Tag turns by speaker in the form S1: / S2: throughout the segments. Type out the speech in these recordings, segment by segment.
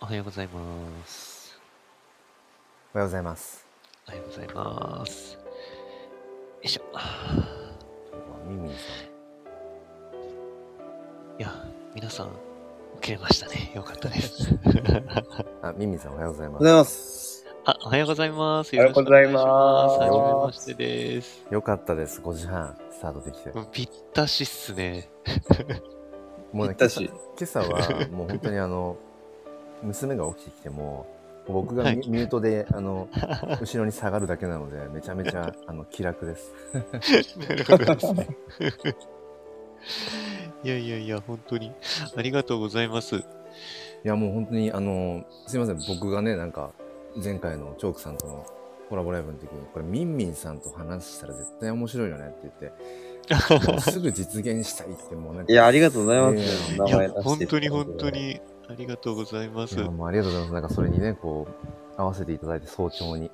S1: おはようございます。
S2: おはようございます。
S1: おはようございます。よいしょ。
S2: ミミンさ
S1: いや、皆さん、起きれましたね。よかったです。
S2: ん。あ、ミミンさんおはようございます。
S3: おはようございます。
S1: あ、おはようございます。
S3: おはよう
S1: よろ
S3: ございます
S1: しくお願いしますはじめましてです。
S2: よかったです。5時半スタートできて。
S1: うんぴったしっす ね。
S2: もう
S3: 行
S2: ね今
S3: っ、た
S2: 朝
S3: し、
S2: 今朝 はもう本当にあの、娘が起きてきても、僕が
S1: はい
S2: ミ,、ミュートで、あ の、後ろに下がるだけなので、めちゃめちゃ、あの、気楽です。
S1: なるほどですね。いやいやいや、本当に。ありがとうございます。
S2: いや、もう本当に、あの、すいません。僕がね、なんか、前回のチョークさんとのコラボライブの時に、これ、ミンミンさんと話したら絶対面白いよねって言って、もうすぐ実現したいって、もうなんか。
S3: いや、ありがとうございます。
S2: ねえ
S3: 名
S1: い
S3: 前
S1: や、
S3: 出していただいて
S1: 本当に本当。に、ありがとうございます
S2: い。やもうありがとうございます。なんかそれにね、こう、合わせていただいて早朝に。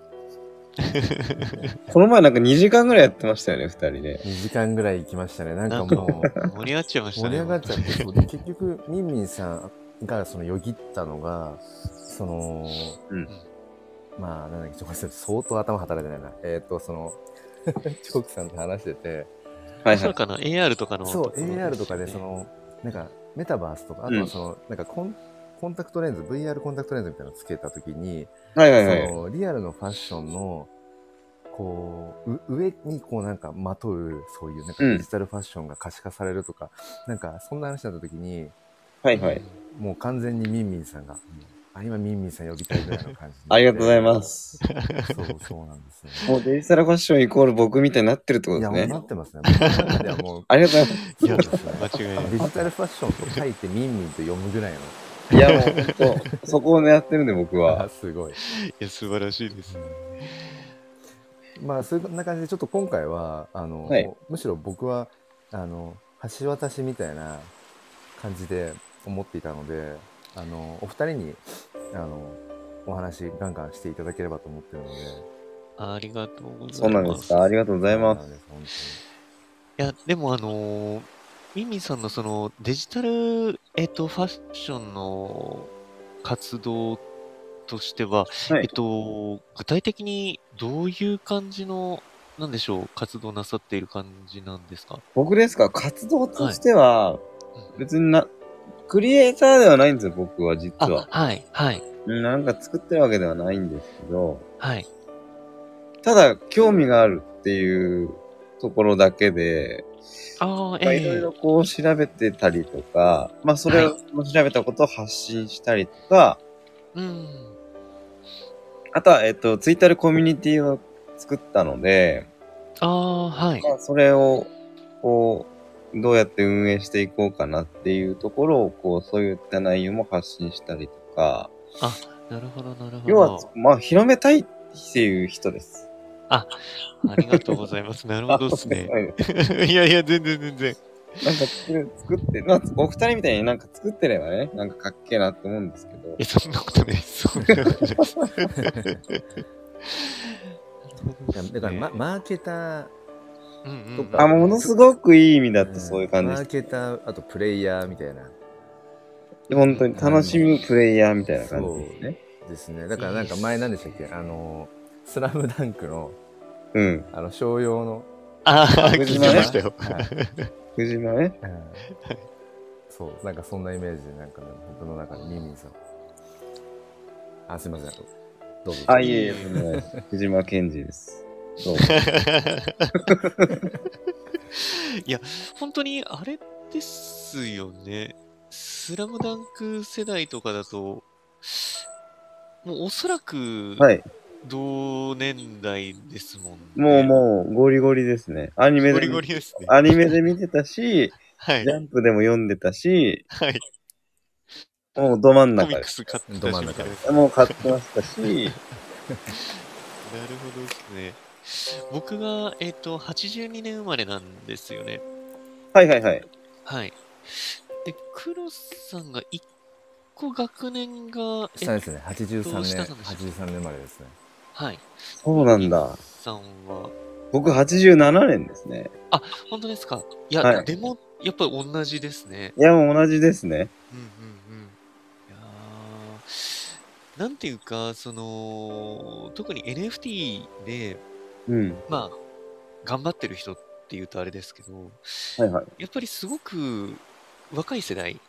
S3: この前なんか2時間ぐらいやってましたよね、2人ね。
S2: 2時間ぐらい行きましたね。なん
S1: な
S2: か
S1: んか
S2: も
S1: も
S2: う、
S1: う、盛り上がっちゃいました
S2: 盛
S1: ね。
S2: り上がっちゃって、そうで結局、みんみんさんがそのよぎったのが、その、
S3: うん
S2: まあ、なんだっけ、ちょっと相当頭働いてないな。えっ、と、その、 チョークさんと話してて、
S3: はいは
S1: そう
S3: い。
S1: かな ?AR とかの
S2: そう
S1: と、ころすよね
S2: AR とかで、その、なんか、メタバースとか、あとはその、なんかコン、コンタクトレンズ、VR コンタクトレンズみたいなのつけたときに、
S3: はいはいはい
S2: そ。のリアルのファッションのこうう上にこうなんかまとうそういうなんか
S3: うん
S2: デジタルファッションが可視化されるとか、なんかそんな話だった時に
S3: はいはい。
S2: もう完全にミンミンさんが「あ今ミンミンさん呼びたい」ぐらいの感じ
S3: ありがとうございます。
S2: すそうそうなんですよ、
S3: もうデジタルファッションイコール僕みたいになってるってこ
S2: い
S3: とで
S2: や
S3: す
S2: もう
S3: ね
S2: な。ってますね僕の中ではもう
S3: ありがとうございま
S1: いや、
S2: そうですね
S1: 間違いない。
S2: デジタルファッションと書いてミンミンと読むぐらいの
S3: す。いや、もう本当、そこを狙ってるんで僕
S2: あ
S3: は。
S2: すごい
S1: いや、素晴らしいです。
S2: まあそんな感じでちょっと今回はあの、
S3: はい
S2: むしろ僕はあの橋渡しみたいな感じで思っていたのであのお二人にあのお話ガンガンしていただければと思ってるので
S1: ありがとうございます。
S3: そうなんですか。ありがとうございます。
S2: す
S1: いや、でもあのーミミさんのそのデジタル、えっと、ファッションの活動としては、
S3: はい
S1: えっと、具体的にどういう感じの、なんでしょう、活動なさっている感じなんですか
S3: 僕ですか、活動としては、
S1: うん
S3: 別にな、クリエイターではないんですよ、僕は実
S1: あ
S3: は、。
S1: はい、はい、
S3: うんなんか作ってるわけではないんですけど、
S1: はい。
S3: ただ興味があるっていうところだけで、
S1: ああ、
S3: まあ
S1: え
S3: いろい
S1: え
S3: ろこう調べてたりとか、まあそれを調べたことを発信したりとか、
S1: うん。
S3: あとは、えっと、ツイッターでコミュニティを作ったので、
S1: ああ、はい。
S3: まあそれを、こう、どうやって運営していこうかなっていうところを、こう、そういった内容も発信したりとか、
S1: なるほど、なるほど。
S3: 要は、まあ広めたいっていう人です。
S1: ありがとうございます。なるほどです ね。
S3: はい
S1: いやいや、全然全然。
S3: なんか作る、作って、まあ、お二人みたいになんか作ってればね、なんかかっけえなって思うんですけど
S1: え、、そんなことないです。そんなことないです。なるほ
S2: い
S1: ど
S2: や
S1: っすね
S2: だから、ま、マーケター
S1: うんうん
S2: とか
S3: あ、ものすごくいい意味だってそういう感じ
S2: マ
S3: で
S2: ーケターあとプレイヤーみたいな
S3: す。本当に楽しむプレイヤーみたいな感じですね。
S2: ですねだからなんか前何でしたっけあの「スラムダンクの
S3: うん。
S2: あの商用の
S1: あー、聞
S3: 僕
S1: き
S3: 島
S1: ま
S3: ね
S1: したよ。
S2: はい
S3: 藤間ね。
S2: うんそう、なんかそんなイメージで、なんか、ね、僕の中でミンミンさん。あ、すいません。どうぞ。
S3: あ、いえいえ、とんでもないです藤間健二です。どうも。
S1: いや、本当にあれですよね。スラムダンク世代とかだと、もうおそらく
S3: はい。
S1: 同年代ですもんね。
S3: もうもう、ゴリゴリですね。アニメ
S1: ゴ
S3: で
S1: リゴ
S3: 見、
S1: リですね。
S3: アニメで見てたし、
S1: はい
S3: ジ。ャンプでも読んでたし、
S1: はい。
S3: もうど真ん
S1: コミッ
S3: 中で
S1: ク
S3: す。
S1: ス買ってたし
S2: ど
S1: み
S2: 真
S1: た
S2: ん
S1: いな。
S2: 中です
S3: もう買ってましたし、
S1: なるほどですね。僕が、えっ、と、82年生まれなんですよね。
S3: はいはいはい。
S1: はい。で、黒さんが1個学年が、
S2: 下です
S1: えっ
S2: ね。83
S1: どうし
S2: 年、
S1: たのでしょう
S2: 83年生まれですね。
S1: とはい。
S3: そうなんだ。
S1: さんは、
S3: 僕87年ですね。
S1: 本当ですかいや、
S3: はい
S1: でも、やっぱり同じですね。
S3: いや、もう同じですね。
S1: うんうんうん。いやーなんていうか、その、特に NFT で、
S3: うん。
S1: まあ、頑張ってる人っていうとあれですけど、
S3: はいはい。
S1: やっぱりすごく若い世代、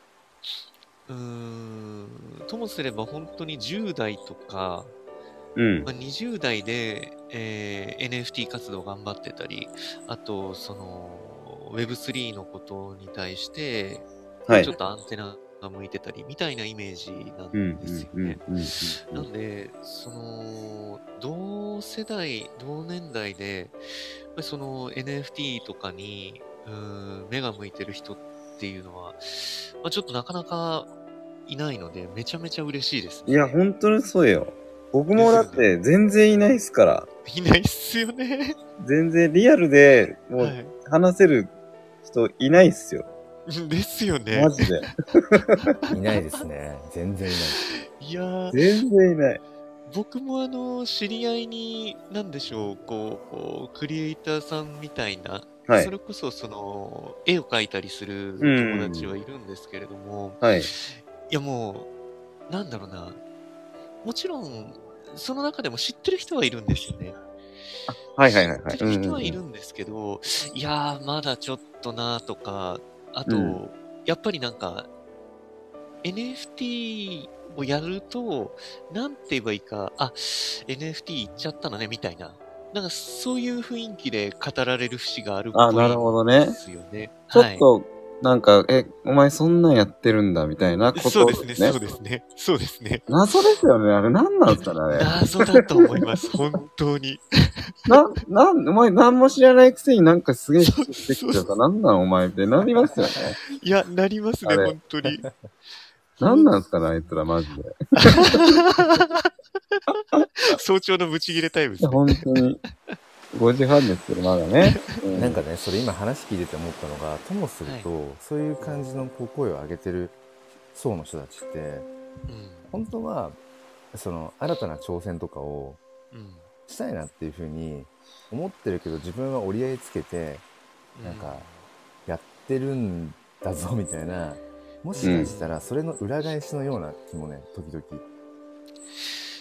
S1: うーん、ともすれば本当に10代とか、
S3: うん
S1: ま。あ、20代で、えー NFT 活動頑張ってたり、あと、その、Web3 のことに対して、
S3: はい
S1: ちょ。っとアンテナが向いてたり、みたいなイメージな
S3: うん
S1: んですよね。
S3: うんうんうんう
S1: なんんで、その、同世代、同年代で、やっぱりその NFT とかに、うーん、目が向いてる人っていうのは、まあ、ちょっとなかなかいないので、めちゃめちゃ嬉しいです、
S3: いや、本当にそうよ。僕もだって全然いないっすから。
S1: いないっすよね。
S3: 全然リアルでも
S1: は
S3: う話せる人いないっすよ。
S1: い。ですよね
S3: マ。ジ で。
S2: いないですね。全然いない。
S1: いやー、
S3: 全然いない。
S1: 僕もあの、知り合いに、なんでしょう、こう、こうクリエイターさんみたいな、
S3: は
S1: そ
S3: い。
S1: れこそその、絵を描いたりする友達はいるんですけれども、
S3: はい。
S1: いやもう、なんだろうな。もちろん、その中でも知ってる人はいるんですよね。
S3: はいはいはいはい。
S1: 知ってる人はい
S3: うん
S1: るんですけど、いやー、まだちょっとなーとか、あと、
S3: うん
S1: やっぱりなんか、NFT をやると、なんて言えばいいか、あ、NFT 行っちゃったのね、みたいな。なんか、そういう雰囲気で語られる節があるっぽい
S3: あなるほどね
S1: ですよね。
S3: ちょ
S1: は
S3: っ
S1: い
S3: と、なんか、え、お前そんなんやってるんだみたいなこと
S1: そうですね、そうですね、そうですね。
S3: 謎ですよね。あれ何なんすかね、あれ。
S1: 謎 だと思います、 本当に。
S3: な、なん、お前何も知らないくせになんかすげえ人してきたか、なんなんお前ってなりますよね。
S1: いや、なりますね、
S3: あれ
S1: 本当 に。
S3: なんなんすかね、あいつらマジで。い
S1: 早朝のブチギレタイムです
S3: や、
S1: ね。
S3: 本当に。5時半ですけど、まだね。う
S2: なん、かね、それ今話聞いてて思ったのが、ともすると、そういう感じのこう声を上げてる層の人たちって、本当は、その、新たな挑戦とかを
S1: うん。うん。
S2: したいなっていうふうに思ってるけど、自分は折り合いつけて
S1: う
S2: なんかやってるんだぞ、みたいな。もしかしたら、それの裏返しのような気もね、時々、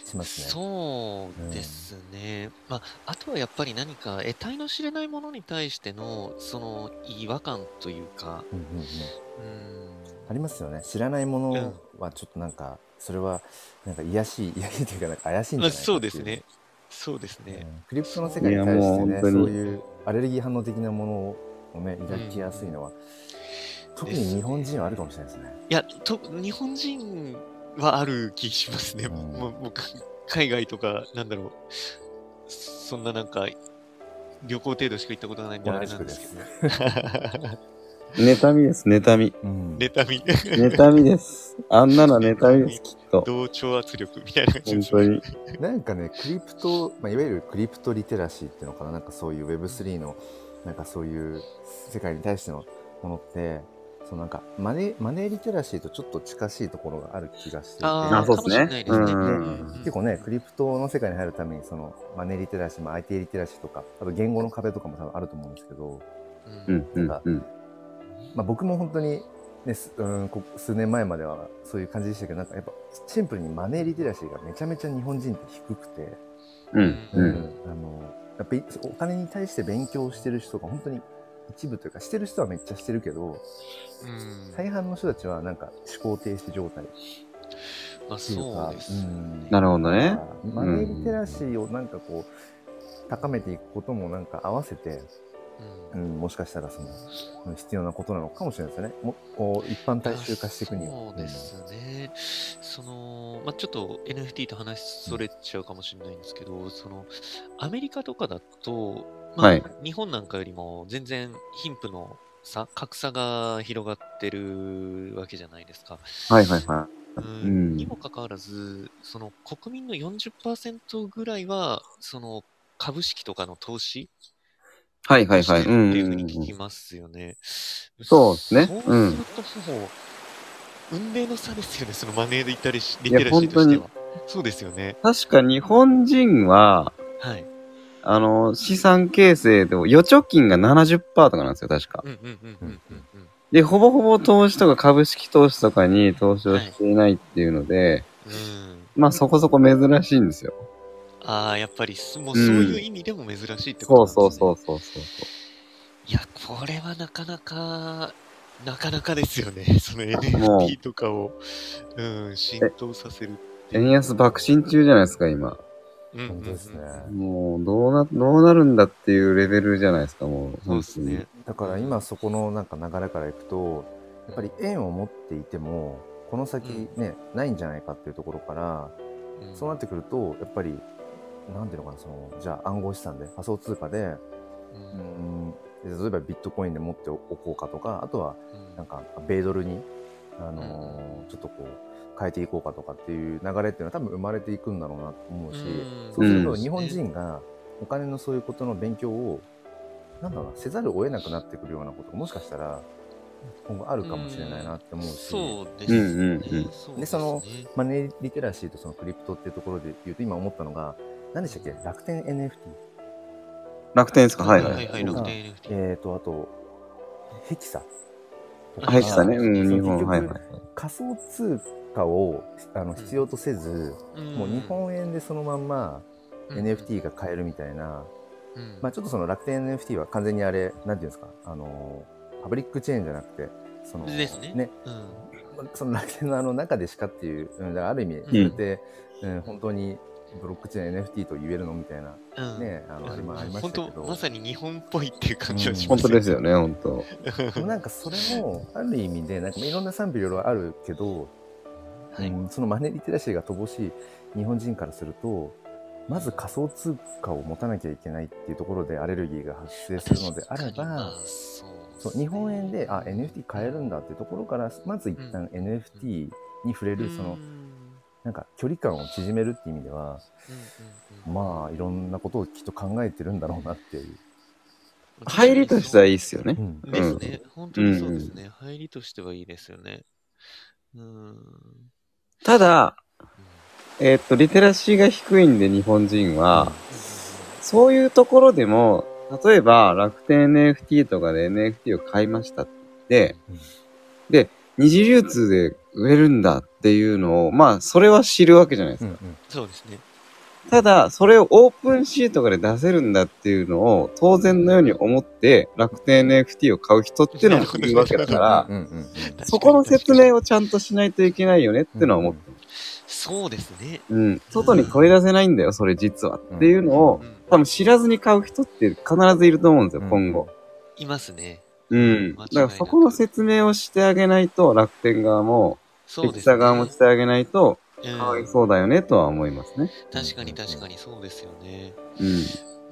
S2: しますね。
S1: そうですね。まあ、あとはやっぱり何か得体の知れないものに対しての、その、違和感というか、
S2: うんうんうん
S1: うん。
S2: ありますよね。知らないものはちょっとなんか、それは、なんか癒やしい、癒やしいというか、なんか怪しいんじ
S1: ま
S2: ゃ
S1: あ、
S2: ないかってい
S1: そうですね。。そうです
S2: うん
S1: ね。
S2: クリプトの世界に対
S3: いや
S2: し
S3: も
S2: て
S3: う
S2: ね、そ
S3: 本当
S2: う
S3: に
S2: いうアレルギー反応的なものをね、抱きやすいのは、特に日本人はあるかもしれないですね。
S1: いや、と、日本人はある気しますね。
S2: うん
S1: もう、もうか海外とか、なんだろう。そんななんか、旅行程度しか行ったことがないんであ
S2: 同
S1: れ
S2: じ
S1: な
S2: く
S1: ん
S2: で
S1: ですす。
S3: 妬みです、妬み。
S2: うん
S1: け ど。妬み。
S3: 妬みです。あんなの妬みです、きっと。
S1: 同調圧力みたいな感じ
S3: 本
S1: です
S3: 当に。
S2: なんかね、クリプト、まあ、いわゆるクリプトリテラシーっていうのかな、なんかそういう Web3 の、なんかそういう世界に対してのものって、そのなんかマネ、マネーリテラシーとちょっと近しいところがある気がしていて、
S1: あー
S3: あそうっす
S1: かも
S3: ね
S1: しれないですね。
S3: うん
S1: うん
S2: 結構ね、クリプトの世界に入るために、その、マネーリテラシー、まあ、IT リテラシーとか、あと言語の壁とかも多分あると思うんですけど、
S1: う
S3: うんん、うん、うん。
S2: まあ僕も本当に、ね、すうんこ数年前まではそういう感じでしたけど、なんかやっぱシンプルにマネーリテラシーがめちゃめちゃ日本人って低くて、
S3: うん、うん。
S2: あの、やっぱりお金に対して勉強してる人が本当に一部というか、してる人はめっちゃしてるけど、
S1: うん
S2: 大半の人たちはなんか思考停止状態
S1: まあ
S2: っていう
S1: そ
S2: か
S1: うですよね。
S3: なるほどね。
S2: マネーリテラシーをなんかこう、高めていくこともなんか合わせて、
S1: うん
S2: うん、もしかしたらその、うん必要なことなのかもしれないですよね。もこう、一般大衆化していくには。
S1: そうですね。その、まあちょっと NFT と話それちゃうかもしれないんですけど、その、アメリカとかだと、まあ
S3: はい
S1: 日本なんかよりも全然貧富の差、格差が広がってるわけじゃないですか。
S3: はいはいは
S1: う
S3: い。うんん
S1: に。もかかわらず、その国民の40%ぐらいは、その株式とかの投資
S3: はいはいはい。う
S1: っ
S3: ん
S1: ていうふ
S3: う
S1: うんに
S3: う
S1: 聞き
S3: ん。
S1: ますよね。
S3: そうですね
S1: そう
S3: うん
S1: するともう、運命の差ですよね、そのマネーでいたりし、リ
S3: や
S1: テラシーとしては。そうですよね。
S3: 確か日本人は、
S1: はい。
S3: あの、資産形成でも、預貯金が70%とかなんですよ、確か
S1: う。んうんうんうんうんうん。
S3: で、ほぼほぼ投資とか株式投資とかに投資をしていないっていうので、
S1: うん。
S3: まあそこそこ珍しいんですよ。
S1: ああ、やっぱりす、もう
S3: う
S1: そうんいう意味でも珍しいってこ
S3: そ
S1: と
S3: うそう
S1: うそう。
S3: そうそうそう。
S1: いや、これはなかなか、なかなかですよね。その
S3: も
S1: NFT
S3: う
S1: とかを、うん、浸透させる。
S3: 円安爆心中じゃないですか、今。
S1: うん、うん
S2: 本当ですね。
S3: もう、どうな、どうなるんだっていうレベルじゃないですか、もう。
S1: そうですね。
S2: だから今そこのなんか流れからいくとやっぱり円を持っていてもこの先ね、ないんじゃないかっていうところから
S1: うん
S2: そうなってくるとやっぱりなんていうのかなそのじゃあ暗号資産で仮想通貨で
S1: う
S2: うんん例えばビットコインで持っておこうかとかあとは
S1: うん
S2: なんか米ドルに、あのーちょっとこう変えていこうかとかっていう流れっていうのは多分生まれていくんだろうなと思うし、
S1: うん
S2: そうする
S3: う
S2: と
S1: ん
S2: 日本人がお金のそういうことの勉強をなんだろうなせざるを得なくなってくるようなことがもしかしたら今後あるかもしれないなって思うし、
S1: そうですね。
S3: うんうんうん
S1: そう
S2: でそのマネーリテラシーとそのクリプトっていうところで言うと今思ったのが何でしたっけ楽天 NFT、
S3: 楽天ですかはいは
S1: はい
S3: い。
S1: はい、
S2: うん
S1: 楽天 NFT。
S2: えー、とあとヘキサとか
S3: はい、したね。う
S1: そ
S3: ん、
S2: う
S3: 日本。
S2: 結局
S3: はいはい。
S2: 仮想通貨をあの必要とせず、もう日本円でそのまんま
S1: うん
S2: NFT が買えるみたいな、
S1: うん
S2: まあ、ちょっとその楽天 NFT は完全にあれ、なんていうんですか、あのーパブリックチェーンじゃなくて、その
S1: ですねうん
S2: まあその楽天のあの中でしかっていう、うん、だからある意味、そ
S1: ん
S2: れで、うん、本当にブロックチェーン NFT と言えるのみたいな、
S1: うん
S2: ね、あのありまありまし
S1: 本
S2: たけ
S1: 当、
S2: ど、
S1: まさに日本っぽいっていう感じはしま
S3: 本
S1: す
S3: 当
S1: ね
S3: ですよね、本当。
S2: でもなんかそれもある意味で、なんかいろんな賛否両論あるけど、
S1: はい
S2: うんそのマネーリテラシーが乏しい日本人からするとまず仮想通貨を持たなきゃいけないっていうところでアレルギーが発生するのであれ
S1: 確かにまあ
S2: ば
S1: そうです
S2: そ
S1: ね
S2: う日本円であ NFT 買えるんだっていうところからまず一旦 NFT に触れるそ
S1: うん
S2: の
S1: うん
S2: なんか距離感を縮めるっていう意味では
S1: うん
S2: まあいろんなことをきっと考えてるんだろうなっていう。
S3: 入りとしてはいいっすよね
S2: う。ん
S1: ですね、本当にそうですね、入りとしてはいいですよね。うん。
S3: ただ、えーっと、リテラシーが低いんで、日本人は。そういうところでも、例えば楽天 NFT とかで NFT を買いましたって言って
S2: うん
S3: で、二次流通で売れるんだっていうのを、まあ、それは知るわけじゃないです
S2: う
S3: か。
S2: んうん
S1: そうですね。
S3: ただ、それをオープンシートとかで出せるんだっていうのを、当然のように思って、楽天 NFT を買う人っていうのもいるわ けだから
S2: う、んうんうん
S3: そこの説明
S1: を。
S3: をちゃんとしないといけないよねってのは思ってます。
S1: そうですね。
S3: うん。外に取り出せないんだよ、それ実は。っていうのを
S1: う、ん
S3: 多分知らずに買う人って必ずいると思うんですよ、今後。
S1: いますね。
S3: うん。
S1: 間違
S3: だ
S1: いなく
S3: からそこの説明をしてあげないと、楽天側も、
S1: そ
S3: ピ
S1: う
S3: ク
S1: です
S3: サ
S1: ね。
S3: ー側もしてあげないと、
S1: うん
S3: かわいそうだよねとは思いますね。
S1: 確かに確かにそうですよね。
S3: う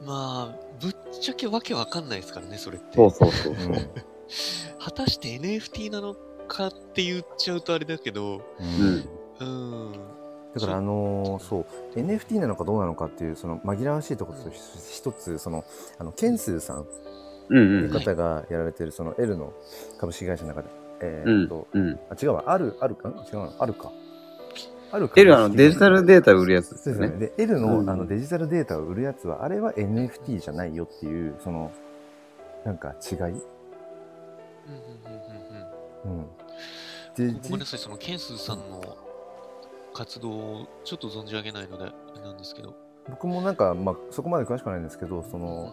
S3: ん。
S1: まあ、ぶっちゃけわけわかんないですからね、それって。
S3: そうそうそう
S2: う
S3: そ
S2: ん
S3: う。
S1: 果たして NFT なのかって言っちゃうとあれだけど、
S2: うん
S3: う
S1: うん。
S3: ん
S2: だからあのーそう NFT なのかどうなのかっていうその紛らわしいところとして一つそのあのケンスーさんって
S3: うん
S2: いう
S3: うん。
S2: 方がやられてるその L の株式会社の中で、え
S3: う
S2: ーっ
S3: ん
S2: と、
S3: うん。
S2: あ違うわあるあるか違うなあるかあるか
S3: L はあのデジタルデータを売るやつで
S2: そ
S3: す
S2: う
S3: よ
S2: ですよ
S3: ね。
S2: ねで L の,、
S3: うん
S2: あのデジタルデータを売るやつはあれは NFT じゃないよっていうそのなんか違い、
S1: うんうんうんうんうん
S2: うん、で
S1: ごめんなさい、そのケンスーさんの活動をちょっと存じ上げないので、あれなんですけど。
S2: 僕もなんか、まあ、そこまで詳しくはないんですけどその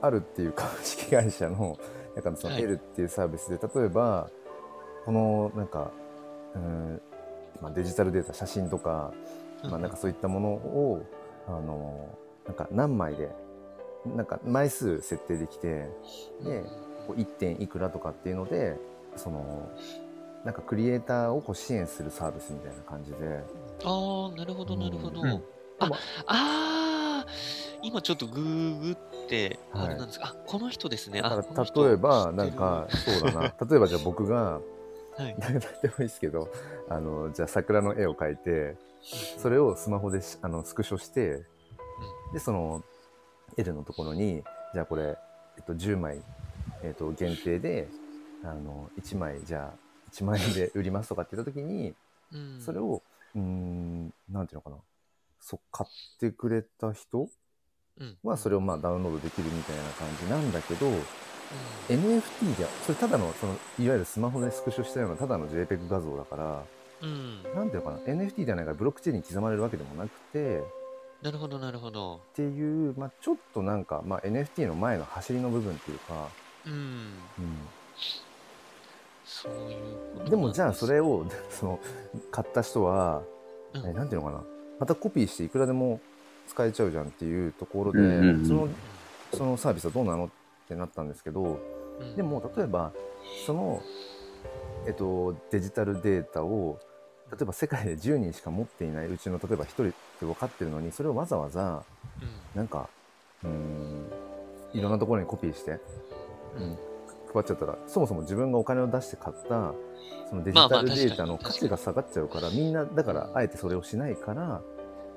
S2: あるっていう株式会社のなんかその
S1: はい
S2: L っていうサービスで、例えばこのなんか、うんまあ、デジタルデータ写真とか,、まあ、なんかそういったものをあのなんか何枚でなんか枚数設定できてでこう1点いくらとかっていうのでそのなんかクリエイターをこう支援するサービスみたいな感じで。
S1: ああ、なるほど、なるほど。
S2: うんでも
S1: ああ、今ちょっとグーグって、
S2: はい
S1: あれなんですか、あ、この人ですね。
S2: だ
S1: あ、
S2: か
S1: こ
S2: ら
S1: の人
S2: 例えば
S1: 知
S2: な
S1: って
S2: ん
S1: る
S2: か、そうだな例えばじゃあ僕が
S1: はい。
S2: 誰でもいいですけどあのじゃあ桜の絵を描いてそれをスマホでしあのスクショしてでその L のところにじゃあこれ、えっと、10枚、えっと、限定であの1枚じゃあ1万円で売りますとかって言った時に
S1: うん
S2: それをうーんなんていうのかなそ買ってくれた人はそれをまあダウンロードできるみたいな感じなんだけど、
S1: うん
S2: NFT じゃそれただのそのいわゆるスマホでスクショしたようなただの JPEG 画像だから
S1: うん。
S2: なんていうのかな NFT じゃないからブロックチェーンに刻まれるわけでもなくてっ
S1: なるほど、なるほど。
S2: ていう、まあ、ちょっとなんか、まあ、NFT の前の走りの部分っていうか、
S1: うん。
S2: う、
S1: そういうことなんん
S2: でもじゃあそれ
S1: を、
S2: を その買った人は、
S1: うん
S2: えなんていうのかなまたコピーしていくらでも使えちゃうじゃんっていうところで、
S3: うんうんうん
S2: そのそのサービスはどうなのってなったんですけど
S1: うん
S2: でも、例えばその、えっと、デジタルデータを例えば世界で10人しか持っていないうちの例えば1人って分かってるのにそれをわざわざなんかうーんいろんなところにコピーして、
S1: う
S2: うんん、配っちゃったらそもそも自分がお金を出して買ったそのデ
S1: まあま
S2: ジタ
S1: あ
S2: ルデータの
S1: 確か
S2: 価
S1: に
S2: 値が下がっちゃうからみんなだからあえてそれをしないから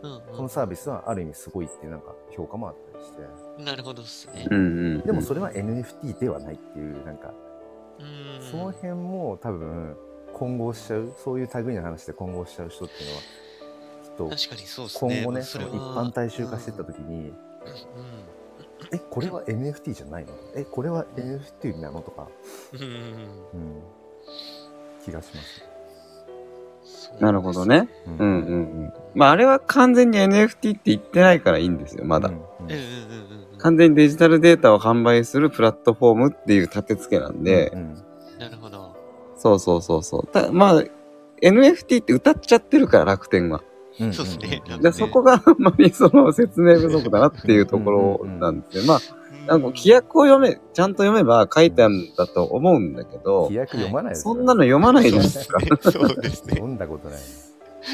S1: うん、うん
S2: このサービスはある意味すごいっていうなんか評価もあったりして
S1: なるほどっすね
S3: う。んうん。
S2: でもそれは NFT ではないっていうなんか
S1: うん。
S2: その辺も多分混合しちゃうそういう類の話で混合しちゃう人っていうのはきっと
S1: 確かにそうですね。
S2: 今後ね
S1: そ
S2: そ
S1: れ
S2: の
S1: は
S2: 一般大衆化していった時に
S1: う
S2: えこれは NFT じゃないのえこれは NFT なのとか、
S1: んうんうん
S2: うん、気がします、
S1: そう
S3: なるほどね。
S2: うん
S3: うんうんうん。まあ、あれは完全に NFT って言ってないからいいんですよ、まだ
S2: う。んうん
S1: ですね。うんうんうんうん
S3: 完全にデジタルデータを販売するプラットフォームっていう立て付けなんで、
S2: うん
S1: なるほど。
S3: そうそうそうそう。たまあ、NFT って歌っちゃってるから、楽天は。
S2: うん
S1: そうですね
S2: うん
S3: だからそこがあんまりその説明不足だなっていうところ
S2: うんうんうん
S3: なんですよ。まあ、
S1: あ
S3: なんか規約を読め、ちゃんと読めば書いてあるんだと思うんだけど
S2: 規、約読まないです
S3: そ
S2: よ
S3: んなの読まないじゃない ですか。
S1: そうですね。
S2: 読んだことない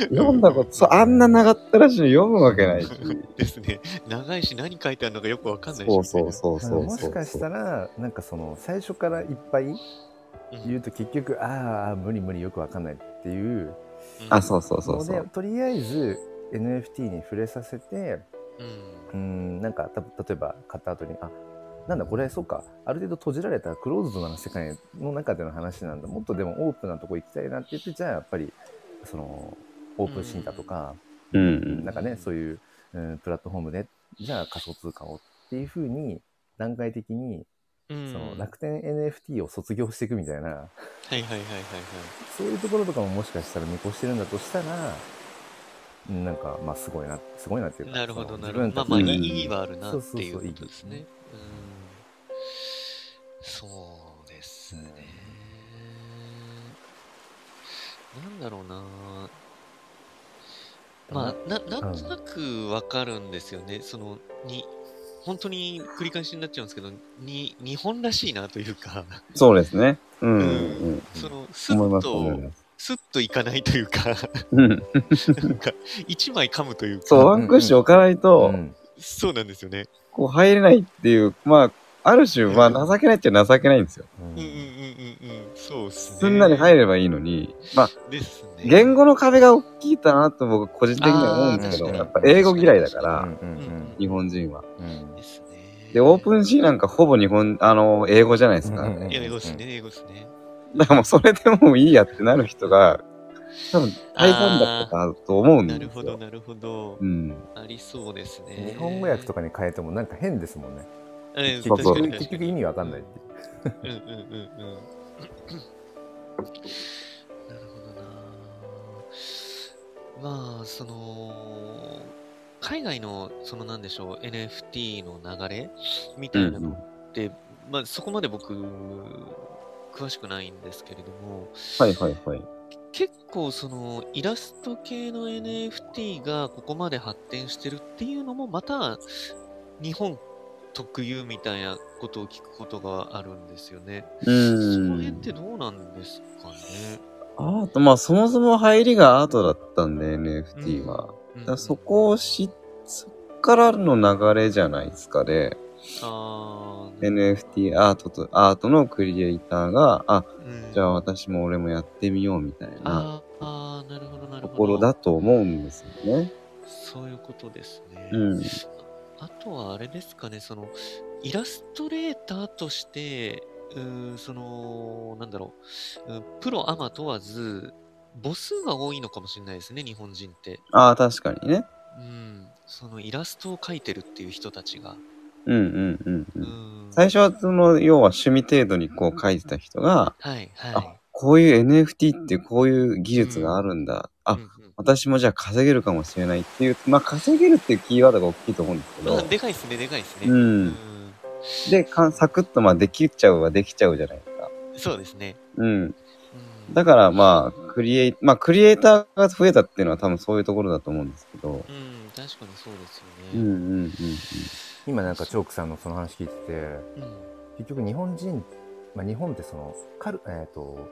S3: 読んだこと、そうあんな長ったらしいの読むわけないし。
S1: ですね。長いし何書いてあるのかよくわかんないし。
S3: そうそうそうそうそう。
S2: もしかしたらなんかその最初からいっぱい言うと結局ああ無理無理よくわかんないっていう
S3: あ、そうそうそう
S2: の
S3: そ
S2: で
S3: う。
S2: とりあえず NFT に触れさせて
S1: うん。うん。
S2: うんなんかた例えば買った後にあなんだこれそうかある程度閉じられたクローズドな世界の中での話なんだもっとでもオープンなとこ行きたいなって言ってじゃあやっぱりそのオープンシーンだとか、
S3: うんうん。
S2: なんかね、そういう、うん、プラットフォームで、じゃあ仮想通貨をっていうふうに、段階的に、
S1: うん
S2: その
S1: はい
S2: 楽天 NFT を卒業していくみたいな、
S1: はいはいはいはい。
S2: そういうところとかももしかしたら見越してるんだとしたら、うんなんか、まあ、すごいな、すごいなっていうか、
S1: なるほど、
S2: その
S1: なるほど。
S2: 自分
S1: まあ
S2: たち
S1: まあ、
S2: の
S1: 意
S3: ね
S1: 義はあるな
S2: そ
S1: っ
S2: うそ
S1: て
S2: う
S1: い
S2: そうう
S1: ことですね。うん。そうですね。なんだろうなまあ、な、なんとなくわかるんですよね。その、に、本当に繰り返しになっちゃうんですけど、に、日本らしいなというか、
S3: そうですね。うんうんうん。
S1: その、ス
S3: 思い
S1: ッ
S3: ます、思い
S1: と、
S3: ます。
S1: スッといかないというか、
S3: うん。
S1: なんか、一枚噛むというか、
S3: そう、ワンクッション置かないと、
S2: うん
S1: そうなんですよね。
S3: こう入れないっていう、まあ、ある種、まあ、情けないっちゃ情けないんですよ。
S1: うんうんうんうんうん、そうっすね。
S3: すんなり入ればいいのに、まあ、
S1: ですね。
S3: 言語の壁が大きいかなと僕個人的には思うんですけ
S2: あ
S3: ど、
S2: ー
S3: やっぱ英語嫌いだか
S2: う
S3: ら、
S2: んうんうん
S3: 日本人は。
S2: うん
S1: ですね。
S3: で、オープンシーなんかほぼ日本、あの、英語じゃないですか。
S2: うんうんうん
S1: いや、英語ですね、英語ですね。
S3: だからもうそれでもういいやってなる人が、多分大半だったかと思うん
S1: な
S3: です
S1: る
S3: よ。
S1: ほど、なるほど
S3: う。ん。
S1: ありそうですね。
S2: 日本語訳とかに変えてもなんか変ですもんね。
S1: うん、
S3: そうそ
S1: 確か
S3: う
S1: に確かに
S2: 結局意味わかんないっていう。
S1: うんうんうんうん。なるほどな。まあ、その、海外の、そのなんでしょう、NFT の流れみた
S3: う
S1: いなの
S3: ん。
S1: って、まあ、そこまで僕、詳しくないんですけれども、
S3: はいはいはい。
S1: 結構そのイラスト系の NFT がここまで発展してるっていうのもまた日本特有みたいなことを聞くことがあるんですよね。
S3: う
S1: その
S3: ん。
S1: 辺ってどうなんですかね。
S3: アート、まあそもそも入りがアートだったんで、NFT は。
S1: うん。
S3: だからそこをし、そっからの流れじゃないですかね。
S1: あー、
S3: NFT アートと、アートのクリエイターが、あ、
S1: うん
S3: じゃあ私も俺もやってみようみたいな
S1: あーあーなるほどなるほど。
S3: ところだと思うんですよね。
S1: そういうことですね。
S3: うん。
S1: あとはあれですかね、その、イラストレーターとして、うーんその、なんだろう、うんプロ、アマ問わず、母数が多いのかもしれないですね、日本人って。
S3: ああ、確かにね。
S1: うん、そのイラストを描いてるっていう人たちが。
S3: うんうんうんう。
S1: うんん、
S3: 最初はその、要は趣味程度にこう書いてた人が、
S1: はい、はい。
S3: あ、こういう NFT ってこういう技術があるん
S1: う
S3: だ。あ
S1: ん、うん
S3: 私もじゃあ稼げるかもしれないっていう、まあ稼げるっていうキーワードが大きいと思うんですけ
S1: まあ、
S3: ど、
S1: でかいっすね、でかいっすね。
S3: うん
S1: ん
S3: で、かサクッとまあできちゃうはできちゃうじゃないですか。
S1: そうですね。
S3: うん。
S1: うん
S3: だからまあ、クリエイ、まあクリエイターが増えたっていうのは多分そういうところだと思うんですけど、
S1: うん、確かにそうですよ
S3: うんうん
S1: ね。
S3: うんうん。
S2: 今なんかチョークさんのその話聞いてて、
S1: うん。
S2: 結局日本人、まあ、日本ってそのカル,、えー、と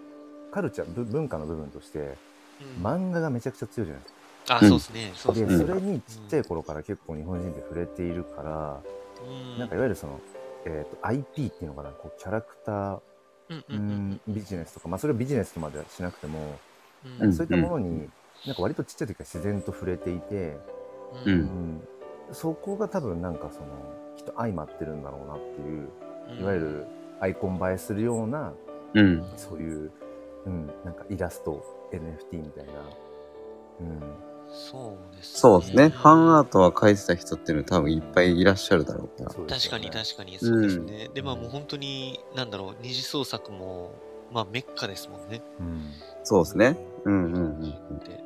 S2: カルチャーぶ文化の部分として
S1: うん
S2: 漫画がめちゃくちゃ強いじゃないです
S1: あ、
S3: うん
S1: そうですね。そうです
S2: か。
S1: ね。
S2: でそれにちっちゃい頃から結構日本人って触れているから、
S1: うん
S2: なんかいわゆるその、えー、と IP っていうのかなこうキャラクター、
S1: うんう
S2: うんん、ビジネスとか、まあ、それをビジネスとまではしなくても、
S1: うん
S3: うん
S2: そういったものになんか割とちっちゃい時から自然と触れていて、
S1: う
S2: うんん、そこが多分なんかそのきっと相まってるんだろうなっていう
S1: うん
S2: いわゆるアイコン映えするような
S3: うん。
S2: そういう、うん、なんかイラスト、NFT みたいな。うん。
S1: そうです
S3: そうですね。ファンアートは書いてた人っていうのは多分いっぱいいらっしゃるだろうから。
S2: そうです
S1: 確
S2: よ
S1: か
S2: ね
S1: に確かにそうですね。で、まあもう本当に、なんだろう、二次創作も、まあメッカですもんね。
S2: うん。
S3: そうですね。うんうんうん。
S1: で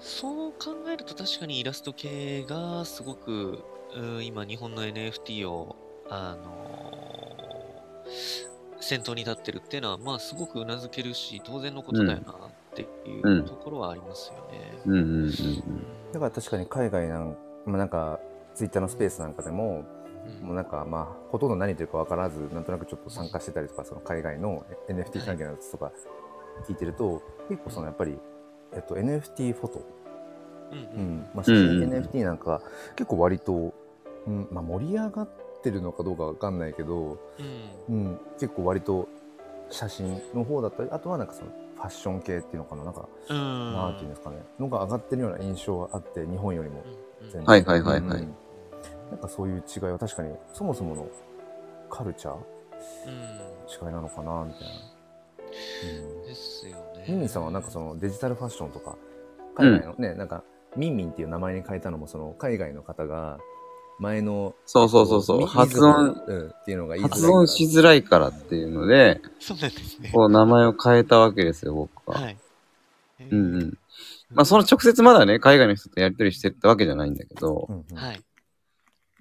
S1: そう考えると確かにイラスト系がすごく、うん今日本の NFT を、あのー先頭に立ってるっていうのは、まあすごくうなずけるし、当然のことだよなってい
S3: んう
S1: うんところはありますよね。
S3: うんうんうん
S2: だから確かに海外なん、まあ、なんか、ツイッターのスペースなんかでも、もうなんかまあ、ほとんど何言ってるか分からず、なんとなくちょっと参加してたりとか、その海外の NFT 関係のやつとか聞いてると、結構そのやっぱり、えっと、NFT フォト、
S1: うんう
S2: うんんまあ、写真
S3: うん
S2: NFT なんか、結構割と、うんまあ、盛り上がってるのかどうか分かんないけど、
S1: うん
S2: うん、結構割と写真の方だったりあとはなんかそのファッション系っていうのかななんか
S1: うん
S2: なんていうんですかねのが上がってるような印象があって日本よりも
S1: うん
S2: 全然
S3: はいはいはいはい
S2: うんなんかそういう違いは確かにそもそものカルチャー
S1: うん
S2: 違いなのかなみたいな、
S1: ですよね。
S2: うん、ミンミンさんはなんかそのデジタルファッションとか海外のね、なんかミンミンっていう名前に変えたのもその海外の方が前の
S3: そうそうそうそう。
S2: み
S3: 発音、、
S2: うん、っていうのが言いづらい
S3: 発音しづらいからっていうので、
S1: そうなんですね。
S3: こう名前を変えたわけですよ、僕は。
S1: はい。えー
S3: うんうん。まあその直接まだね、海外の人とやりとりしてったわけじゃないんだけど
S2: う、んうん
S1: はい。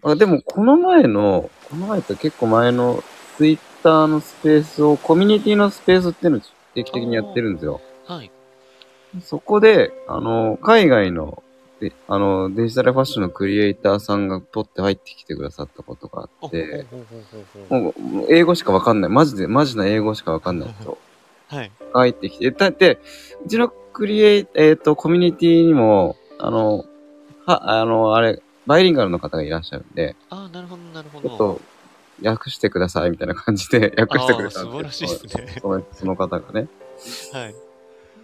S3: あでもこの前の、この前と結構前のツイッターのスペースを、コミュニティのスペースっていうのを定期的にやってるんですよ。
S1: はい。
S3: そこで、あの、海外の、であの、デジタルファッションのクリエイターさんがポって入ってきてくださったことがあ
S1: お
S3: って、
S1: ほうほうほうほうほう
S3: もう、もう英語しかわかんない。マジで、マジな英語しかわかんない人
S1: はい。
S3: が入ってきて、だって、うちのクリエイ、えっ、と、コミュニティにも、あの、は、あの、あれ、バイリンガルの方がいらっしゃるんで、
S1: ああ、なるほど、なるほ
S3: ち
S1: ど。
S3: ょっと、訳してくださいみたいな感じで、 訳してくれたん
S1: あー素晴らしいですね
S3: そのその方がね。
S1: はい。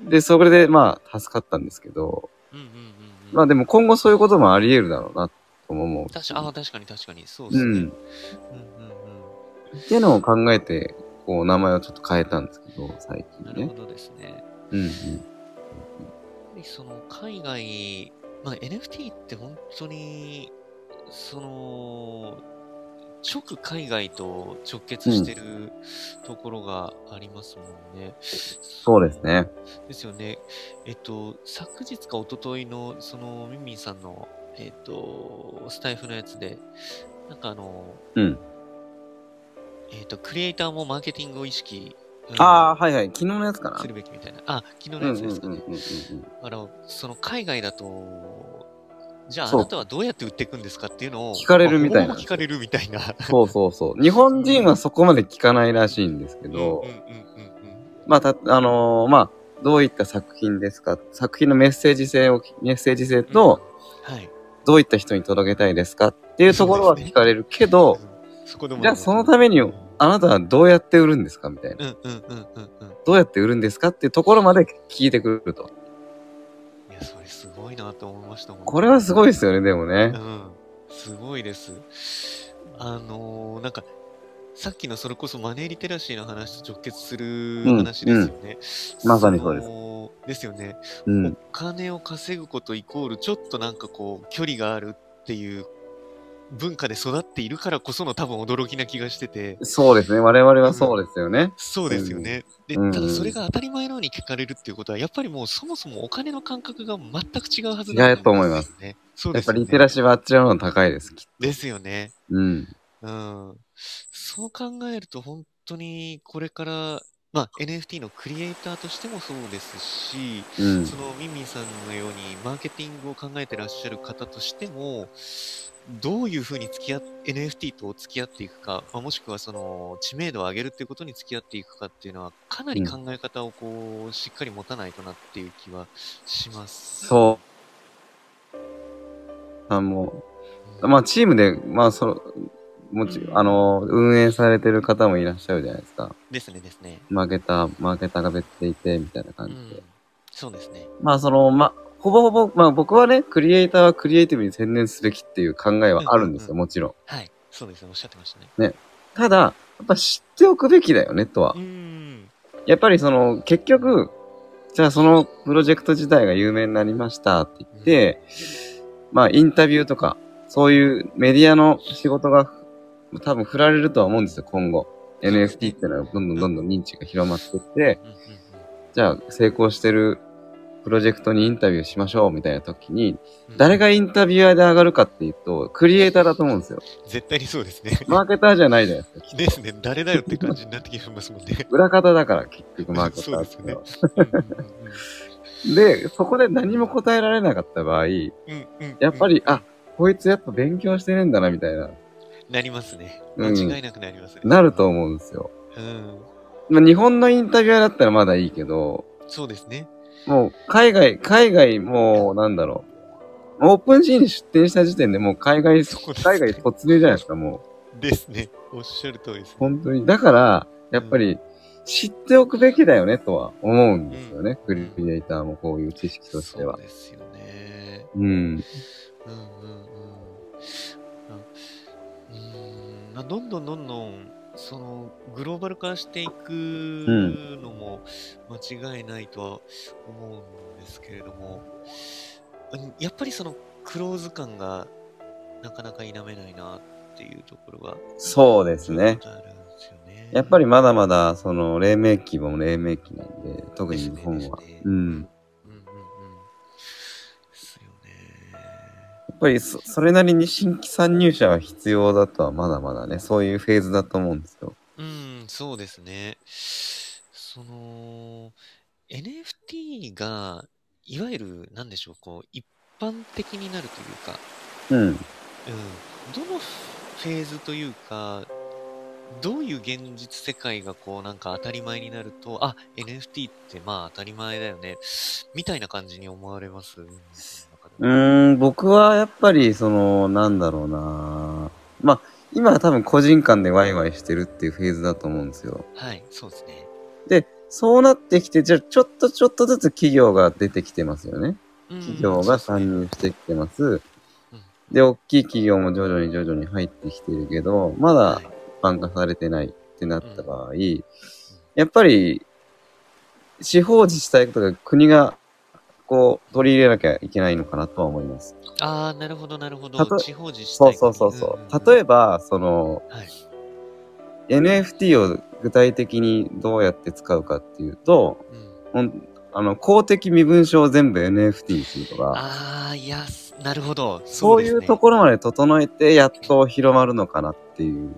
S3: で、それで、まあ、助かったんですけど、
S1: うんうんうんうん。
S3: まあでも今後そういうこともあり得るだろうな、とも思う。
S1: 確かああ、確かに確かに。そうで
S3: う
S1: すね。うん
S3: ん。
S1: うん
S3: っていうのを考えて、こう、名前をちょっと変えたんですけど、最
S1: うん。な
S3: 近
S1: る
S3: ね
S1: ほ。どですね。やっ
S3: うんうん。
S1: ぱりその海外、まあ NFT って本当に、その、直海外と直結してるところがありますもんね。
S3: そうですね。
S1: ですよね。えっと、昨日か一昨日の、その、ミンミンさんの、えっと、スタイフのやつで、なんかあの、
S3: うん。
S1: えっと、クリエイターもマーケティングを意識、うん
S3: ああ、はいはい。昨日のやつかな
S1: す。るべきみたいな。あ、昨日
S3: う
S1: の
S3: ん
S1: や
S3: うん
S1: つ
S3: うん
S1: で
S3: うん
S1: すかね。
S3: うんうん。
S1: あの、その、海外だと、じゃああ
S3: そう
S1: なたはどうやって売っていくんですかっていうのを、
S3: 聞かれるみたいな
S1: まあほぼ聞かれるみたいな。
S3: そうそうそう。日本人はそこまで聞かないらしいんですけ
S1: うんうんうん
S3: ど
S1: う、ん
S3: まあ、た、あのーまあ、どういった作品ですか作品のメッセージ性を、メッセージ性と、
S1: うん。はい。
S3: どういった人に届けたいですかっていうところは聞かれるけど、
S1: うんそこでも
S3: じゃあそのために
S1: うん
S3: あなたはどうやって売るんですかみたいな。
S1: うんうんうんうんうん。
S3: どうやって売るんですかっていうところまで聞いてくると。
S1: いや、それすごいなと思いましたもん。
S3: これはすごいですよね、でもね
S1: う。ん、すごいです。あのーなんか、さっきのそれこそマネーリテラシーの話と直結する
S3: うん
S1: 話ですよね。
S3: うんまさにそうです
S1: のですよね、
S3: うん
S1: お。金を稼ぐことイコール、ちょっとなんかこう、距離があるっていう文化で育っているからこその多分驚きな気がしてて、
S3: そうですね。我々はそうですよね。
S1: そうですよね。で、
S3: うん
S1: ただそれが当たり前のように聞かれるっていうことは、やっぱりもうそもそもお金の感覚が全く違うはず
S3: 違うと思います
S1: よね。そう
S3: や
S1: で
S3: っ
S1: す
S3: ぱ
S1: よね。
S3: リテラシーはあっちらの方が高いです。きっ
S1: ですよね。
S3: とうん。
S1: うん。そう考えると本当にこれから、まあ NFT のクリエイターとしてもそうですし、
S3: うん。
S1: そのミンミンさんのようにマーケティングを考えてらっしゃる方としても、どういうふうに付き合っ NFT と付き合っていくか、まあ、もしくはその知名度を上げるっていうことに付き合っていくかっていうのは、かなり考え方をこう、しっかり持たないとなっていう気はします。
S3: そう。あもう、まあチームで、まあその、もち、あの、運営されてる方もいらっしゃるじゃないですか。
S1: ですね、ですね。
S3: マーケター、マーケターが別でいて、みたいな感
S1: う
S3: じで
S1: ん。。そうですね。
S3: まあその、まあ、ほぼほぼ、まあ僕はね、クリエイターはクリエイティブに専念すべきっていう考えはあるんで
S1: う
S3: す
S1: んう
S3: よ、
S1: ん
S3: もちろん。
S1: はい。そうですね、おっしゃってましたね。
S3: ただ、やっぱ知っておくべきだよね、とは
S1: う。ん。
S3: やっぱりその、結局、じゃあそのプロジェクト自体が有名になりましたって言って、まあインタビューとか、そういうメディアの仕事が多分振られるとは思うんですよ、今後。NFT っていうのはどんどんどんどん認知が広まってって、
S1: うんうん
S3: じゃあ成功してるプロジェクトにインタビューしましょうみたいな時に、
S1: うん
S3: 誰がインタビュアーで上がるかっていうと、クリエイターだと思うんですよ。
S1: 絶対にそうですね。
S3: マーケターじゃないじゃないですか。。
S1: ですね、誰だよって感じになってきますもんね
S3: 裏方だから、結局マーケターっていうのは。で、そこで何も答えられなかった場合、
S1: うんうん
S3: やっぱり、あ、、こいつやっぱ勉強してねえんだな、みたいな、
S1: なりますね。間
S3: うん
S1: 違いなくなりますね。
S3: なると思うんですよ。
S1: うん。
S3: まあ、日本のインタビュアーだったらまだいいけど、
S1: そうですね。
S3: もう、海外、海外、もう、なんだろう。オープンシーンに出展した時点でもう海外、
S1: そうですね
S3: 海外突入じゃないですか、もう。
S1: ですね。おっしゃる通りです。
S3: 本当に。だから、やっぱり、知っておくべきだよね、とは思うんですよね。クリエイターもこういう知識としては
S1: そう。ですよね。
S3: うん。
S1: うんうんうん。あうーんまあどんどんどんどん、その、グローバル化していく
S3: ん
S1: のも間違いないとは思うんですけれども、うんやっぱりその、クローズ感がなかなか否めないなっていうところが、
S3: そうですね。
S1: ちょっとあるんですよね。
S3: やっぱりまだまだ、その、黎明期も黎明期なんで、特に日本は
S1: ですねですね。
S3: うん。
S1: うんうんうん。ですよね。
S3: やっぱりそ、それなりに新規参入者は必要だとは、まだまだね、そういうフェーズだと思うんですよ。
S1: うん、そうですね。その、NFT が、いわゆる、なんでしょう、こう、一般的になるというか、
S3: うん。
S1: うん、どのフェーズというか、どういう現実世界がこうなんか当たり前になると、あ、NFT ってまあ当たり前だよね、みたいな感じに思われます。うん
S3: うーん、僕はやっぱり、その、なんだろうなまあ、今は多分個人間でワイワイしてるっていうフェーズだと思うんですよ。
S1: はい、そうですね。
S3: で、そうなってきて、じゃあちょっとちょっとずつ企業が出てきてますよね。企業が参入してきてます。で、大きい企業も徐々に徐々に入ってきてるけど、ま
S1: は
S3: だ
S1: い、
S3: 参加されてないってなった場合、やっぱり、地方自治体とか国が、こう、取り入れなきゃいけないのかなとは思います。
S1: ああ、なるほど、なるほ
S3: たと
S1: ど。地方自治体
S3: そう
S1: に
S3: そうそうそう。例え
S1: ば、
S3: ば、その、
S1: はい
S3: NFT を具体的にどうやって使うかっていうと、
S1: うん
S3: ほんあの、公的身分証を全部 NFT にするとか、
S1: ああ、いや、すなるほど。
S3: そ
S1: そううで
S3: い
S1: すね
S3: うところまで整えて、やっと広まるのかなっていう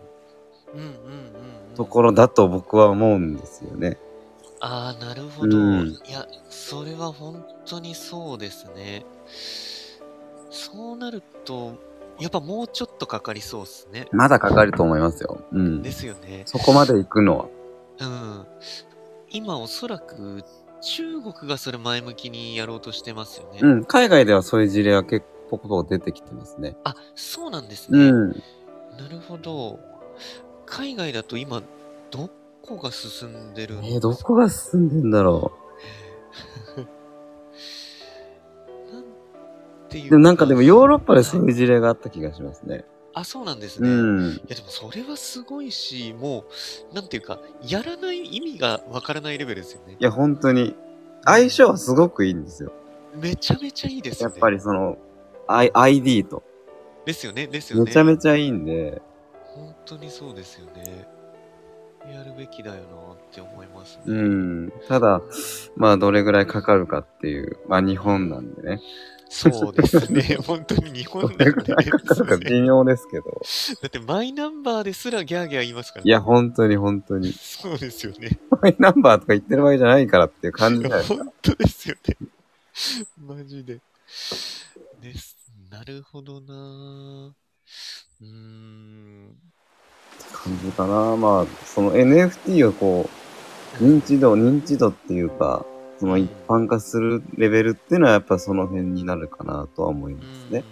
S1: うんうんうんうん
S3: ところだと僕は思うんですよね。
S1: ああ、なるほど。
S3: うん
S1: いや、それは本当にそうですね。そうなると、やっぱもうちょっとかかりそうですね。
S3: まだかかると思いますよ。うん
S1: で。すよね。
S3: そこまで行くのは。
S1: うん。今おそらく中国がそれ前向きにやろうとしてますよね。
S3: うん、海外ではそういう事例は結構ポコポコ出てきてますね。
S1: あ、そうなんです
S3: う
S1: ね。
S3: ん。
S1: なるほど。海外だと今、どこが進んでる
S3: え
S1: ん
S3: ーどこが進んでんだろ
S1: なんていう
S3: う。でもなんかでもヨーロッパでそういう事例があった気がしますね。
S1: あ、そうなんです
S3: う
S1: ね。
S3: ん。
S1: いやでもそれはすごいし、もう、なんていうか、やらない意味がわからないレベルですよね
S3: い。や、本当に。相性はすごくいいんですよ。
S1: めちゃめちゃいいです
S3: や
S1: よ
S3: っ
S1: ね。
S3: ぱりその、I、ID と。
S1: ですよね、ですよね。
S3: めちゃめちゃいいんで、
S1: 本当にそうですよね。やるべきだよなって思いますね。
S3: うん。ただ、まあ、どれぐらいかかるかっていう、まあ、日本なんでね。
S1: そうです ね。本当に日本
S3: ど
S1: なんで
S3: れぐらいかかるか
S1: ですね
S3: 微妙ですけど。
S1: だってマイナンバーですらギャーギャー言いますからね。
S3: いや、本当に本当に。
S1: そうですよね。
S3: マイナンバーとか言ってる場合じゃないからっていう感じだよ。
S1: 本当ですよね。マジで。です。なるほどなうーん。
S3: 感じかな。まあ、その NFT をこう、認知度、認知度っていうか、その一般化するレベルっていうのはやっぱその辺になるかなとは思います
S1: うんう
S3: ね
S1: ん。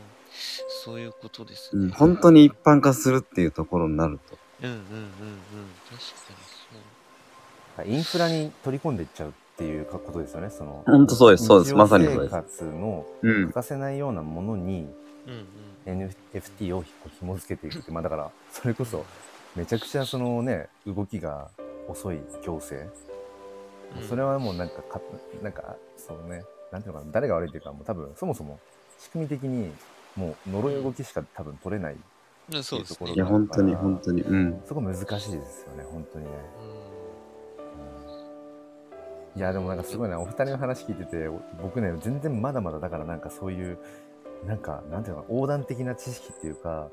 S1: そういうことです
S3: う
S1: ね。
S3: ん、本当に一般化するっていうところになると。
S1: うんうんうんうん。確かにそう。
S2: インフラに取り込んでいっちゃうっていうことですよね。その、
S3: 本当そうです、そうで
S2: 日
S3: す。
S2: 常
S3: まさにそうです
S2: 生。活の
S3: うん
S2: 欠。かせないようなものに
S1: うんうん。
S2: NFT を紐付けていくって、まあだから、それこそ、めちゃくちゃそのね、動きが遅い行政。
S1: うん
S2: それはもうなんかか、なんか、そうね、なんていうのかな、誰が悪いっていうか、もう多分、そもそも、仕組み的に、もう呪い動きしか多分取れない。
S1: うんそうですね。
S2: っ
S3: い
S2: てい
S3: や、
S2: うところ
S3: 本当に、本当に。うん。
S2: そこ難しいですよね、本当にね。
S1: う
S2: うんいや、でもなんかすごいな、お二人の話聞いてて、お僕ね、全然まだまだだからなんかそういう、なんか、なんていうのかな、横断的な知識っていうか、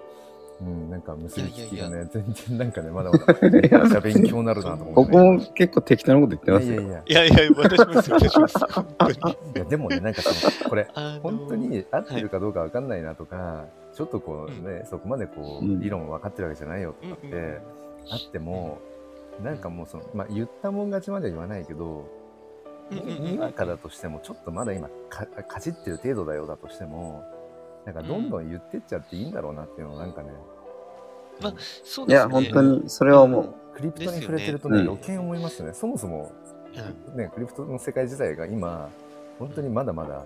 S2: うん、なんか結びつきがね、
S1: いや
S2: 全然なんかね、まだまだ、めちゃくちゃ勉強になるなと思って
S3: 僕
S2: ね、
S3: も結構適当なこと言ってます
S2: いやいやい
S3: よ。
S2: や。
S1: んいやいや、私もですよ、 私もです。本当に。
S2: いやでもね、なんかその、これ、
S1: あの
S2: 本当に合ってるかどうかわかんないなとか、ちょっとこうね、そこまでこう、
S3: うん
S2: 理論分かってるわけじゃないよとかって、
S1: うんうんうん
S2: あっても、なんかもうその、まあ、言ったもん勝ちまでは言わないけど、
S1: うんうんうんうん
S2: にわかだとしても、ちょっとまだ今か、かじってる程度だよだとしても、なんかどんどん言ってっちゃっていいんだろうなっていうのをなんかね、
S1: まあそう
S3: い
S1: ですね。
S3: や、本当に、それは思う。
S2: クリプトに触れてるとね、
S3: ですよね
S2: 余計思いますよね。そもそも、
S1: うん。
S2: ね、クリプトの世界自体が今、本当にまだまだ、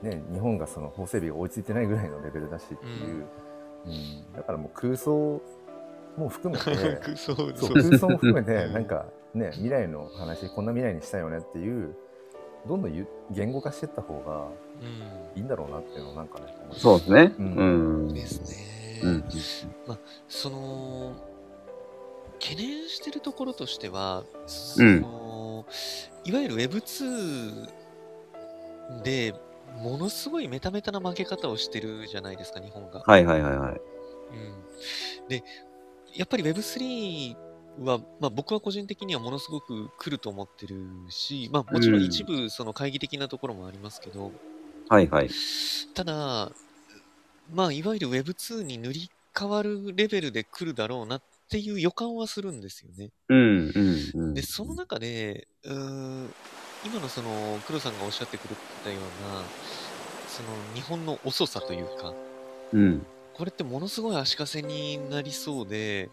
S2: ね、日本がその法整備が追いついてないぐらいのレベルだしっていう、うんだからもう空想も含めて、
S1: そうそう
S2: そう
S1: です
S2: 空想も含めて
S1: う、ん
S2: なんかね、未来の話、こんな未来にしたいよねっていう、どんどん言う言語化していった方
S1: う
S2: がいいんだろうなっていうのをなんかね、思います
S3: そうですね。う
S2: うん
S3: ん。う
S1: ん。
S3: ん
S1: ですね。
S3: うん。
S1: その、懸念してるところとしては、そ
S3: うん
S1: のいわゆる Web2 で、ものすごいメタメタな負け方をしてるじゃないですか、日本が。
S3: はいはいはいはい。
S1: うん、で、やっぱり Web3 は、まあ、僕は個人的にはものすごく来ると思ってるし、まあ、もちろん一部その会議的なところもありますけど、
S3: はいはい。
S1: ただ、まあ、いわゆる Web2 に塗り替わるレベルで来るだろうなっていう予感はするんですよね。
S3: うんうんうん。
S1: で、その中で、うーん、今のその黒さんがおっしゃってくれたような、その日本の遅さというか、
S3: うん。
S1: これってものすごい足かせになりそうで、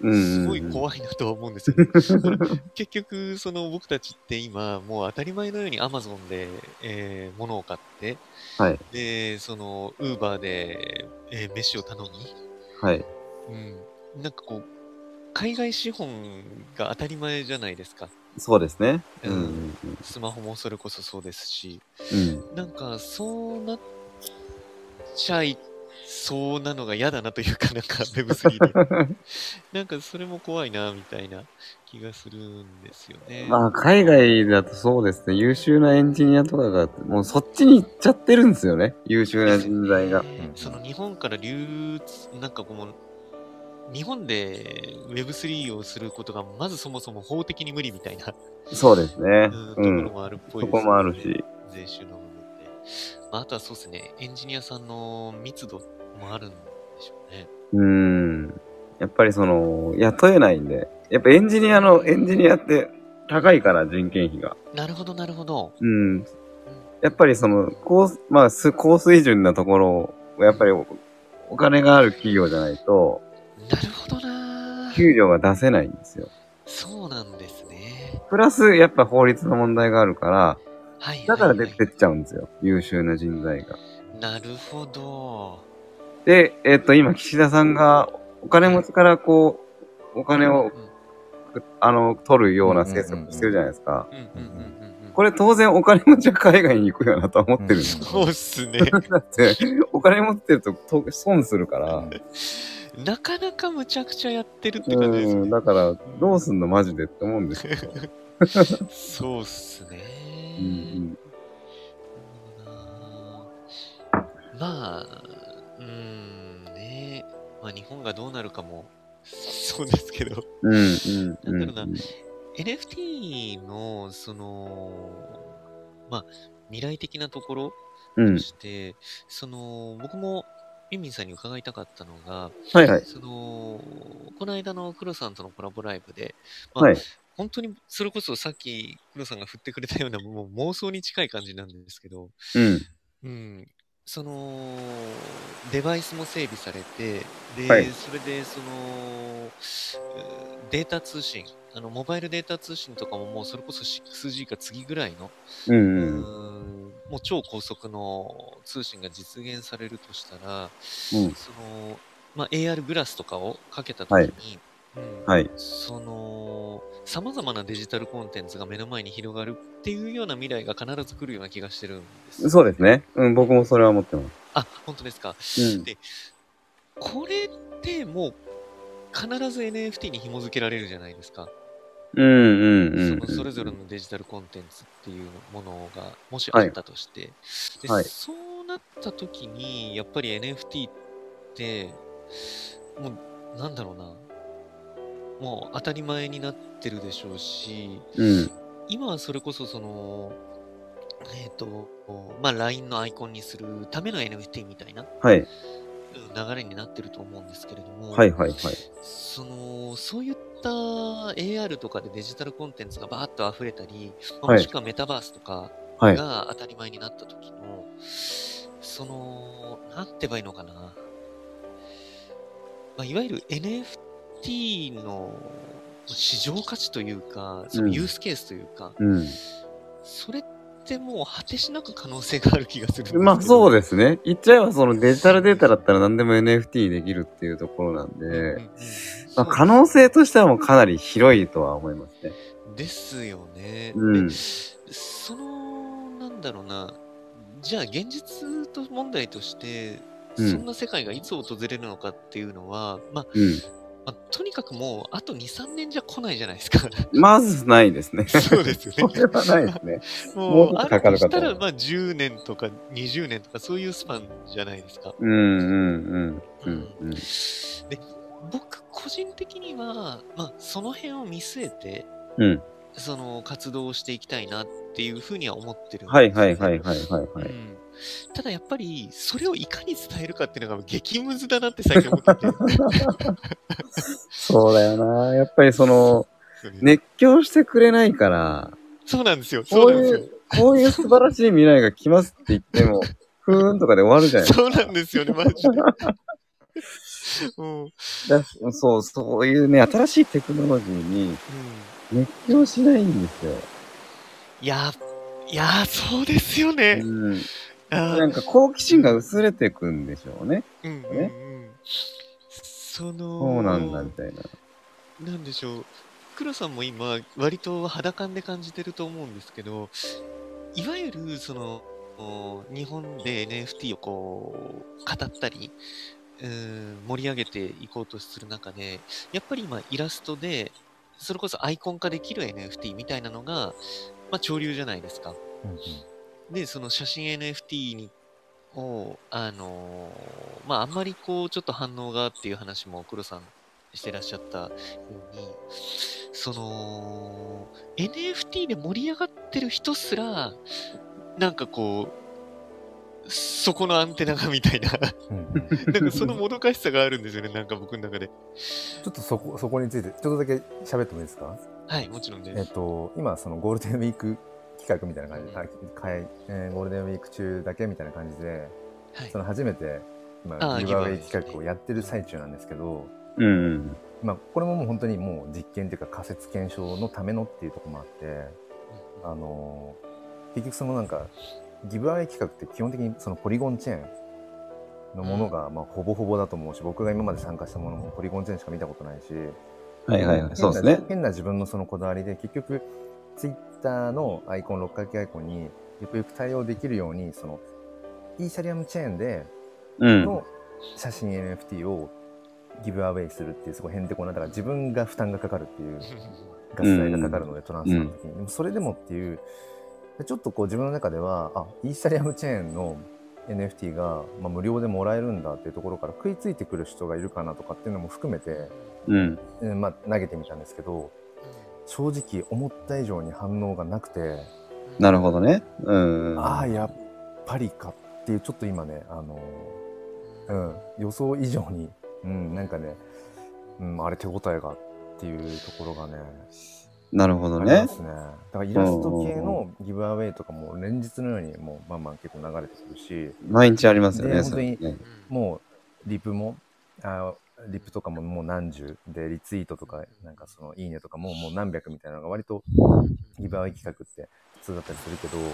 S3: うんうんうん。
S1: すごい怖いなとは思うんですよ、ね。その 結局、その僕たちって今、もう当たり前のように Amazon で、えー物を買って、
S3: はい
S1: で、その Uber で、えー飯を頼み、
S3: はい。
S1: うん、なんかこう、海外資本が当たり前じゃないですか。
S3: そうですね。う
S1: うんん
S3: うん
S1: スマホもそれこそそうですし、
S3: うん。
S1: なんかそうなっちゃいそうなのが嫌だなというか、なんか Web3 で。
S3: うん。
S1: なんかそれも怖いな、みたいな気がするんですよね。
S3: まあ、海外だとそうですね。優秀なエンジニアとかが、もうそっちに行っちゃってるんですよね。優秀な人材が。
S1: うんその日本から流通、なんかこう、日本で Web3 をすることが、まずそもそも法的に無理みたいな、
S3: そうですね
S1: うん。ところ
S3: うん。
S1: もあるっぽいで
S3: そ
S1: す、
S3: こもある。し。
S1: 税収の部分で。まあ、あとはそうですね、エンジニアさんの密度もあるんでしょうね。
S3: うん。やっぱりその、雇えないんで。やっぱエンジニアの、エンジニアって高いから、人件費が。
S1: なるほど、なるほど。
S3: うん。やっぱりその、高、まあ、す高水準なところを、やっぱりおお金がある企業じゃないと、
S1: なるほどなー
S3: 給料が出せないんですよ。
S1: そうなんですね。
S3: プラス、やっぱ法律の問題があるから、
S1: はいはい、は
S3: だ
S1: い。
S3: から出てっちゃうんですよ。優秀な人材が。
S1: なるほど。
S3: で、えっ、と、今、岸田さんが、お金持ちからこう、お金を
S1: う、ん
S3: あの、取るような政策してるじゃないですか。
S1: うんうんうんうんうん。
S3: これ当然お金持ちは海外に行くよなとは思ってるんですよ。
S1: そうっす ね。
S3: だって、 お金持ってるとと損するから。
S1: なかなかむちゃくちゃやってるって感じです
S3: うん、
S1: ね。
S3: だから、どうすんのマジでって思う んですけど。
S1: そうっすね。
S3: うんうん
S1: まあ、うーん、ねまあ日本がどうなるかも、そうですけど、
S3: うんうん
S1: なんだろう NFT の、その、まあ、未来的なところ
S3: うん。うん
S1: と。して、その、僕も、ミンミンさんに伺いたかったのが、
S3: はいはい。
S1: その、この間の黒さんとのコラボライブで、まあ
S3: はい。
S1: 本当にそれこそさっき黒さんが振ってくれたようなもう妄想に近い感じなんですけど、
S3: うん。
S1: うん、そのデバイスも整備されてで、
S3: はい
S1: それでそのうんデータ通信あのモバイルデータ通信とかももうそれこそ 6G か次ぐらいの、
S3: うん
S1: う
S3: うん。
S1: んもう超高速の通信が実現されるとしたら、
S3: うん
S1: そのまあ、AR グラスとかをかけた時に、うん
S3: はい。
S1: その、様々なデジタルコンテンツが目の前に広がるっていうような未来が必ず来るような気がしてるんです。
S3: そうですね。うん、僕もそれは思ってま
S1: あ、本当ですか。
S3: す。うん。
S1: でこれってもう、必ず NFT に紐付けられるじゃないですか。
S3: うんうんうん。
S1: そのそれぞれのデジタルコンテンツっていうものが、もしあったとして。で
S3: はい
S1: そうなった時に、やっぱり NFT って、もう、なんだろうな。もう当たり前になってるでしょうし、
S3: うん。
S1: 今はそれこそその、えっ、と、まあ、LINE のアイコンにするための NFT みたいな
S3: はい。
S1: うん流れになってると思うんですけれども、
S3: はいはいはい。
S1: その、そういった AR とかでデジタルコンテンツがバーッと溢れたり、まあ
S3: はい
S1: もしくはメタバースとか
S3: はい。
S1: が当たり前になった時の、その、なんて言えばいいのかな。まあ、いわゆる NFT の市場価値というか、そのユースケースというか、
S3: うん。
S1: それってもう果てしなく可能性がある気がするんですけど。
S3: まあそう
S1: で
S3: ですね。言っちゃえばそのデジタルデータだったら何でも NFT できるっていうところなんで、まあ、可能性としてはもうかなり広いとは思いますね。
S1: ですよね。
S3: うん
S1: でその、なんだろうな。じゃあ現実と問題として、
S3: うん
S1: そんな世界がいつ訪れるのかっていうのは、まあ、
S3: う
S1: まあとにかくもうあと2、3年じゃ来ないじゃないですか。
S3: ん。まずないですね。
S1: そうですよね
S3: それはないですね。もう
S1: もう、
S3: ちょっ
S1: あ
S3: と
S1: る
S3: かか
S1: と
S3: るか
S1: し
S3: と
S1: たら、まあ10年とか20年とかそういうスパンじゃないですか。
S3: うんうんうんうんうん。
S1: で僕個人的には、まあ、その辺を見据えて
S3: うん。
S1: その活動をしていきたいなっていうふうには思ってるんです
S3: はいはいはいいはいはいは
S1: う
S3: い。
S1: ん、ただやっぱりそれをいかに伝えるかっていうのが激ムズだなって最近思ってて
S3: そうだよな。やっぱりその、 熱狂してくれないから、
S1: そうなんですよそ
S3: こ
S1: う
S3: う
S1: なんです
S3: い
S1: よ
S3: う、こういう素晴らしい未来が来ますって言っても、ふーんとかで終わるじゃない
S1: そうなんですよねマジ でうん、うん、
S3: だそう、そういうね、新しいテクノロジーに熱狂しないんですよ。
S1: いやいやそうですよ
S3: う
S1: ね、
S3: ん。
S1: あ
S3: なんか好奇心が薄れてくんでしょうね。
S1: ーうんうんうんその
S3: そうなんだ、みたいな。
S1: なんでしょう、黒さんも今、割と肌感で感じてると思うんですけど、いわゆるそのお日本で NFT をこう語ったり、うーん盛り上げていこうとする中で、やっぱり今、イラストで、それこそアイコン化できる NFT みたいなのが、まあ、潮流じゃないですか。で、その写真 NFT にを、あのーまあ、あんまりこう、ちょっと反応がっていう話も黒さんしてらっしゃったように、その、NFT で盛り上がってる人すら、なんかこう、そこのアンテナがみたいな、 なんかそのもどかしさがあるんですよね、なんか僕の中で。
S2: ちょっとそこそこについてちょっとだけ喋ってもいいですか
S1: はい、もちろん
S2: え
S1: で
S2: っ
S1: す。
S2: と、今、そのゴールデンウィーク企画みたいな感じ、あかいえーゴールデンウィーク中だけみたいな感じで、
S1: はい
S2: そ。の初めて今、
S1: あー
S2: ギブ
S1: ギブア
S2: アウ
S1: ウ
S2: ェ
S1: ェ
S2: イ
S1: イ
S2: 企画をやってる最中なんですけど、
S3: うん。
S2: まあ、これももう本当にもう実験というか仮説検証のためのっていうところもあって、あのー結局そのなんか、ギブアウェイ企画って基本的にそのポリゴンチェーンのものが、まあ、ほぼほぼだと思うし、僕が今まで参加したものもポリゴンチェーンしか見たことないし、
S3: はいはいはい。そうですね
S2: 変な。変な自分のそのこだわりで、結局、ツイッターのアイコン、六角形アイコンに、ゆくゆく対応できるように、その、イーサリアムチェーンで、
S3: うん。
S2: の写真 NFT をギブアウェイするっていう、すごいへんてこな、だから自分が負担がかかるっていう、ガス代がかかるので、トランスファーの時に。でもそれでもっていう、でちょっとこう自分の中では、あ、イーサリアムチェーンの NFT が、まあ、無料でもらえるんだっていうところから食いついてくる人がいるかなとかっていうのも含めて、
S3: うん。
S2: えーまあ、投げてみたんですけど、正直思った以上に反応がなくて、
S3: なるほどね。うん。
S2: ああ、やっぱりかっていう、ちょっと今ね、あのーうん、予想以上に、うん、なんかね、うん、あれ手応えがっていうところがね、
S3: なるほど
S2: ありま
S3: ね。
S2: すね。だからイラスト系のギブアウェイとかも連日のようにもうバンバン結構流れてくるし、
S3: 毎日ありますよね、
S2: で
S3: それね。
S2: もうリプも、あリプとかももう何十で、リツイートとか、なんかそのいいねとかももう何百みたいなのが割とギブアウェイ企画って普通だったりするけど、もう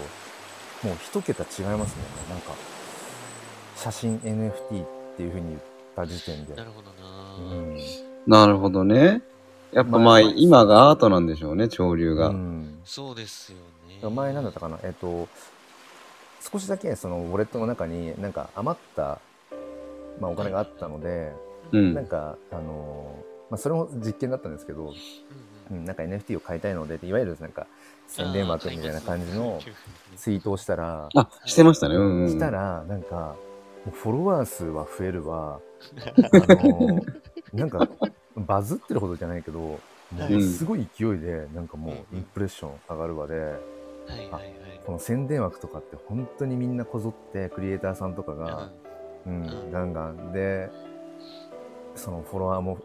S2: 一桁違いますね。なんか、写真 NFT っていう風に言った時点で
S1: な。るほどな
S2: う
S1: ぁ、
S2: ん。
S3: なるほどね。やっぱま
S2: ま
S3: あ、
S2: あ
S3: 今がアートなんでしょうね、潮流
S2: う
S3: が。
S2: ん
S1: そうですよね。
S2: 前なんだったかな、えっ、と、少しだけそのウォレットの中になんか余った、まあ、お金があったので、
S3: う
S2: なん
S3: ん。
S2: か、あのーまあ、それも実験だったんですけど、う
S1: うん
S2: ん、なんか NFT を買いたいのでって、いわゆるなんか宣伝枠みたいな感じのツイートをしたら、
S3: あ、してましたね。うん、うん。
S2: したら、なんか、もうフォロワー数は増えるわ、あのーなんか、バズってるほどじゃないけど、もうすごい勢いで、なんかもうインプレッション上がるわで、
S1: はいはいはい。
S2: この宣伝枠とかって本当にみんなこぞってクリエイターさんとかが、うん
S1: うん
S2: ガンガンでそのフォロワーも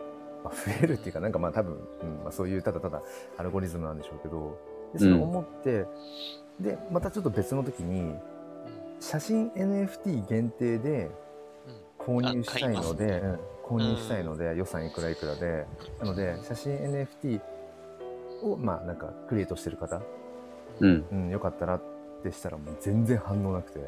S2: まあ増えるっていうかなんかまあ多分、うんまあ、そういうただただアルゴリズムなんでしょうけどでそれを思って、でまたちょっと別の時に写真 NFT 限定で購入したいので、
S1: あ買い
S2: うん購入したいので、予算いくらいくらでなので写真 NFT をまあなんかクリエイトしてる方、
S3: うん。
S2: うん、よかったらってしたらもう全然反応なくて。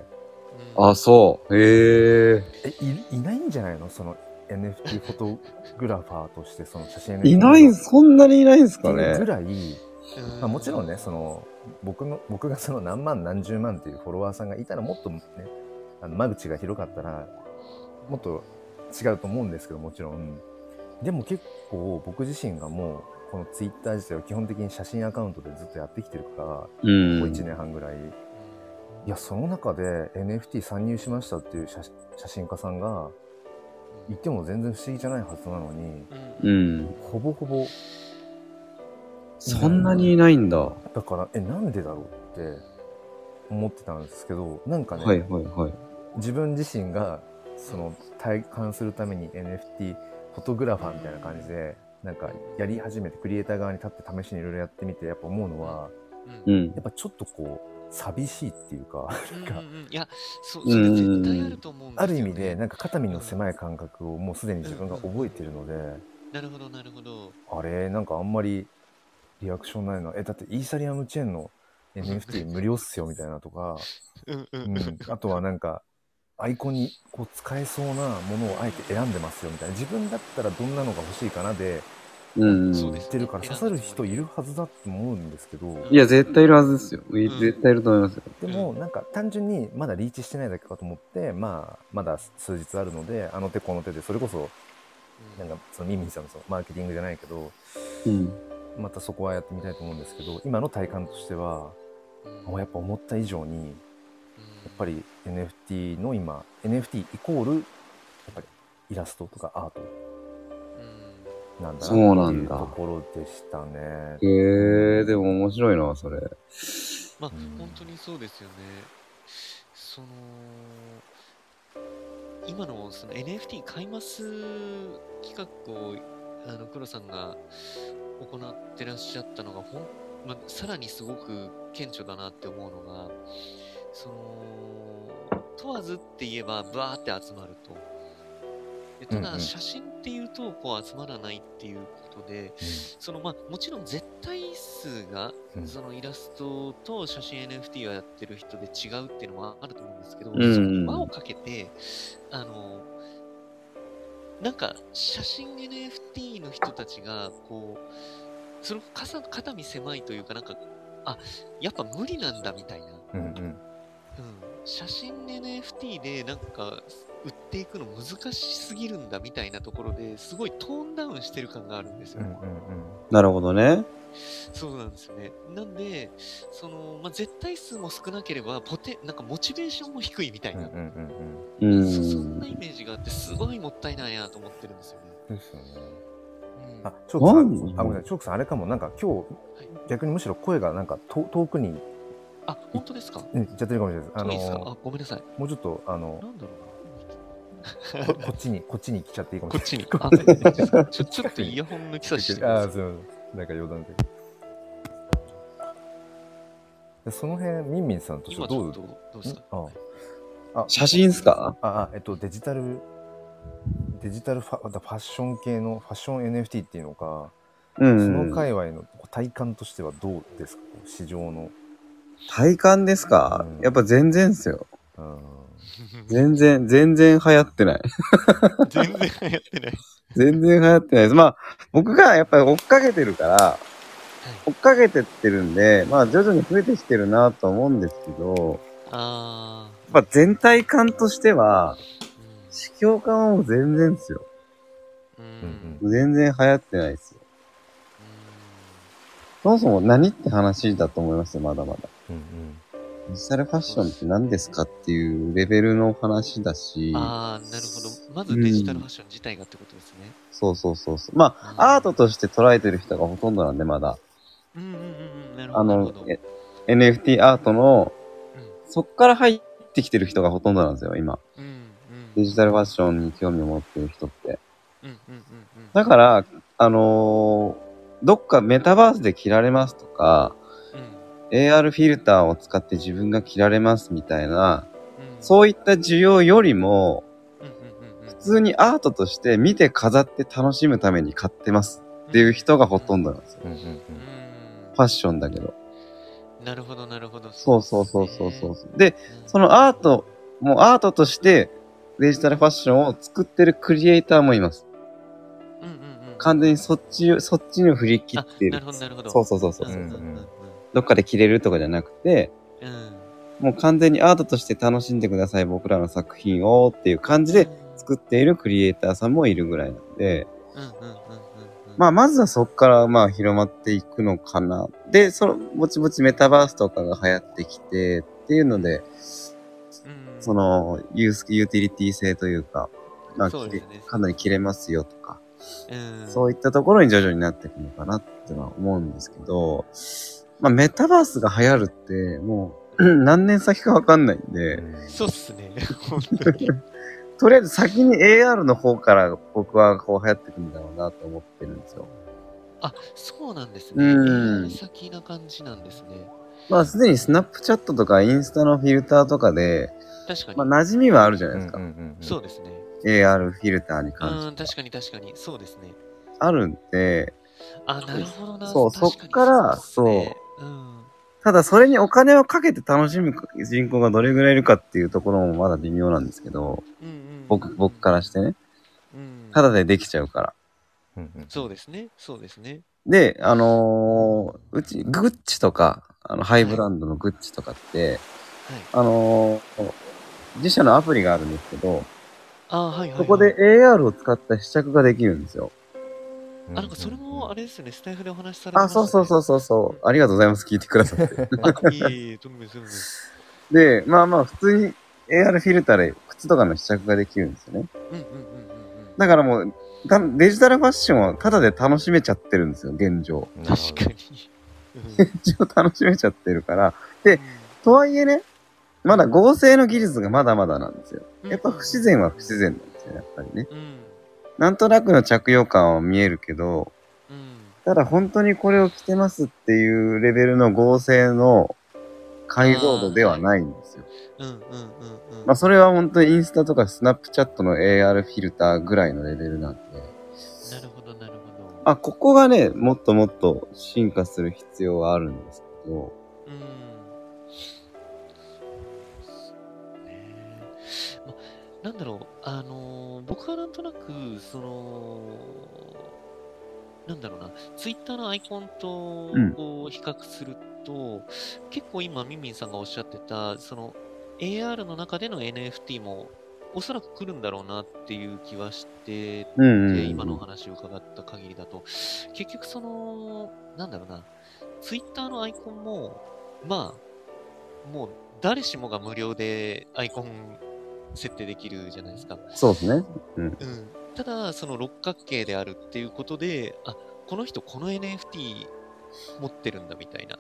S3: あ、そう。へえ。
S2: えいいないんじゃないのその NFT フォトグラファーとしてその写真
S3: いないん、そんなにいないんすか
S2: ぐ
S3: ね。
S2: らい、まあ、もちろんねそ
S1: の、
S2: の僕の僕がその何万何十万っていうフォロワーさんがいたらもっとねあの間口が広かったらもっと違うと思うんですけどもちろんでも結構僕自身がもうこの Twitter 自体を基本的に写真アカウントでずっとやってきてるから、こ
S3: う
S2: こ
S3: ん。
S2: 1年半ぐらいいやその中で NFT 参入しましたっていう写写真家さんがいても全然不思議じゃないはずなのに
S1: う。
S3: うんん。
S2: ほぼほぼ
S3: そんなにいないんだ。は
S2: だからえなんでだろうって思ってたんですけどなんか
S3: い
S2: ね、
S3: はいはい。
S2: 自分自身がその体感するために NFT フォトグラファーみたいな感じでなんかやり始めてクリエイター側に立って試しにいろいろやってみてやっぱ思うのは
S1: う
S3: うんん
S2: や。っぱちょっとこう寂しいっていうか
S1: うんいや、そう、それ絶対あると思うんですよ、ね。
S2: ある意味でなんか肩身の狭い感覚をもうすでに自分が覚えてるので。
S1: なるほど、なるほど。
S2: あれなんかあんまりリアクションないな。え、だってイーサリアムチェーンの NFT 無料っすよみたいなとか、
S1: うんう。
S2: うんん、あとはなんか、アイコンにこう使えそうなものをあえて選んでますよみたいな。自分だったらどんなのが欲しいかなで
S3: うん。
S1: そうで
S2: 言
S1: す
S2: ってるから
S1: 選ん
S2: 刺
S1: だ
S2: さる人いるはずだと思うんですけど、
S3: いや、絶対いるはずですよ。い
S1: うん
S3: 絶対いると思いますよ。
S2: でもなんか単純にまだリーチしてないだけかと思って、まあ、まだ数日あるので、あの手この手で、それこそ、なんかそのミンミンさんのそのマーケティングじゃないけど、
S3: うん。
S2: またそこはやってみたいと思うんですけど、今の体感としては、もうやっぱ思った以上に、やっぱり NFT の今、NFT イコール、やっぱりイラストとかアート
S1: うん
S2: なんだ
S3: そう
S2: な
S3: な
S2: って
S3: ん
S2: いう
S3: だ
S2: ところでしたね。
S3: へえ、でも面白いな、それ。
S1: まあ、
S2: うん
S1: 本当にそうですよね。その、今のその NFT 買います企画を、あの、黒さんが行ってらっしゃったのが、ほん、まあ、さらにすごく顕著だなって思うのが、その、問わずって言えば、バーって集まると。でた
S2: うんう
S1: だ、
S2: ん
S1: 写真っていうと、こう集まらないっていうことで、そのまあもちろん絶対数が、
S2: うん
S1: そのイラストと写真 NFT をやってる人で違うっていうのはあると思うんですけど、
S3: うん
S1: その輪をかけてあのなんか写真 NFT の人たちがこうそのかさ肩身狭いというかなんかあ、やっぱ無理なんだみたいな。
S2: うんうん。
S1: うん。写真 NFT でなんか売っていくの難しすぎるんだみたいなところですごいトーンダウンしてる感があるんです
S2: う
S1: よ。
S2: んうん
S3: なるほどね。
S1: そうなんですよね。なんで、その、まあ、絶対数も少なければ、ポテ、なんかモチベーションも低いみたい
S2: うん。う
S1: な、
S2: んうんうん
S3: う。
S1: そ、そんなんイメージがあって、すごいもったいないなと思ってるんですよね。
S2: うん。ですよね。
S1: うん
S2: あ、チョークさ
S3: なんで
S2: ん、あ、ごめんなさい、チョークさん、あれかも、なんか今日、逆にむしろ声がなんかと遠くに
S1: あ、本当ですか
S2: うん行っちゃってるかもしれないです。あ
S1: 遠いですか
S2: の
S1: あ、ごめんなさい。
S2: もうちょっと、あの
S1: な、んだろうな。
S2: ここっちに、こっちに来ちゃっていいかも
S1: こっ
S2: し
S1: ちに。
S2: れない。
S1: あちょ、ちょっとイヤホン抜きさせて
S2: ああー、
S1: ます。
S2: すいません。なんか余談だけど。でその辺、ミンミンさんとして
S1: 今
S2: は
S1: ち
S2: ど
S1: ょ
S2: う
S1: っと、どうですか
S2: あ
S1: はい
S2: あ
S3: 写真っすか
S2: ああ、えっと、デジタル、デジタルファファッション系の、ファッション NFT っていうのか、
S3: う
S2: そ
S3: ん
S2: の。界隈の体感としてはどうですか、こう市場の。
S3: 体感ですか
S2: うん
S3: やっぱ全然っすよ。
S2: うん、
S3: 全然、全然流行ってない。
S1: 全 然やってない。
S3: 全然流行ってないです。まあ、僕がやっぱり追っかけてるから、追っかけてってるんで、まあ徐々に増えてきてるなと思うんですけど、
S1: あ
S3: やっぱ全体感としては、
S1: ー
S3: 市況感はもう全然ですよ。
S1: うん。
S2: う
S1: うんん
S2: う。ん
S3: 全然流行ってないですよ。そもそも何って話だと思いますよ、まだまだ。
S2: うん
S3: デジタルファッションって何ですかっていうレベルの話だし、
S1: ああ、なるほど。まずデジタルファッション自体がってことですね。
S3: そうそうそうそう。まあ、アートとして捉えてる人がほとんどなんで、まだ。
S1: うんうんうんうん、なるほど。
S3: あ
S1: なるほ
S3: の
S1: ど、
S3: え NFT アートの、そっから入ってきてる人がほとんどなんですよ、今。
S1: うんうんう
S3: デ
S1: ん
S3: ジタルファッションに興味を持ってる人って。
S1: うんうんうん
S3: だから、あのーどっかメタバースで着られますとか、
S1: うん、
S3: AR フィルターを使って自分が着られますみたいな、
S1: うんうん
S3: そういった需要よりも、
S1: うんうんうんうん
S3: 普通にアートとして見て飾って楽しむために買ってますっていう人がほとんどなんですよ。
S2: うんうんうん
S1: うん
S3: ファッションだけど。
S1: なるほどなるほど
S3: そうそうそうそうそう
S1: で。
S3: で、
S1: すね
S3: そのアート、もうアートとしてデジタルファッションを作ってるクリエイターもいます。
S1: うんうんうん
S3: 完全にそっち、そっちに振り切ってる。
S1: あなるほどなるほど
S3: そうそうそうそう。
S1: うんうんうん
S3: どっかで着れるとかじゃなくて、
S1: うん
S3: もう完全にアートとして楽しんでください、僕らの作品をっていう感じで作っているクリエイターさんもいるぐらいなんで、
S1: うんうんうんうんうん
S3: まあ、まずはそこから、まあ、広まっていくのかな。で、その、ぼちぼちメタバースとかが流行ってきて、っていうので、
S1: うん
S3: その、ユース、ユーティリティ性というか、まあ、
S1: そうですね
S3: かなり切れますよとか、
S1: うん
S3: そういったところに徐々になっていくのかなってのは思うんですけど、まあ、メタバースが流行るって、もう、 何年先かわかんないんで、
S1: そうっすね本当に
S3: とりあえず先に AR の方から僕はこう流行っていくんだろうなと思ってるんですよ。
S1: あそうなんですね
S3: うん
S1: 先な感じなんですね
S3: まあすでにスナップチャットとかインスタのフィルターとかで、
S1: 確かに
S3: まあ馴染みはあるじゃ
S2: う
S3: ない
S2: ん
S3: ですか。
S2: うんうん。
S1: そうですね
S3: AR フィルターに
S1: う
S3: 関
S1: ん
S3: して
S1: 確かに確かにそうですね
S3: あるんで、
S1: あなるほどな
S3: そう
S1: 確
S3: そ
S1: に
S3: っから
S1: そうっすねうん
S3: ただそれにお金をかけて楽しむ人口がどれぐらいいるかっていうところもまだ微妙なんですけど、
S1: うんうん
S3: 僕、僕からしてね。
S1: うん
S3: ただでできちゃうから。
S2: うんうん。
S1: そうですねそうですね
S3: で、あのーうち、グッチとか、あの、ハイブランドのグッチとかって、
S1: はい
S3: あのー自社のアプリがあるんですけど、
S1: あはいはいはい
S3: そこで AR を使った試着ができるんですよ。
S2: うん
S1: あ、なんかそれもあれですよね、スタイフでお話しされてま
S3: あ、
S1: したね
S3: そうそうそうそうそう。ありがとうございます。聞いてくださって。
S1: あ、いえいえ、とんでもないですとんでもないです
S3: で、まあまあ、普通に AR フィルターで靴とかの試着ができるんですよね。
S1: うんうんうんうんうん。
S3: だからもう、たデジタルファッションはただで楽しめちゃってるんですよ、現状。
S2: なるほど
S1: 確かに。うん
S3: 現状楽しめちゃってるから。とはいえね、まだ合成の技術がまだまだなんですよ。やっぱ不自然は不自然なんですよ、やっぱりね。
S1: うん。
S3: なんとなくの着用感は見えるけど、
S1: うん。
S3: ただ本当にこれを着てますっていうレベルの合成の解像度ではないんですよ。
S1: うんうんうんうん。
S3: まあそれは本当にインスタとかスナップチャットの AR フィルターぐらいのレベルなんで。
S1: なるほど、なるほど。
S3: あ、ここがね、もっともっと進化する必要はあるんですけど、
S1: うん。ねえまなんだろう、あのー僕はなんとなく、その、なんだろうな、ツイッターのアイコンと
S3: うん
S1: こう比較すると、結構今、ミンミンさんがおっしゃってた、その AR の中での NFT も、おそらく来るんだろうなっていう気はして
S3: うんうん
S1: で今のお
S3: う
S1: 話を伺った限りだと、結局その、なんだろうな、ツイッターのアイコンも、まあ、もう誰しもが無料でアイコン設定できるじゃないですか。
S3: ん。そうですね。
S1: うん、ただ、その六角形であるっていうことで、あ、この人この NFT 持ってるんだみたいな。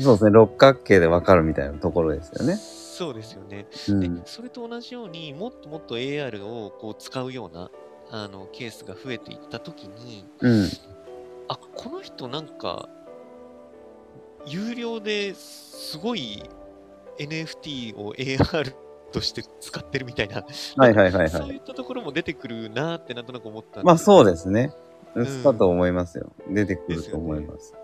S3: そうですね。六角形でわかるみたいなところですよね。
S1: そうですよね。
S3: う
S1: で
S3: ん。
S1: それと同じようにもっともっと AR をこう使うようなあのケースが増えていったときに、
S3: うん。
S1: あこの人なんか有料ですごい NFT を AR として使ってるみたいな、
S3: はいはいはい
S1: そ
S3: は
S1: うい
S3: い。
S1: ったところも出てくるなーってなんとなく思ったんで
S3: まあそう
S1: で
S3: ですね。
S1: うん
S3: だと思いますよ。出てくると思います。
S1: だ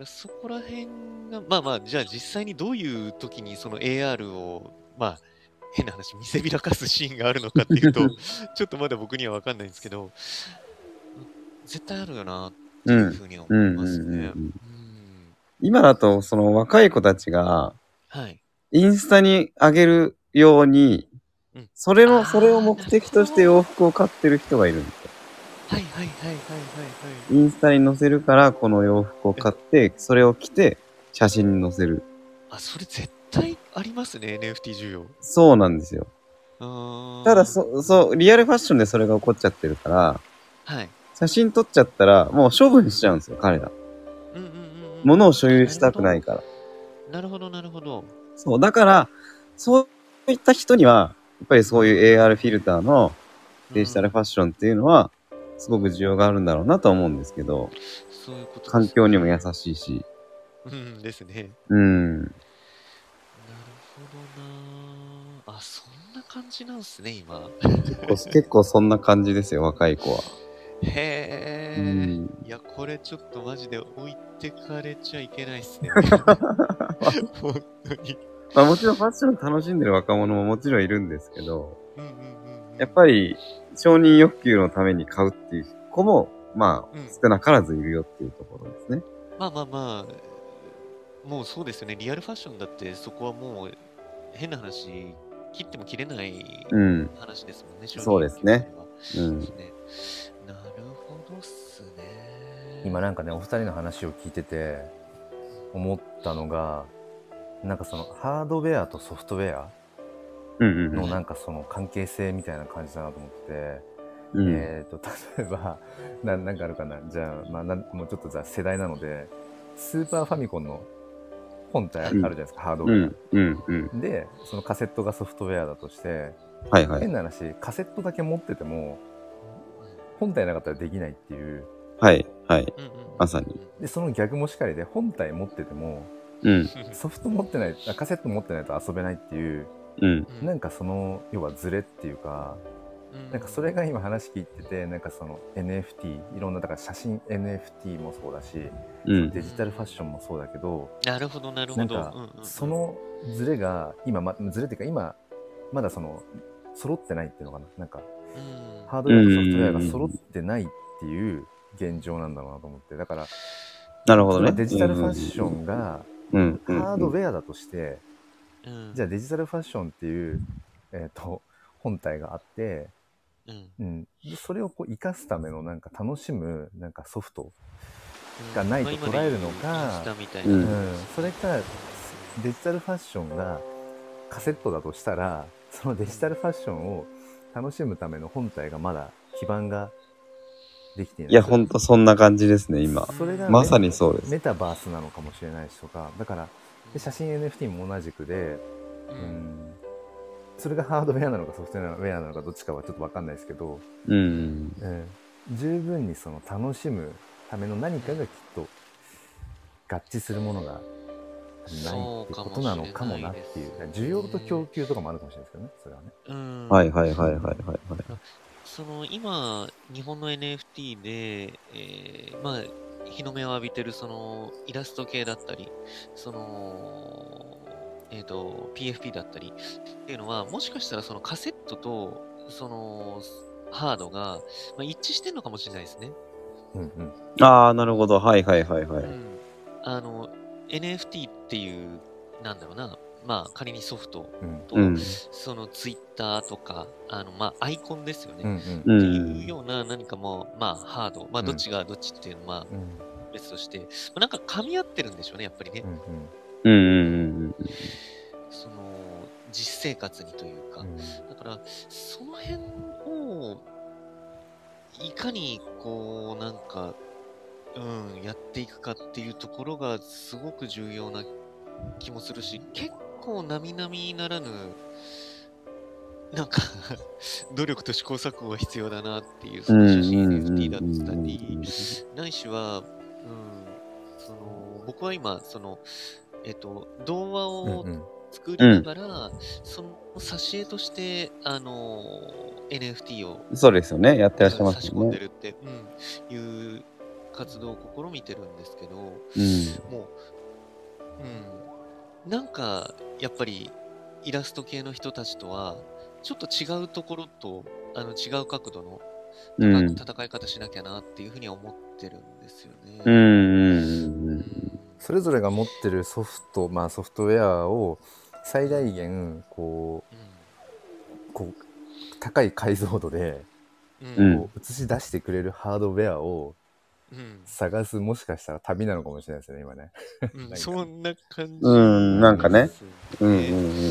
S1: からそこら辺がまあまあじゃあ実際にどういう時にその AR をまあ変な話見せびらかすシーンがあるのかっていう とちょっとまだ僕には分かんないんですけど絶対あるよなっていうふうには
S3: う
S1: 思い
S3: んうんう
S1: ます
S3: んう
S1: ね。
S3: ん。
S1: うん
S3: 今だと、その若い子たちが、
S1: はい
S3: インスタに上げるように
S1: うん、
S3: それ
S1: あ
S3: の、
S1: ー
S3: それを目的として洋服を買ってる人がいるんですよ。
S1: はいはいはいはいはいはい。
S3: インスタに載せるから、この洋服を買って、それを着て、写真に載せる。
S1: あ、それ絶対ありますね、NFT 需要。
S3: そうなんですよ。
S1: あー
S3: ただ、そ、そう、リアルファッションでそれが起こっちゃってるから、
S1: はい。
S3: 写真撮っちゃったら、もう処分しちゃうんですよ、彼ら。
S1: うんうんうんうん。
S3: 物を所有したくないから。
S1: なるほど、なるほど。
S3: そう、だから、そういった人には、やっぱりそういう AR フィルターのデジタルファッションっていうのは、すごく需要があるんだろうなと思うんですけど、
S1: うんそういうことです
S3: 環境にも優しいし。
S1: うんですね。
S3: うん。
S1: なるほどなーあ、そんな感じなんですね、今。
S3: こう結構そんな感じですよ、若い子は。
S1: へえ、
S3: うん
S1: いや、これちょっとマジで置いてかれちゃいけないっす ね。本当に。
S3: まあもちろんファッション楽しんでる若者ももちろんいるんですけど、
S1: うんうんうんうん。
S3: やっぱり承認欲求のために買うっていう子も、まあ
S1: うん、
S3: 少なからずいるよっていうところですね。
S1: まあまあまあ、もうそうですよね、リアルファッションだってそこはもう変な話、切っても切れない
S3: うん。
S1: 話ですもんね、
S3: そうですねう
S1: 正直言っ
S3: ん。
S1: て。そうですねなるほどっすね。
S2: 今なんかねお二人の話を聞いてて思ったのがなんかそのハードウェアとソフトウェア
S3: うんうん
S2: のなんかその関係性みたいな感じだなと思ってて、
S3: うん。うん
S2: えっ、と例えば ななんかあるかなじゃあ、まあ、なんもうちょっとじゃあ世代なのでスーパーファミコンの本体あるじゃないですか、ハードウ
S3: う
S2: ェア
S3: ん。、うん。うん。
S2: でそのカセットがソフトウェアだとして
S3: はいはい。
S2: 変な話カセットだけ持ってても本体なかったらできないっていう
S3: はい。はい。
S1: うんうんうん
S3: まさに。
S2: でその逆もしかりで本体持ってても
S3: うん。
S2: ソフト持ってないあカセット持ってないと遊べないっていう
S3: うん。
S1: う
S2: なんかその要はズレっていうかなんかそれが今話聞いててなんかその NFT いろんなだから写真 NFT もそうだし
S3: うん。
S2: デジタルファッションもそうだけど
S1: なるほど、なる
S2: な
S1: ほ
S2: ん
S1: ど。
S2: か
S1: うんうんうん
S2: そ、のズレが今まズレっていうか今まだその揃ってないっていうのかななんか
S1: うん
S2: ハードウェアとソフトウェアが揃ってないっていう現状なんだろうなと思ってだから
S3: なるほ
S2: そ
S3: ど
S2: の
S3: ね。
S2: デジタルファッションが
S3: うん。うん。
S2: ハードウェアだとして
S1: うん
S2: じゃあデジタルファッションっていう、えー、と本体があって、
S1: うん
S2: うん、でそれをこう活かすためのなんか楽しむなんかソフト、がないと捉えるのが、
S1: まあ今で言うインスタみたいうなん
S2: それかデジタルファッションがカセットだとしたらそのデジタルファッションを楽しむための本体がまだ基盤ができていない
S3: いや、ほんとそんな感じですね、今。
S2: それが
S3: まさにそうです
S2: メタバースなのかもしれないしとかだからで写真 NFT も同じくで
S1: う
S2: うんんそれがハードウェアなのかソフトウェアなのかどっちかはちょっと分かんないですけど、
S3: うん。
S2: うん、十分にその楽しむための何かがきっと合致するものがないってことなのかもなっていう
S1: そうかもしれないですね
S2: 需要と供給とかもあるかもしれないですけどねそれはね。
S1: うん
S3: はいはいはいはいはいはい。
S1: その今、日本の NFT で、えーまあ、日の目を浴びてるそのイラスト系だったり、その、えっ、と、PFP だったりっていうのは、もしかしたらそのカセットと、その、ハードが、まあ、一致してるのかもしれないですね。
S2: うんうん。
S3: ああ、なるほど。はいはいはいは
S1: う
S3: い。
S1: ん、あの NFT っていうなんだろうなまあ仮にソフト
S2: うん
S1: と、
S3: うん。
S1: そのツイッターとかあのまあアイコンですよ
S2: う
S1: ね、
S2: んうん。
S3: う
S1: っていうような何かもうまあハードまあ
S2: うん
S1: どっちがどっちっていうのはま
S2: うん
S1: あ別として、まあなんか噛み合ってるんでしょうねやっぱりね、
S2: うんうん
S3: うんうん
S1: その実生活にというか、
S2: うん
S1: だからその辺をいかにこうなんか、うん、やっていくかっていうところがすごく重要な気もするし結構並々ならぬなんか 努力と試行錯誤が必要だなっていうそ
S3: うんうん。
S1: の
S3: う
S1: 写
S3: ん
S1: 真
S3: うんうん
S1: NFT だった
S3: うん
S1: りないしは、うん、その僕は今そのえっと動画
S2: う
S1: を
S2: んうん。
S1: 作りながら、その挿絵として、あの NFT を
S3: そうですよね。やってらっしゃいま
S1: 差
S3: す
S1: し込
S3: よ
S1: んで
S3: ね。
S1: るって、うんいう活動を試みてるんですけど、
S3: うん。
S1: もう、うん、なんかやっぱりイラスト系の人たちとは、ちょっと違うところと、あの違う角度の
S3: うん。
S1: 戦い方しなきゃなっていうふうには思ってるんですよね。
S3: うんうんう
S1: うんん
S2: それぞれが持ってるソフト、まあソフトウェアを最大限、こう、こう、高い解像度で、
S1: うん
S3: うん
S2: こう映し出してくれるハードウェアを
S1: うん
S2: 探す、もしかしたら旅なのかもしれないですね、今ね。
S1: うん
S2: か
S1: そんな感じ。
S3: うんなんかね。うんうんうん
S1: なお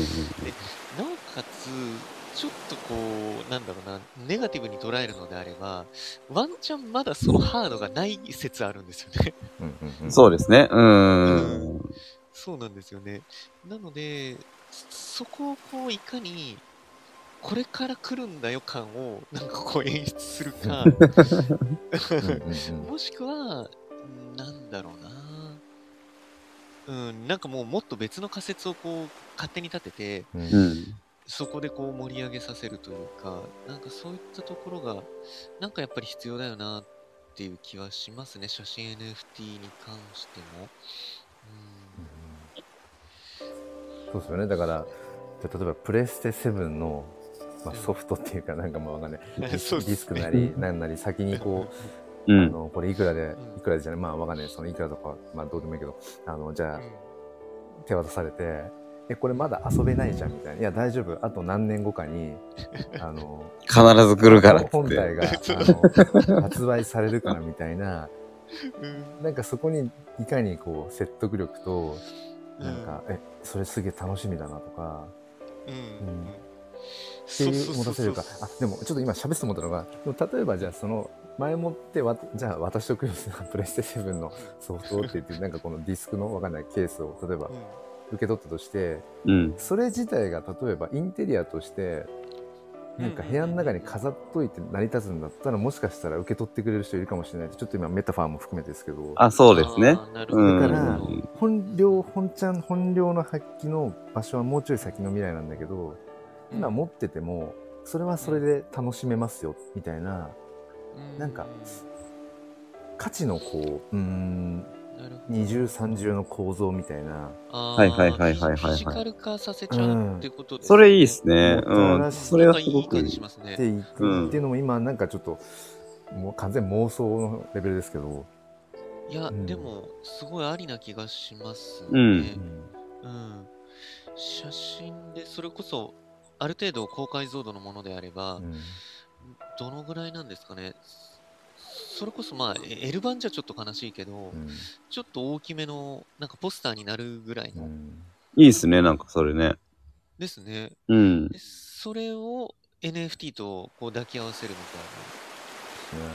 S1: かつ、ちょっとこう、なんだろうな、ネガティブに捉えるのであれば、ワンチャンまだそのハードがない説あるんですよね。
S2: うんうんう
S3: うんん。そうですね。うん。
S1: そうなんですよね。なので、そこをこう、いかに、これから来るんだよ感を、なんかこう演出する か、
S2: うんうんうん
S1: もしくは、うんなんだろうな。うん、なんかもうもっと別の仮説をこう、勝手に立てて、
S2: うん
S3: う
S2: うん
S3: ん。
S1: そこでこう盛り上げさせるというか、なんかそういったところが、なんかやっぱり必要だよなっていう気はしますね、写真 NFT に関しても。
S2: そうですよね。だから、じゃあ例えばプレステ7の、まあ、ソフトっていうか、なんかまあわかんない。
S1: うん
S2: デ
S1: そう
S2: ィ
S1: で
S2: ス
S1: す
S2: ク
S1: ね。
S2: なり、なんなり、先にこう、
S3: う
S2: あ
S3: ん。
S2: のこれいくらで
S1: うん
S2: いくらでじゃないまあわかんないそのいくらとかまあどうでもいいけどあのじゃあ手渡されてえこれまだ遊べないじゃんみたいないや大丈夫あと何年後かにあの
S3: 必ず来るからっつ
S2: 本
S3: って。
S2: 体が
S1: そう
S2: あの発売されるからみたいな
S1: うん
S2: なんかそこにいかにこう説得力と
S1: うん
S2: なんか、えそれすげえ楽しみだなとか
S1: うん
S2: う
S1: うんん
S2: っていう持たせるか
S1: そうそ
S2: あ
S1: うそう
S2: でもちょっと今喋って思ったのがでも例えばじゃあその前もってわじゃあ渡しとくよプレステ7のソフトをって言ってなんかこのディスクのわかんないケースを例えば
S1: うん
S2: 受け取ったとして
S3: うん。
S2: それ自体が例えばインテリアとしてなんか部屋の中に飾っといて成り立つんだったらもしかしたら受け取ってくれる人いるかもしれないってちょっと今メタファーも含めてですけど
S3: あ、そうですね。
S1: あーなるほ
S3: う
S1: ど
S3: ん。
S1: な
S2: だか
S1: る
S2: ら
S1: ほど
S2: 本領本ちゃん本領の発揮の場所はもうちょい先の未来なんだけど今持っててもそれはそれで楽しめますよみたいな
S1: うん
S2: なんか価値のこううーん
S1: なるほど
S2: 二重三重の構造みたいな
S1: あー
S3: はいはいはいはいはいはい
S1: フィジカル化させちゃうってことですね
S3: それいいですね。うん。それ
S1: なん
S3: は
S1: か
S3: すご
S1: いい
S3: く
S1: 感
S3: い
S1: じ
S3: い
S1: し。ます
S2: っ
S1: ね。
S2: ていくっていうのも今なんかちょっともう完全妄想のレベルですけど、
S1: いや、
S2: うん
S1: でも、すごいありな気がしますね。
S3: うん
S1: うん。写真で、それこそ、ある程度高解像度のものであれば、
S2: うん
S1: どのぐらいなんですかね。それこそ、まあ、え L 版じゃちょっと悲しいけど、
S2: うん
S1: ちょっと大きめの、なんかポスターになるぐらいうの、
S2: ん
S3: いいですね、なんかそれね。
S1: ですね。
S3: うん。
S1: で、それを NFT とこう抱き合わせるみ
S2: ね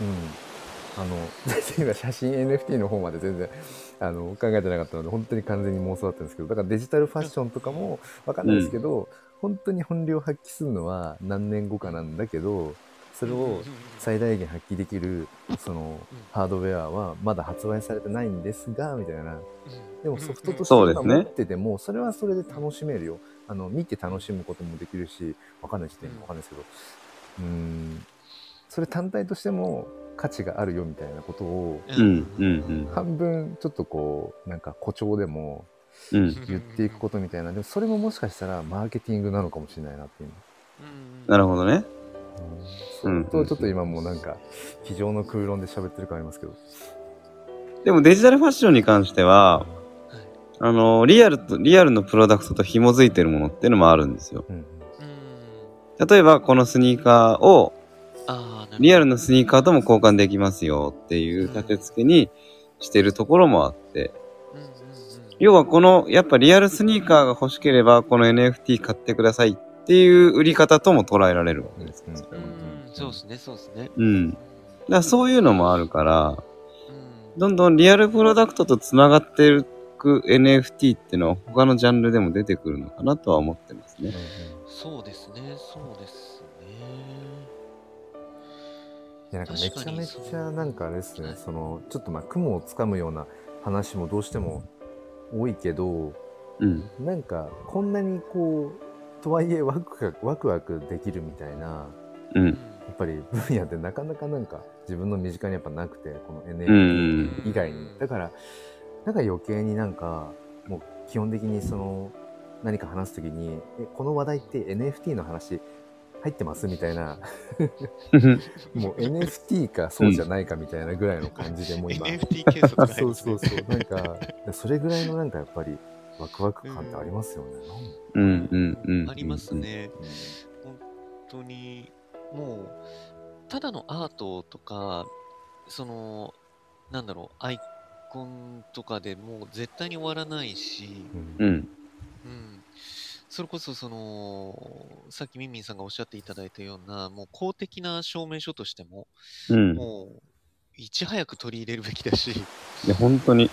S2: うんあの全然 今写真 NFT の方まで全然あの考えてなかったので本当に完全に妄想だったんですけどだからデジタルファッションとかもわかんないですけど、本当に本領発揮するのは何年後かなんだけど
S1: た
S2: そ
S1: い
S2: れ
S1: な。
S2: を最大限発揮できるその
S1: うん
S2: ハードウェアはまだ発売されてないんですがみたいなでもソフトと
S1: し
S2: して
S3: そうです
S2: 今
S3: ね
S2: 持ってても、それはそれで楽しめるよ。あの、見て楽しむこともできるし、わかんないちょっと今わかんないですけど、うーん、それ単体としても価値があるよみたいなことを、
S1: て
S3: うんうんうん
S2: 半分ちょっとこう、なんか誇張でも
S3: うん。
S2: 言っていくことみたいな、でもそれももしかしたらマーケティングなのかもしれないなっていう。
S1: うんうん
S3: なるほどね。
S2: うん
S3: うん
S2: とちょっと今もうなんか、机上の空論で喋ってる感ありますけど。
S3: でもデジタルファッションに関しては、あの、リアルと、リアルのプロダクトと紐づいてるものっていうのもあるんですよ。
S2: うんうん。
S1: うん。
S3: 例えば、このスニーカーを、
S1: ああ、なるほど。
S3: リアルのスニーカーとも交換できますよっていう立て付けにしてるところもあって、
S1: うんうんうん。
S3: 要はこの、やっぱリアルスニーカーが欲しければ、この NFT 買ってくださいっていう売り方とも捉えられるわけですよ。それ
S1: う
S3: は
S1: ん、そうですね、そうですね。
S3: うん。だからそういうのもあるから、
S1: うん。
S3: どんどんリアルプロダクトとつながっていく NFT ってのは他のジャンルでも出てくるのかなとは思ってますね。
S1: そうですね、そうですね。
S2: いやなんかめちゃめ
S1: 確
S2: ち
S1: か
S2: ゃ
S1: に
S2: なんかあれですね、そのちょっとまあ雲をつかむような話もどうしても多いけど、
S3: うん。
S2: なんかこんなにこう、とはいえワクワクワクワクできるみたいな、
S1: う
S3: う。
S1: んん
S2: やっぱり分野ってなかなかなんか自分の身近にやっぱなくて、この
S3: う
S2: NFT
S3: ん。
S2: 以外に。だから、なんか余計になんか、もう基本的にその何か話すときに、え、この話題って NFT の話入ってますみたいなも う NFT かそうじゃないかみたいなぐらいの感じで、もう 今、
S1: NFT 計測ない
S2: そ うそうそう、なんか、それぐらいのなんかやっぱり、ワクワク感ってありますよね。
S3: うん。うん。うん。
S1: あります。ね。本当に、もう、ただのアートとか、その、なんだろう、アイコンとかでもう絶対に終わらないし、
S2: うん
S3: うん。
S1: うん、それこそその、さっきみんみんさんがおっしゃっていただいたような、もう公的な証明書としても、
S3: うん。
S1: もう、いち早く取り入れるべきだし、
S3: いや、本当に。
S1: うん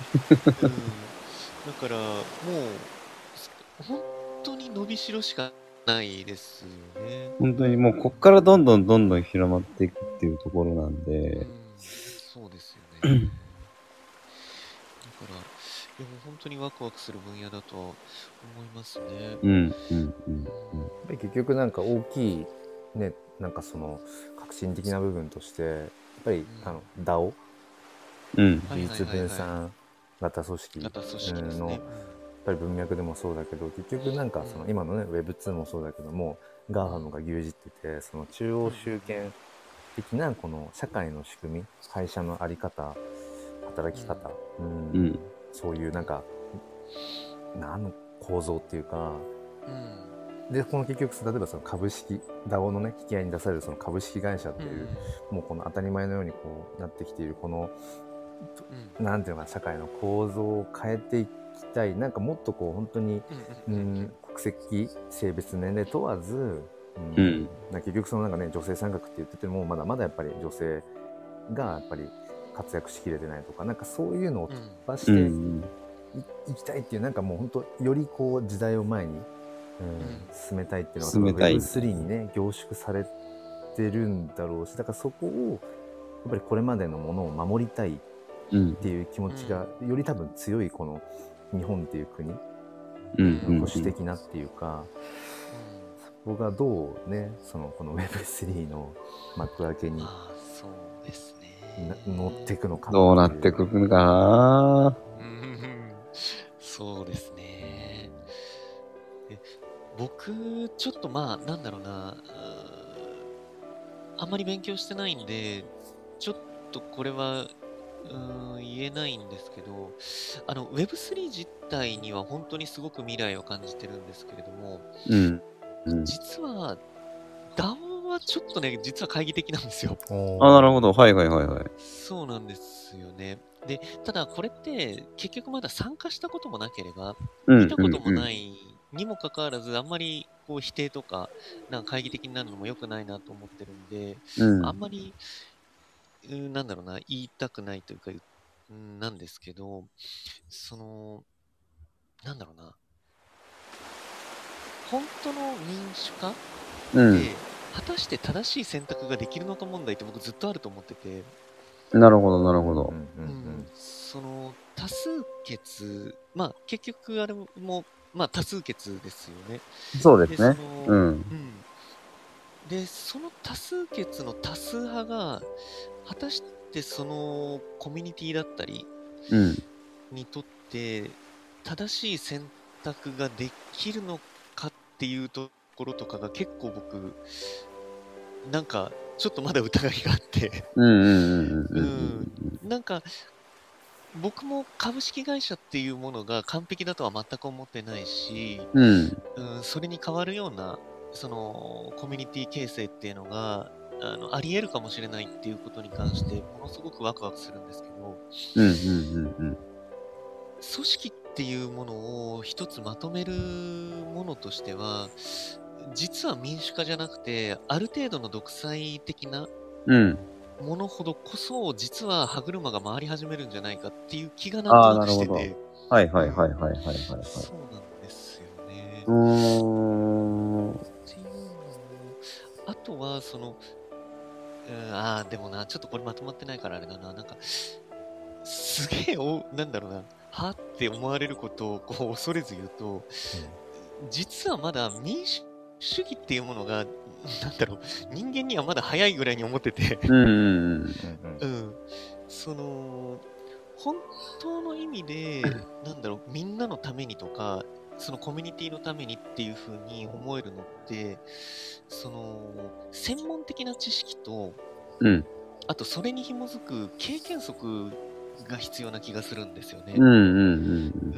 S1: だから、もう、本当に伸びしろしかないですよね。
S3: 本当にもうこっからどんどんどんどん広まっていくっていうところなん
S1: う
S3: で
S1: ん、、そうですよね。だから、いやもう本当にワクワクする分野だとは思いますね。
S3: うん。うん。うん。
S2: やっぱり結局なんか大きい、ね、なんかその、革新的な部分として、やっぱり、あの、DAO、
S3: うん。
S2: 技術分散型組織
S1: また組織です
S2: の、
S1: ね
S2: やっ。ぱり文脈でもそうだけど、結局なんかその、今のね、Web2 もそうだけども、ガーファムが牛耳ってて、その中央集権的なこの社会の仕組み、会社のあり方、働き方、うん
S3: うん。
S2: そういうなんか、何の構造っていうか、
S1: うん。
S2: で、この結局、例えばその株式、DAO のね、引き合いに出されるその株式会社って
S1: う
S2: い
S1: ん
S2: う、もうこの当たり前のようにこうなってきている、この、
S1: うん
S2: なんていうのかな、社会の構造を変えていきたい、なんかもっとこう、本当にう
S1: うんうん
S2: ん、国籍性別年齢問わず、うん
S3: うん
S2: な結局そのなんかね女性参画って言っててもまだまだやっぱり女性がやっぱり活躍しきれてないとかなんかそういうのを
S1: う
S2: 突
S1: ん
S2: 破し
S3: う
S2: てい,、
S3: ん。
S2: きたいっていうなんかもう本当よりこう時代を前に、うん
S1: ん
S2: 進めたいっていうのが
S3: 進めたい
S2: Web3 にね凝縮されてるんだろうしだからそこをやっぱりこれまでのものを守りたい
S3: うん
S2: っ。ていう気持ちがより多分強いこの日本っていう国
S3: うん。う
S2: 保
S3: ん。
S2: 守的なっていうか、そこがどうねそのこの Web3 の幕開けにな
S1: ああ、そうですね。
S2: 乗っていくのか
S3: どうなってくるかな
S1: うんそうですね。え僕、ちょっとまあ、なんだろうな、うーんあんまり勉強してないんで、ちょっとこれは、うーん言えないんですけど、あの、Web3 自体には本当にすごく未来を感じてるんですけれども、
S3: うん。うん。
S1: 実は、DAO はちょっとね、実は懐疑的なんですよ。
S3: あ、なる
S2: ほ
S3: ほど。はいはいはいはい。
S1: そうなんですよね。で、ただこれって結局まだ参加したこともなければ、
S3: うん。
S1: 見たことも
S3: い。
S1: ないにもかかわらず、あんまりこう否定とか、なんか懐疑的になるのも良くないなと思ってるんで、
S3: うん。
S1: あんまり、うんなんだろうな、言いたくないというか、うんなんですけど、その、なんだろうな、本当の民主化って、
S3: うん。
S1: 果たして正しい選択ができるのか問題って僕ずっとあると思ってて、
S3: なるほど、なるほど
S2: う。んうんうん
S1: その多数決、まあ結局あれも、まあ多数決ですよね。
S3: そうですね。
S1: その
S3: うん。
S1: うんで、その多数決の多数派が、果たしてそのコミュニティだったり
S3: うん。
S1: にとって、正しい選択ができるのかっていうところとかが結構僕、うなんか、ちょっとまだ疑いがあって、
S3: うんうんうんうんうんう
S1: うんん。なんか、僕も株式会社っていうものが完璧だとは全く思ってないし、
S3: うん
S1: うん、それに変わるような、その、コミュニティ形成っていうのが、あの、あり得るかもしれないっていうことに関して、ものすごくワクワクするんですけど、
S3: うんうんうん
S1: 組織っていうものを一つまとめるものとしては、実は民主化じゃなくて、ある程度の独裁的な
S3: うん。
S1: ものほどこそ、実は歯車が回り始めるんじゃないかっていう気が
S3: あ
S1: な
S3: ー
S1: んとなくして
S3: なる
S1: て、
S3: はいはいはいはいはいはい、はい。
S1: そうなんですよね。
S3: うーん。
S1: っていうのもあとは、その、うん、ああ、でもな、ちょっとこれまとまってないからあれだな、なんか、すげえ、お、なんだろうな、はって思われることをこう恐れず言うと、実はまだ民主主義っていうものが、 なんだろう、人間にはまだ早いぐらいに思ってて、
S3: うんうんうん。
S2: うんうん
S1: うん、その、本当の意味で、なんだろう、みんなのためにとか、そのコミュニティのためにっていうふうに思えるのって、その、専門的な知識と、
S3: うん
S1: あとそれに紐づく経験則が必要な気がするんですよね。
S3: うんうんうん
S1: う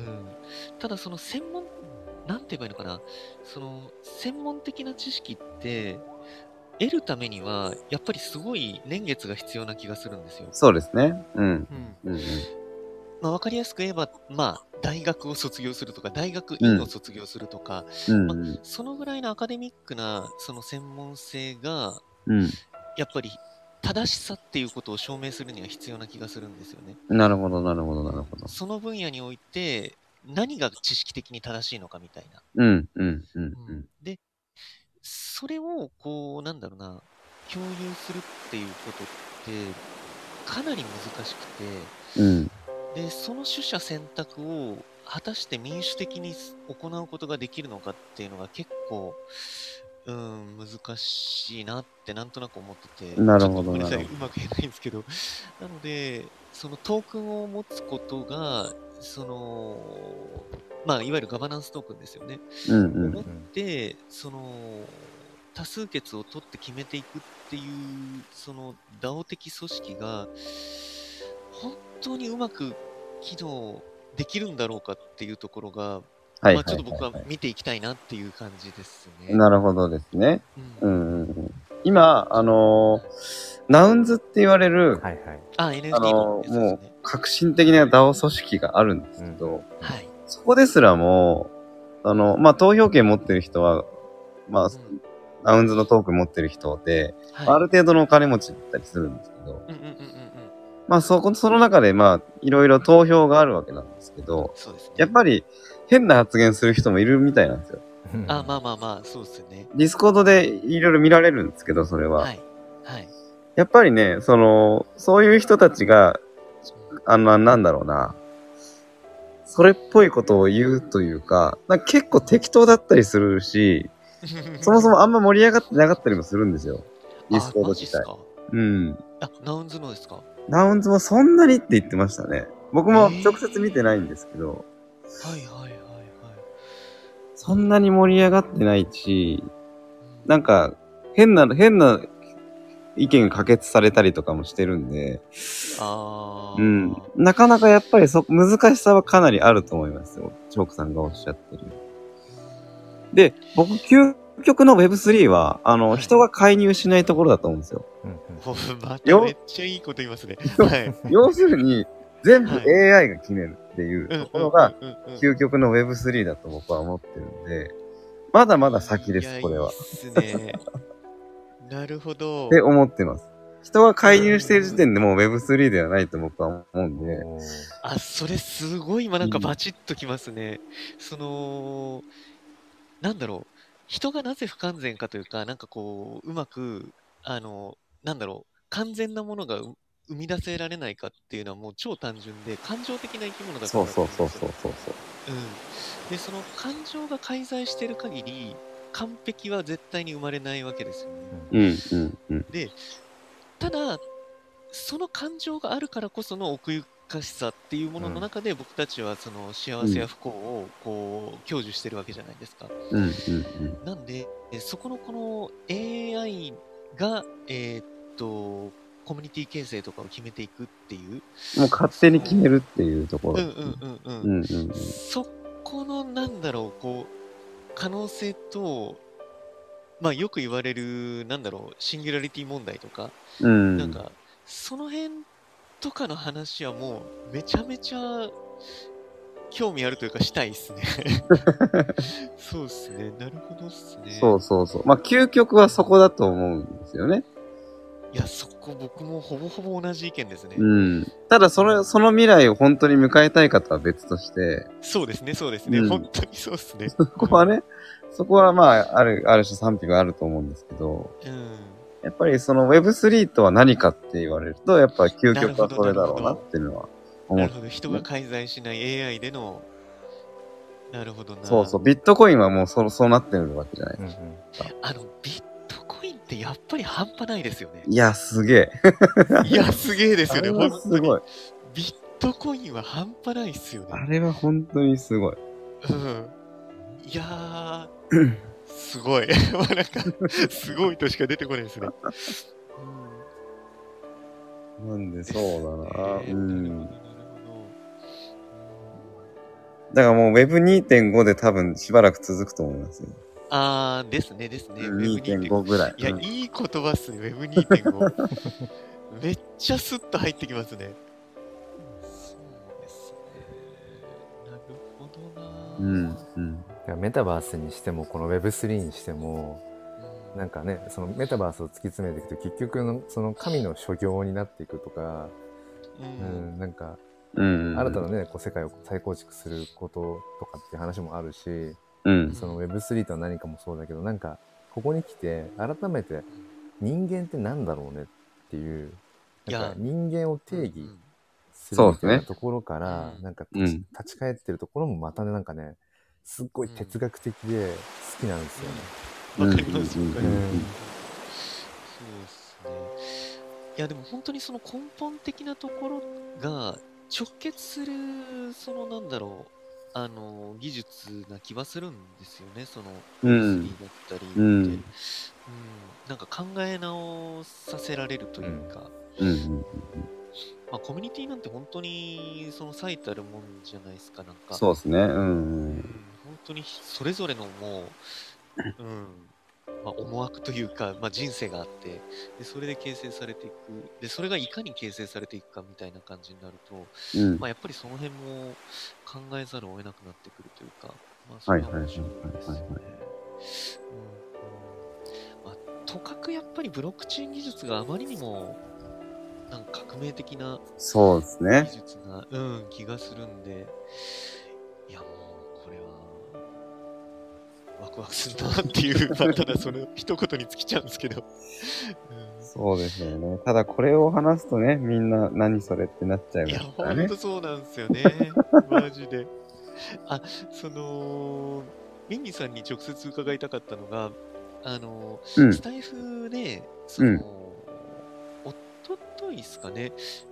S1: んただその専門、なんて言えばいいのかな、その専門的な知識って、得るためには、やっぱりすごい年月が必要な気がするんですよ。
S3: そうですね。うん。
S1: うん
S3: うん
S1: まあ、分かりやすく言えば、まあ、大学を卒業するとか、大学院を卒業するとか、
S3: うん。うん
S1: そのぐらいのアカデミックなその専門性が、
S3: うん。
S1: やっぱり正しさっていうことを証明するには必要な気がするんですよね。
S3: なるほど、なるほど、なるほど。
S1: その分野において、何が知識的に正しいのかみたいな。
S3: うんうんうんうん。
S1: で、それを、こう、なんだろうな、共有するっていうことって、かなり難しく
S3: うん。
S1: て、で、その取捨選択を果たして民主的に行うことができるのかっていうのが結構、うん、難しいなってなんとなく思ってて。
S3: なるほど
S1: ちょっとごめんなさ、
S3: ないる
S1: うまく言えないんですけど。なので、そのトークンを持つことが、その、まあ、いわゆるガバナンストークンですよね。
S3: うんう
S1: 思
S3: ん。
S1: って、その多数決を取って決めていくっていうその DAO 的組織が本当にうまく機能できるんだろうかっていうところが、
S3: はい
S1: ま
S3: は
S1: あ、ちょっと
S3: い
S1: 僕
S3: は
S1: はい
S3: はい。
S1: 見ていきたいなっていう感じですね。
S3: なるほどですね。
S1: う、
S3: うんんうんうん。今、あのー、ナウンズって言われる、
S2: はいはい。
S1: あ、NFT
S3: あ
S1: の
S3: の
S1: やつで
S3: ー、
S1: す
S3: もう
S1: ね。
S3: 革新的な DAO 組織があるんですけど、
S1: はい。
S3: そこですらも、あの、まあ、投票権持ってる人は、まあ、
S1: うん
S3: ナウンズのトークン持ってる人で、
S1: はい
S3: ある程度のお金持ちだったりするんですけど、
S1: うんうんうんうんうん。
S3: まあ、そこ、その中で、まあ、いろいろ投票があるわけなんですけど、
S1: そうですね。
S3: やっぱり、変な発言する人もいるみたいなんですよ。
S1: あ、まあまあまあ、そうですよね。
S3: ディスコードでいろいろ見られるんですけど、それは。
S1: はい。はい。
S3: やっぱりね、その、そういう人たちが、
S1: う
S3: あの、なんだろうな、それっぽいことを言うというか、なんか結構適当だったりするし、
S1: ん
S3: そもそ もあんま盛り上がってなかったりもするんですよ。ディスコー
S1: あ
S3: ド
S1: マジっ
S3: 自
S1: す
S3: 体。
S1: か
S3: うん。
S1: あ、ナウンズのですか
S3: ナウンズもそんなにって言ってましたね。僕も
S1: えー
S3: 直接見てないんですけど、
S1: はいはいはいはい。
S3: そんなに盛り上がってないし、
S1: うん
S3: なんか、変な、変な意見が可決されたりとかもしてるんで、
S1: あー
S3: うん。なかなかやっぱりそ、難しさはかなりあると思いますよ。チョークさんがおっしゃってる。で、僕、究極の Web3 は、あの、
S1: はい
S3: 人が介入しないところだと思うんです よ。
S2: うんうん
S1: ほんまた
S3: よ
S1: めっちゃいいこと言いますね。はい。
S3: 要するに、全部
S1: は
S3: AI が決めるっていう
S1: うん
S3: ところが、、
S1: うんうんうん
S3: 究極の Web3 だと僕は思ってるんで、まだまだ先で
S1: い
S3: す、
S1: や
S3: これは。
S1: いいっすね。なるほど。
S3: って思ってます。人が介入してる時点でもう Web3 ではないと僕は思うんで、
S2: おー
S1: あ、それすごい今なんかバチッときますね。その、なんだろう。人がなぜ不完全かというか、なんかこう、うまく、あの、なんだろう。完全なものがう生み出せられないかっていうのはもう超単純で、感情的な生き物だか
S3: そ
S1: ら
S3: う
S1: だと
S3: そ
S1: 思
S3: う
S1: んです
S3: そ
S1: よ
S3: うそうそうそう。
S1: うん、でその感情が介在してる限り完璧は絶対に生まれないわけですよね
S3: うん、うん、うん。
S1: ただその感情があるからこその奥ゆかしさっていうものの中で僕たちはその幸せや不幸をこう享受してるわけじゃないですか、
S3: うん、うん、うん。
S1: なんでえそこのこの AI がが、えーっと、コミュニティ形成とかを決めていくっていう。
S3: もう勝手に決めるっていうとこ
S1: うんう
S3: ろ。
S1: んうんうん。
S3: うんうん
S1: そこのなんだろう、こう、可能性と、まあよく言われる、なんだろう、シンギュラリティ問題とか、
S3: うん。
S1: なんか、その辺とかの話はもう、めちゃめちゃ、興味あるというか、したいです ね。そうですね。なるほどっすね。
S3: そうそうそう。まあ、究極はそこだと思うんですよね。
S1: いや、そこ僕もほぼほぼ同じ意見ですね。
S3: うん。ただ、その、その未来を本当に迎えたい方は別として、
S1: そうですね、そうですね。
S3: うん
S1: 本当にそうですね。
S3: そこはね、そこはまあ、ある、ある種賛否があると思うんですけど、
S1: うん。
S3: やっぱりその Web3 とは何かって言われると、やっぱ究極はそれだ
S1: なる
S3: ろうな
S1: ほど
S3: っていうのは思
S1: な
S3: う
S1: る。ほど。人が介在しない AI での、なるほどな。
S3: そうそう、。ビットコインはもうそそうなってるわけじゃない。
S2: うんうん
S1: あの、ビットコインってやっぱり半端ないですよね。
S3: いや、すげえ。
S1: いや、すげえです
S3: あ
S1: よね、
S3: れ
S1: 本
S3: はす
S1: 当に
S3: ごい。
S1: ビットコインは半端ないっすよね。
S3: あれは本当にすごい。
S1: うんいやー、すごい。 まあなんか、すごいとしか出てこないですね。
S3: なんで、そうだな。
S1: えー
S3: うん。
S1: なるほど、なるほど。
S3: だからもう Web2.5 で多分しばらく続くと思いますよ。
S1: あー、ですね、ですね。Web2.5。
S3: 2.5ぐらい。
S1: いや、
S3: うん
S1: いい言葉っすね、Web2.5。めっ ちゃスッと入ってきますね。そうですね。なるほどな。
S3: うん。うん。
S2: だからメタバースにしてもこの Web3 にしてもなんかねそのメタバースを突き詰めていくと結局のその神の所業になっていくとか、
S1: う。
S2: うん
S1: うん
S2: ん、なんか
S3: うん。
S2: 新たなねこう世界を再構築することとかっていう話もあるし
S3: うん。
S2: その Web3 とは何かもそうだけどなんかここに来て改めて人間ってなんだろうねっていう
S1: いや
S2: なんか人間を定義
S1: うん
S2: す
S3: そ
S2: る
S3: う
S2: み
S3: です
S2: た
S3: ね
S2: いなところから、
S1: うん
S2: なんか
S3: うん
S2: 立ち,、立ち返ってるところもまたねなんかねすっごい哲学的で好きなんですよね。
S1: わかります、
S3: うん
S1: わかります
S2: うん。
S1: そうですね。いや、でも本当にその根本的なところが直結する、そのなんだろう、あの、技術な気はするんですよね、その、
S3: うん
S1: だったりって、
S3: うん
S1: うんなんか考え直させられるというか、
S3: うん。
S1: まあコミュニティなんて本当にその最たるもんじゃないですか、なんか。
S3: そうですね。う
S1: うん
S3: ん。
S1: 本当にそれぞれのもう、うんまあ、思惑というか、まあ、人生があってでそれで形成されていくでそれがいかに形成されていくかみたいな感じになると、
S3: うん。
S1: まあ、やっぱりその辺も考えざるを得なくなってくるというか、まあ、それは面白いです
S3: はいは
S1: ね。
S3: いはいはいは
S1: うんまあとかくやっぱりブロックチェーン技術があまりにもなんか革命的な
S3: そうですね
S1: 技。術な、うん、気がするんで、いや、もう、これは、ワクワクするなっていう、まあただその一言に尽きちゃうんですけど。
S3: そうですよね。ただこれを話すとね、みんな何それってなっちゃ
S1: うん、い
S3: いま
S1: や、
S3: す
S1: ほ
S3: から
S1: ん
S3: ね
S1: と。そうなんですよね。 マジで。あ、その、ミンミンさんに直接伺いたかったのが、あの、
S3: うん
S1: ス。タイフで、その、
S3: うん
S1: おとといですかね、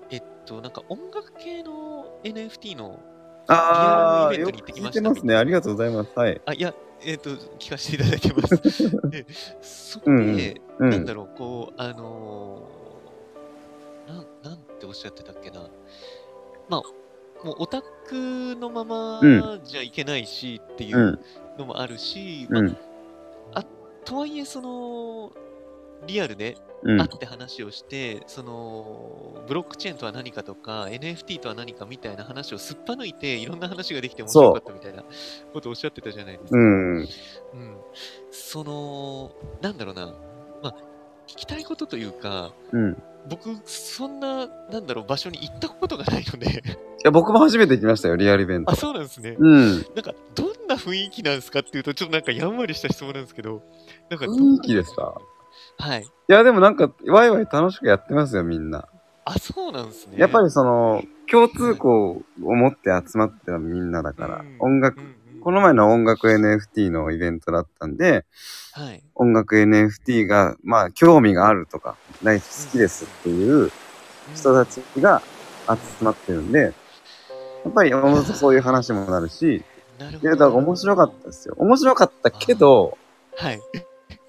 S1: えっと、なんか音楽系の NFT の
S3: あ
S1: リアルイベ
S3: ー、
S1: ント
S3: よく
S1: に行ってき
S3: 聞
S1: ま
S3: い
S1: した
S3: てますね。ありがとうございます。はい。
S1: あ、いや、えっ、と、聞かせていただいてます。 で、そこで、
S3: う
S1: なんだ
S3: ん。
S1: ろう、こう、あのーなん、なんておっしゃってたっけな。まあ、もうオタクのま
S3: う。
S1: まじゃいけないしっていううんのもあるし、
S3: う
S1: ま
S3: ん。
S1: あ、とはいえ、その、リアルで
S3: うん
S1: 会って話をして、その、ブロックチェーンとは何かとか、NFT とは何かみたいな話をすっぱ抜いて、いろんな話ができて面白かったみたいなことをおっしゃってたじゃないですか。
S3: うん。
S1: うん、その、なんだろうな、まあ、聞きたいことというか、
S3: うん。い
S1: 僕、そんな、なんだろう、場所に行ったことがないので、
S3: や、僕も初めて来ましたよ、リアルイベント
S1: あ、。そうなんですね。
S3: うん。
S1: なんか、どんな雰囲気なんですかっていうと、ちょっとなんかやんわりした質問なんですけど、なんかどん
S3: 雰囲気ですか
S1: はい。
S3: いや、でもなんか、ワイワイ楽しくやってますよ、みんな。
S1: あ、そうなんですね。
S3: やっぱりその、共通項を持って集まってるみんなだから、
S1: うん
S3: 音楽、
S1: うんうん
S3: この前の音楽 NFT のイベントだったんで、
S1: はい。
S3: 音楽 NFT が、まあ、興味があるとか、大好き好きですっていう人たちが集まってるんで、やっぱりおのずとそういう話もなるし、
S1: なるほ
S3: い
S1: ど。
S3: や、だから面白かったですよ。面白かったけど、
S1: はい。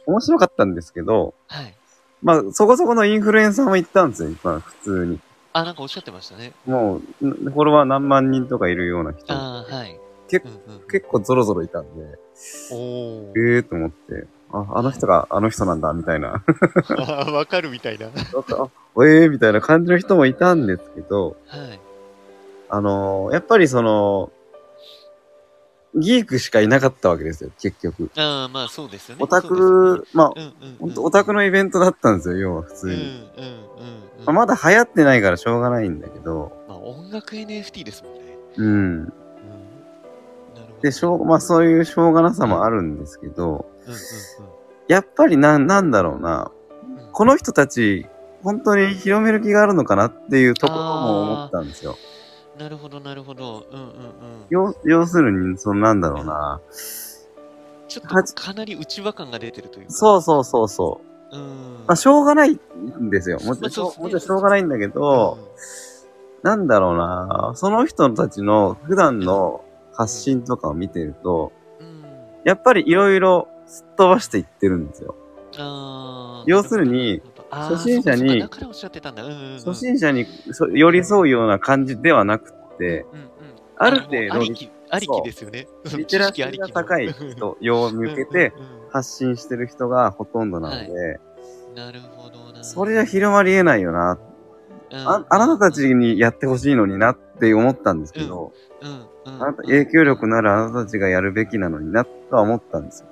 S3: 面白かったんですけど、
S1: はい。
S3: まあ、そこそこのインフルエンサーも行ったんですよ、まあ、普通に。
S1: あ、なんかおっしゃってましたね。
S3: もう、んフォロワー何万人とかいるような人。
S1: ああ、はい。
S3: 結
S1: 構、うんうん、
S3: 結構ゾロゾロいたんで、
S1: 構。お
S3: ええーと思って、あ、あの人があの人なんだ、みたいな。
S1: ー。 わかるみたいな。
S3: なんかあええー、みたいな感じの人もいたんですけど、
S1: はい。
S3: あのーやっぱりその、ギークしかいなかったわけですよ、結局。
S1: ああ、まあそうですよね。
S3: オタク、まあ
S1: そう、ですよね、うんうんうん。
S3: ほんとオタクのイベントだったんですよ、要は普
S1: うん
S3: 通
S1: うんう
S3: に。
S1: んうん。
S3: まあ、まだ流行ってないからしょうがないんだけど、
S1: まあ音楽 NFT ですもんね。
S3: うん。
S1: うん。なるほど。
S3: で、しょう、まあそういうしょうがなさもあるんですけど、
S1: うんう
S3: やっぱりなん、なんだろうな、
S1: んうん。
S3: この人たち、本当に広める気があるのかなっていうところも思ったんですよ。
S1: なるほど、なるほど。うんうんうん。
S3: 要要するに、そのなんだろうな。
S1: ちょっ
S3: はじ
S1: とかなり内輪感が出てるというか。
S3: そうそうそうそう。
S1: う。うん。
S3: まあ、しょうがないんですよ。も
S1: ま
S3: ちろ
S1: あ
S3: ん、
S1: そうですね
S3: もちろんしょうがないんだけど、なんだろうな。その人たちの普段の発信とかを見てると、
S1: うん。うん
S3: やっぱりいろいろすっ飛ばしていってるんですよ。
S1: あー
S3: 要するに、
S1: なるほどなるほどあー
S3: 初心者に
S1: そうかそうかだからおっしゃってたんだ。うんうんうん。
S3: 初心者にそ寄り添うような感じではなくて、
S1: うんうん。
S3: ある程
S1: あのあ
S3: 度
S1: り、き、ありきですよね。
S3: リテラシーが高い
S1: 知識ありきの
S3: 人用向けて、
S1: うんうんうん
S3: 発信してる人がほとんどなので、
S1: なるほどな。
S3: それじゃ広まり得ないよな。
S1: うん
S3: あ、あなたたちにやってほしいのになって思ったんですけど、
S1: うんうん
S3: あなた影響力のあるあなたたちがやるべきなのになとは思ったんですよ。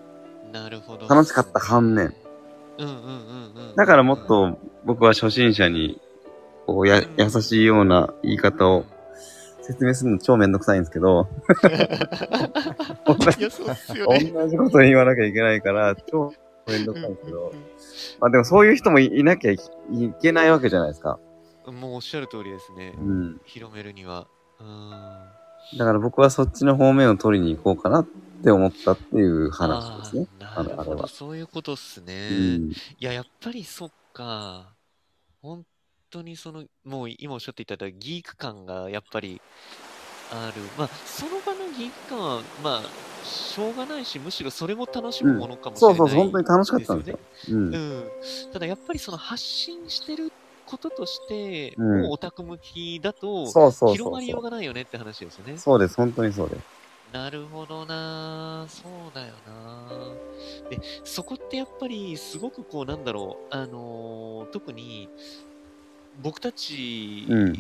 S1: なるほど。
S3: 楽しかった反面。
S1: うんうんうんうん。
S3: だからもっと僕は初心者に、こうや、優しいような言い方を説明するの超めんどくさいんですけど、同
S1: いや、そうっすよ
S3: じ
S1: ね。
S3: 同じこと言わなきゃいけな いから、超めんどくさいんですけど、まあでもそういう人もいいなきゃいいけないわけじゃないですか。
S1: もうおっしゃる通りですね
S3: う。ん。
S1: 広めるには。うん。
S3: だから僕はそっちの方面を取りに行こうかなって思ったっていう話ですね。
S1: あーなる
S3: あれ
S1: ほ
S3: は
S1: ど、そういうことっすね。
S3: う
S1: い
S3: ん。
S1: や、やっぱりそっか。本当にその、もう今おっしゃっていただいたギーク感がやっぱりある。まあ、その場のギーク感は、まあ、しょうがないし、むしろそれも楽しむものかもしれ
S3: そ
S1: な
S3: う
S1: い、
S3: そうそう、本当に楽しかったんですよ。うん。
S1: うん、ただやっぱりその発信してることとして、
S3: うん
S1: もうオタク向きだと
S3: そうそうそ
S1: 広ま
S3: う
S1: りよう
S3: そ
S1: がないよねって話ですよね
S3: う。。そうです、本当にそうです。
S1: なるほどなぁそうだよなぁで、そこってやっぱりすごくこうなんだろう、あのー特に僕たち
S3: うん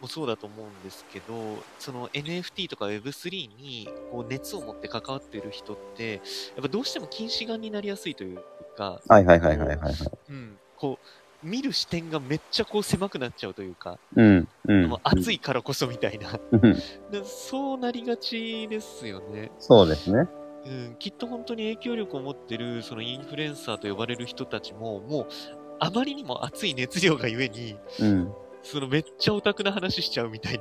S1: もそうだと思うんですけど、その NFT とか Web3 にこう熱を持って関わってる人って、やっぱどうしても近視眼になりやすいというか、
S3: はいはいはいはいはい。はい
S1: うん、こう、見る視点がめっちゃこう狭くなっちゃうというか、
S3: うん。うん。
S1: もう暑いからこそみたいな、
S3: うん。
S1: でそうなりがちですよね。
S3: そうですね。
S1: うん、きっと本当に影響力を持ってるそのインフルエンサーと呼ばれる人たちも、もうあまりにも熱い熱量がゆえに、
S3: うん。
S1: そのめっちゃオタクな話しちゃうみたい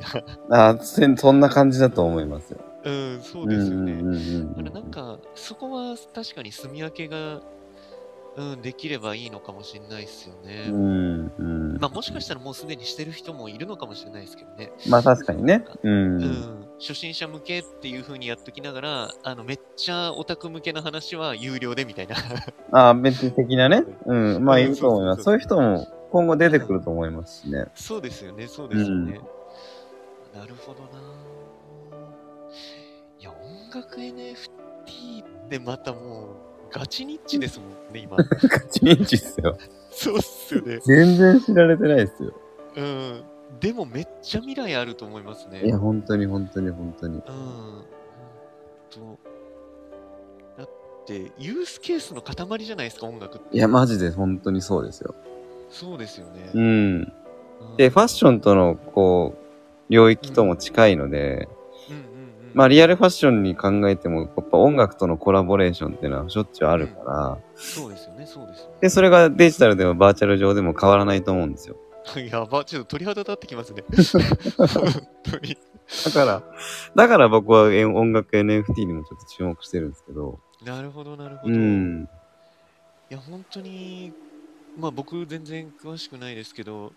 S1: な。
S3: あせんそんな感じだと思いますよ。
S1: うん、そうですよ
S3: うん
S1: ね。
S3: うんうん
S1: だからなんか、そこは確かに住み分けが、うん、できればいいのかもしれないですよ
S3: う
S1: ね。
S3: ん。うん。
S1: まあもしかしたらもうすでにしてる人もいるのかもしれないですけどね。
S3: まあ確かにね。う。
S1: うんん、初心者向けっていう風にやっときながら、あの、めっちゃオタク向けの話は有料でみたいな。
S3: ああ、別的なね。うん。まあいると思います。そう
S1: そう
S3: いうう人も今後出てくると思いますしね。
S1: そうですよね、そうですよね。なるほどな。いや、音楽 NFT ってまたもう、ガチニッチですもんね、 今。
S2: チンチっすよ。
S1: そうっすよね。
S3: 全然知られてないですよ。
S1: うん。でもめっちゃ未来あると思いますね。
S3: いや、
S1: うん。
S3: 本当に本当に本当に。
S1: ほんと。だって、ユースケースの塊じゃないですか、音楽って。
S3: いや、マジで本当にそうですよ。
S1: そうですよね
S3: う。ん。
S1: うん
S3: で、ファッションとの、こう、領域とも近いので、
S1: うんうんうん。
S3: まあ、リアルファッションに考えても、やっぱ音楽とのコラボレーションっていうのはしょっちゅうあるから、
S1: そうですよね、そうですよね。
S3: で、それがデジタルでもバーチャル上でも変わらないと思うんですよ。
S1: やば、ちょっと鳥肌立ってきます ね。本当に。
S3: だから、だから僕はえ音楽 NFT にもちょっと注目してるんですけど、
S1: なるほど、なるほ
S3: う
S1: ど。い
S3: ん。
S1: や、本当に、まあ僕全然詳しくないですけど、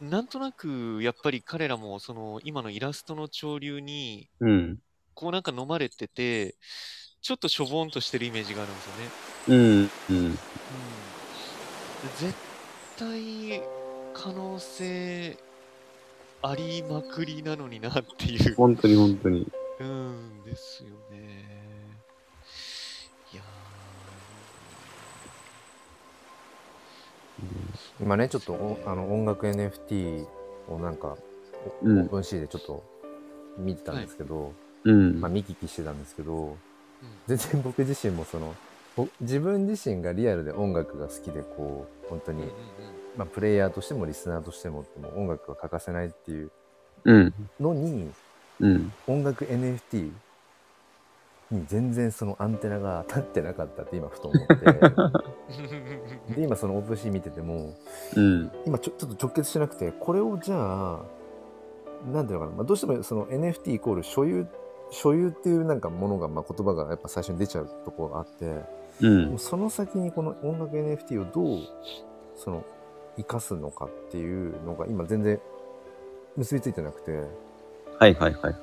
S1: なんとなくやっぱり彼らもその今のイラストの潮流に、
S3: うん。
S1: こうなんか飲まれてて、ちょっとしょぼんとしてるイメージがあるんですよね。
S3: うん。うん。
S1: うん。絶対可能性ありまくりなのになっていう。
S3: 本当に本当に。
S1: うんですよね。いや
S2: 今ね、ちょっとおあの音楽 NFT をなんか、オ
S3: うん
S2: ープンシーでちょっと見てたんですけど、
S3: うん。
S2: まあ見聞きしてたんですけど、
S1: ーうん
S2: 全然僕自身もその、ぼ自分自身がリアルで音楽が好きで、こう、本当
S1: うん
S2: に
S1: うん、うん
S2: まあプレイヤーとしてもリスナーとしても、もう音楽が欠かせないっていう
S3: うん。
S2: のに、
S3: うん。
S2: 音楽 NFT に全然そのアンテナが立ってなかったって今ふと思っ
S1: うん
S2: てで今そのオープンシーン見てても
S3: うん。
S2: 今ちょちょっと直結しなくてこれをじゃあなんていうのかな、まあ、どうしてもその NFT イコール所有所有っていうなんかものが、まあ、言葉がやっぱ最初に出ちゃうとこあって
S3: う。
S2: もうんその先にこの音楽 NFT をどうその生かすのかっていうのが今全然結びついてなくて。
S3: はいはいはいはいはい。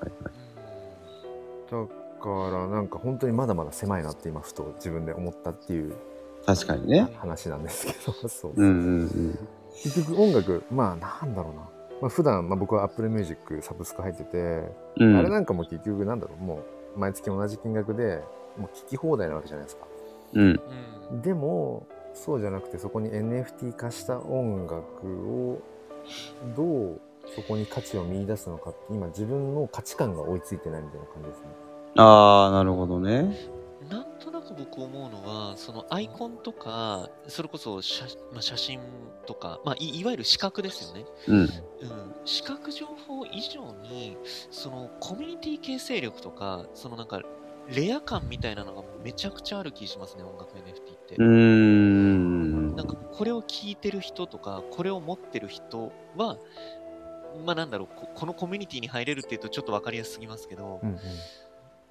S2: だからなんか本当にまだまだ狭いなって今ふと自分で思ったっていう
S3: 確かにね。
S2: 話なんですけど そう、
S3: うんうん
S2: 結局音楽まあなんだろうな、まあ、普段まあ僕は Apple Music サブスク入ってて、
S3: うん。うん。
S2: あれなんかも結局なんだろうもう毎月同じ金額でもう聴き放題なわけじゃないですか
S3: うん。
S1: うん
S2: でもそうじゃなくてそこに NFT 化した音楽をどうそこに価値を見出すのかって今自分の価値観が追いついてないみたいな感じですね
S3: ああ、なるほどね。
S1: なんとなく僕思うのは、そのアイコンとか、それこそ写,、まあ、写真とか、まあい、いわゆる視覚ですよね。
S3: うん。
S1: うん、視覚情報以上に、そのコミュニティ形成力とか、そのなんか、レア感みたいなのがもうめちゃくちゃある気しますね、音楽 NFT って。
S3: うーん。
S1: なんか、これを聞いてる人とか、これを持ってる人は、まあなんだろうこ、このコミュニティに入れるっていうとちょっとわかりやすすぎますけど、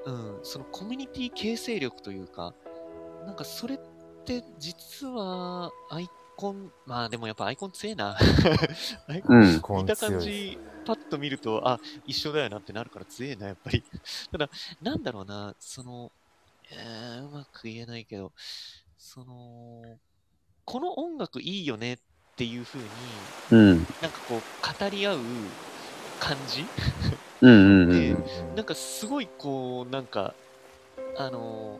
S1: うん、そのコミュニティ形成力というか、なんかそれって実はアイコン、まあでもやっぱアイコン強え な。アイコン
S3: うん。
S1: 見た感じ、パッと見ると、あ、一緒だよなってなるから強えな、やっぱり。 ただ、なんだろうな、その、えーうまく言えないけど、その、この音楽いいよねっていう風に、
S3: うん。
S1: なんかこう、語り合う感じ
S3: うんうんう
S1: で
S3: ん。
S1: なんかすごいこう、なんか、あの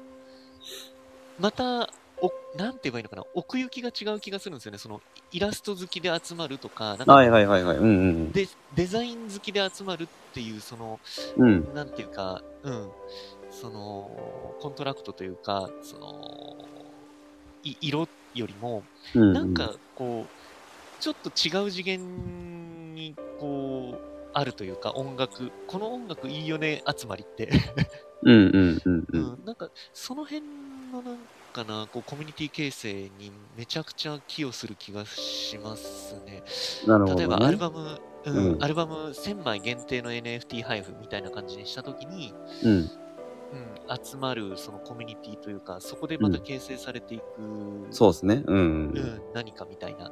S1: ーまた、お、なんて言えばいいのかな、奥行きが違う気がするんですよね。その、イラスト好きで集まるとか、なんか
S3: はいはいはいはい。うんうん
S1: デデザイン好きで集まるっていう、その、
S3: うん。うん。
S1: なんていうか、うん、その、コントラクトというか、その、い色よりも、
S3: うん。
S1: なんかこう、ちょっと違う次元に、こう、あるというか、音楽、この音楽いいよね集まりって、
S3: うんうんうんう。
S1: うんん、なんか、その辺のなんかな、こう、コミュニティ形成にめちゃくちゃ寄与する気がしますね。
S3: なるほど、ね。
S1: 例えばアルバム、うん
S3: うん
S1: アルバム1000枚限定の NFT 配布みたいな感じにしたときに、
S3: うん。
S1: うん、集まるそのコミュニティというか、そこでまた形成されていく、
S3: そうですね。うん
S1: う。ん、何かみたいな、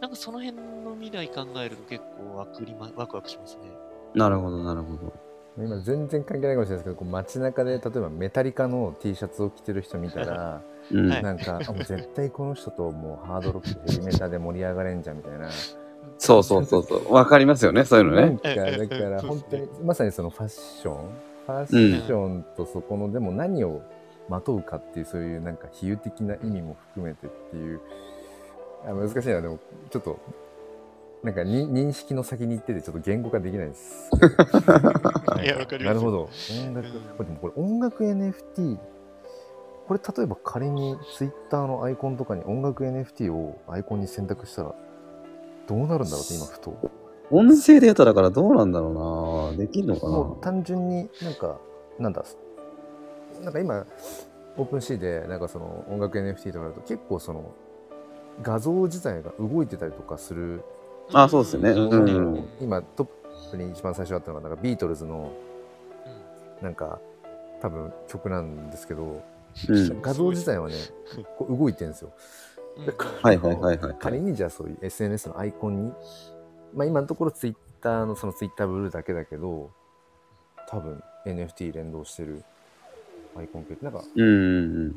S1: なんかその辺の未来考えると結構わくり、ま、ワクワクしますね。
S3: なるほど、なるほど。
S2: 今全然関係ないかもしれないですけどこう街中で例えばメタリカの T シャツを着てる人見たら、
S3: うん。
S1: はい
S2: なんかあもう絶対この人ともうハードロックヘビメタで盛り上がれんじゃんみたいな
S3: そうそうそうそう。わかりますよね、そういうの
S2: な
S3: ね
S2: ん。かだから
S1: そう
S2: 本
S1: です
S2: 当
S1: ね
S2: にまさにそのファッションファッションとそこのでも何をまとうかっていうそういうなんか比喩的な意味も含めてっていうあ難しいなでもちょっとなんかに認識の先に行っててちょっと言語化できないですけ ど
S1: いやわかります
S2: なるほど音楽
S1: うん
S2: これでもこれ音楽 NFT これ例えば仮にツイッターのアイコンとかに音楽 NFT をアイコンに選択したらどうなるんだろうって今ふと
S3: 音声データだからどうなんだろうなできんのか
S2: もう
S3: な
S2: 単純になんかなんだなんか今オープンシーでなんかその音楽 NFT とかだと結構その画像自体が動いてたりとかする
S3: あそうですよね
S2: も
S3: う
S2: の
S3: ん
S2: にも今トップに一番最初あったのがなんかビートルズのなんか多分曲なんですけど
S3: うん
S2: 画像自体はねこう動いてるんですよ。
S1: うん
S2: だから
S3: はいはいはいはい。
S2: 仮にじゃあそういう SNS のアイコンに、まあ、今のところツイッターのそのツイッターブルーだけだけど多分 NFT 連動してるアイコン系なんか
S3: うんうん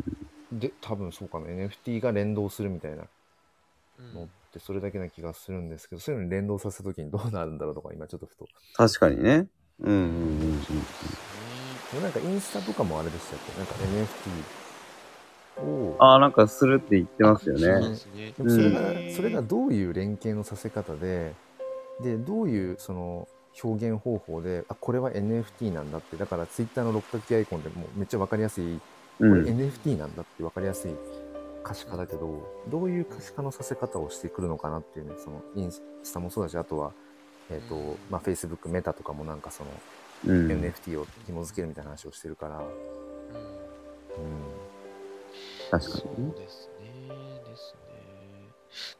S3: うん。
S2: で多分そうかな NFT が連動するみたいな
S1: うん
S2: のってそれだけな気がするんですけど、そういうのに連動させた時にどうなるんだろうとか、今ちょっとふと。
S3: 確かにね。うんうんうんうん。
S2: でもなんかインスタとかもあれでしたっけなんか NFT を、
S3: ああ、なんかするって言ってますよ
S1: そうなん
S3: ね。
S1: ですね。
S2: でもそれが、
S1: うん
S2: それがどういう連携のさせ方で、で、どういうその表現方法で、あ、これは NFT なんだって、だからツイッターの六角形アイコンでもうめっちゃわかりやすい、
S3: う
S2: これ
S3: ん。
S2: NFT なんだってわかりやすい可視化だけど、どういう可視化のさせ方をしてくるのかなっていうね、そのインスタもそうだし、あとは、えっ、
S1: うん
S2: と、まあ、Facebook、メタとかもなんかその
S3: うん
S2: NFT を紐付けるみたいな話をしてるから、
S1: うん
S2: う
S3: 確か
S1: そう
S3: にね。
S1: ですね。ですね。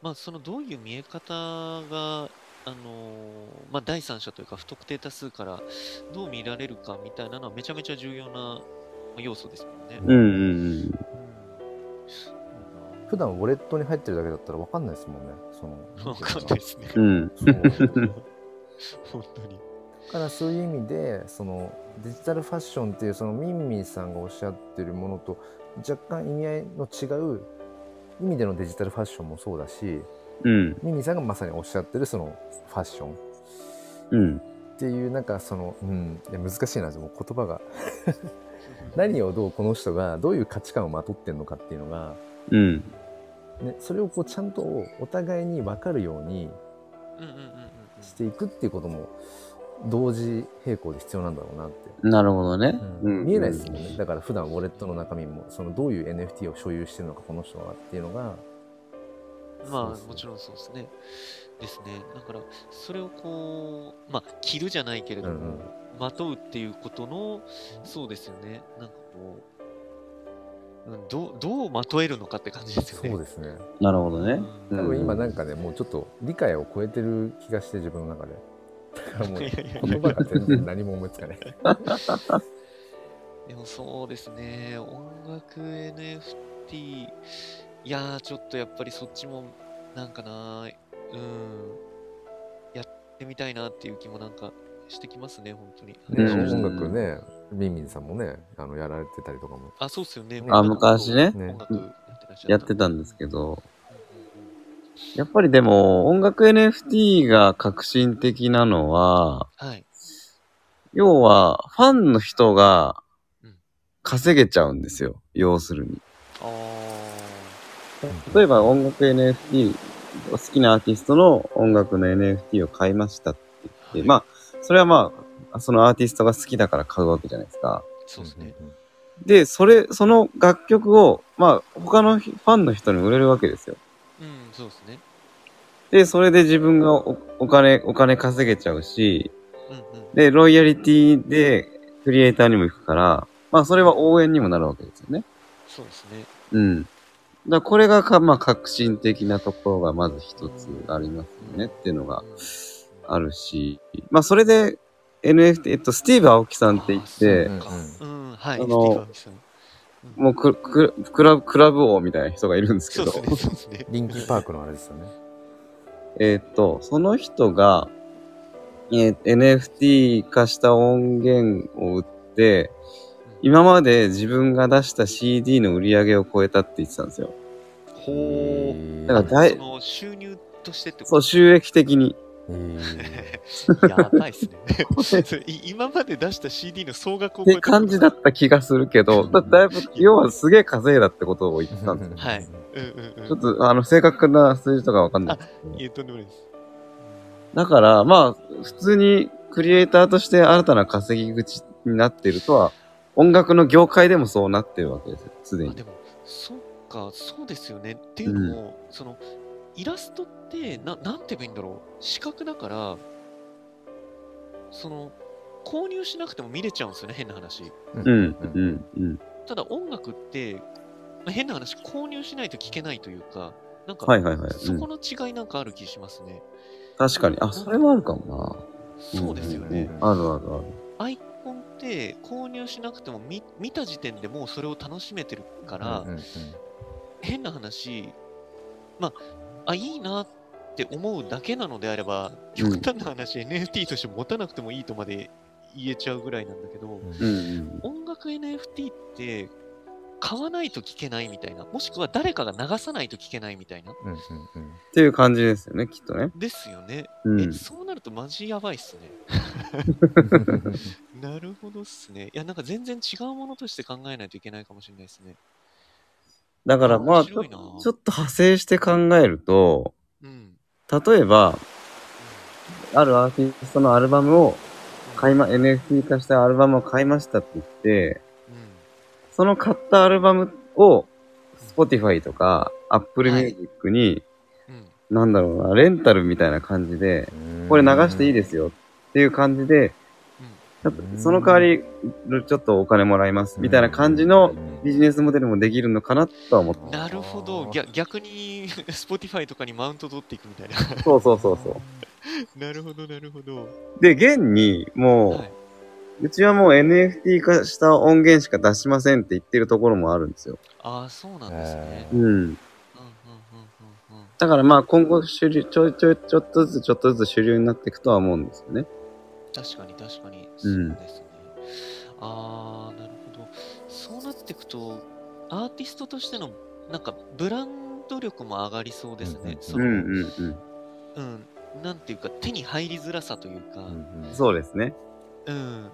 S1: まあ、そのどういう見え方が、あのーまあ、第三者というか不特定多数からどう見られるかみたいなのはめちゃめちゃ重要なまあ要素ですもんね。
S3: うんうんうん。
S2: ん、普段ウォレットに入ってるだけだったら分かんないですもんね。その
S1: わかんないですね。
S3: うん。
S2: そうだ
S1: 本当に。
S2: からそういう意味でそのデジタルファッションっていうそのミンミンさんがおっしゃってるものと若干意味合いの違う意味でのデジタルファッションもそうだし
S3: うん。
S2: ミンミンさんがまさにおっしゃってるそのファッションっ
S3: うん。
S2: ていうなんかその、うん、いや難しいなもう言葉が何をどうこの人がどういう価値観をまとってんのかっていうのが、
S3: うん。
S2: ね、それをこうちゃんとお互いに分かるように
S1: うんうんうんうんうん。
S2: していくっていうことも同時並行で必要なんだろうなって、
S3: なるほどね。うん
S2: 見えないですもんねだから普段ウォレットの中身もそのどういう NFT を所有してるのかこの人はっていうのが
S1: ま
S2: そうそ
S1: あ
S2: う
S1: もちろんそうですね。ですね。だからそれをこう、まあ着るじゃないけれども、
S2: うんうん
S1: まとうっていうことの、そうですよね。なんかこう、うん、どうどうまとえるのかって感じですよね。
S2: そうですね
S3: なるほどね。
S2: 多
S1: うん
S2: 分今なんかねもうちょっと理解を超えてる気がして自分の 中でだからも
S1: い
S2: う
S1: やいやいや
S2: 言葉が全然何も思いつかない
S1: でもそうですね。音楽 NFT、いやーちょっとやっぱりそっちも、なんかな、うん、やってみたいなっていう気もなんかしてきますね、本当に。
S2: ね
S3: うん
S2: 音楽ねみんみんさんもねあのやられてたりとかも
S1: あ、そうっすよね。
S2: あ
S3: 昔ね
S1: 音楽やってらっしゃった。
S3: やってたんですけど、やっぱりでも音楽 NFT が革新的なのは、
S1: はい。
S3: 要はファンの人が
S1: うん
S3: 稼げちゃうんですよ。要するに。
S1: あー
S3: 例えば音楽 NFT、好きなアーティストの音楽の NFT を買いましたって言って、まあ、それはまあ、そのアーティストが好きだから買うわけじゃないですか。
S1: そうですね。
S2: うん
S3: で、それ、その楽曲を、まあ、他のファンの人に売れるわけですよ。
S1: うん、そうですね。
S3: で、それで自分がおお金、お金稼げちゃうし、
S1: うんうん。
S3: で、ロイヤリティでクリエイターにも行くから、まあ、それは応援にもなるわけですよね。
S1: そうですね。
S3: うん。だからこれがか、まあ、革新的なところがまず一つありますよねっていうのがあるし、まあ、それで NFT、えっと、スティーブ・青木さんって言っ
S2: う
S3: て、
S2: ん
S1: うん、はい。スティーブ
S3: あの
S1: ン・アミさんうん
S3: もうクククラブ、クラブ王みたいな人がいるんですけ
S1: そう
S3: ど
S1: で、すね、そうですね。
S2: リンキーパークのあれですよね
S3: えっと、その人が、えー NFT 化した音源を売って、今まで自分が出した CD の売り上げを超えたって言ってたんですよ。
S1: ほう。
S2: えー
S3: だからだい
S1: その収入としてって
S3: そう、
S1: こと
S3: 収益的に。
S2: えー
S1: う。やばいっすね。それい今まで出した CD の総額を
S3: っ
S1: 超えた
S3: て感じだった気がするけど、だだいぶ、要はすげえ稼いだってことを言ってたんですよ。
S1: はいうんうんうん。
S3: ちょっと、あの、正確な数字とかわかんないですけど
S1: い。や、とんでもないです。
S3: だから、まあ、普通にクリエイターとして新たな稼ぎ口になっているとは、音楽の業界でもそうなってるわけですよ、すで
S1: あ
S3: に。
S1: でもそっかそうですよねっていうのも、そのイラストってななんて言えばいいんだろう視覚だからその購入しなくても見れちゃうんですよね変な話
S2: うん
S3: うん、うん、うん。
S1: ただ音楽って、まあ変な話購入しないと聞けないというかなんか、
S3: はいはいはい。う
S1: そ
S3: ん
S1: この違いなんかある気しますね、
S3: 確かに。あ、それはあるかもな。
S1: そうですよね、
S3: んんんあるあるある。
S1: アイコンって購入しなくても見見た時点でもうそれを楽しめてるから、
S2: うんうんうん
S1: 変な話、まあ、あ、いいなって思うだけなのであれば、
S3: うん
S1: 極端な話、NFT として持たなくてもいいとまで言えちゃうぐらいなんだけど、
S3: うん、
S1: 音楽 NFT って、買わないと聞けないみたいな、もしくは誰かが流さないと聞けないみたいな。
S2: うんうんうん。
S3: ていう感じですよね、きっとね。
S1: ですよね。
S3: う
S1: え、
S3: ん。
S1: そうなるとマジやばいっすね。なるほどっすね。いや、なんか全然違うものとして考えないといけないかもしれないですね。
S3: だからまあ、
S1: 面
S3: ちょ
S1: 白
S3: ち
S1: いな
S3: ょっと派生して考えると、
S1: うん。
S3: 例えば、あるアーティストのアルバムを買いま、NFT 化したアルバムを買いましたって言って、
S1: う
S3: その買ったアルバムを Spotify とか Apple
S1: はい
S3: Music に、
S1: ん。うん。
S3: なんだろうな、レンタルみたいな感じで、これ流していいですよっていう感じで、ちょっと
S2: うん
S3: その代わり、ちょっとお金もらいますみたいな感じのビジネスモデルもできるのかなとは思って。
S1: うん。なるほど。逆逆に、Spotify とかにマウント取っていくみたいな。
S3: そうそうそうそ う。
S1: なるほど、なるほど。
S3: で、現に、もう、
S1: はいう
S3: ちはもう NFT 化した音源しか出しませんって言ってるところもあるんですよ。
S1: ああ、そうなんですね
S2: え。
S3: うん。
S1: うんうんうんうんうん
S3: だからまあ今後主流、ちょいちょいちょっとずつちょっとずつ主流になっていくとは思うんですよね。
S1: 確かに確かにそうですね、ああなるほどそうなっていくとアーティストとしてのなんかブランド力も上がりそうですね、
S2: うんうん
S1: そうの
S3: んうんうん。
S1: うんなんていうか手に入りづらさというか、うん
S3: そうですね。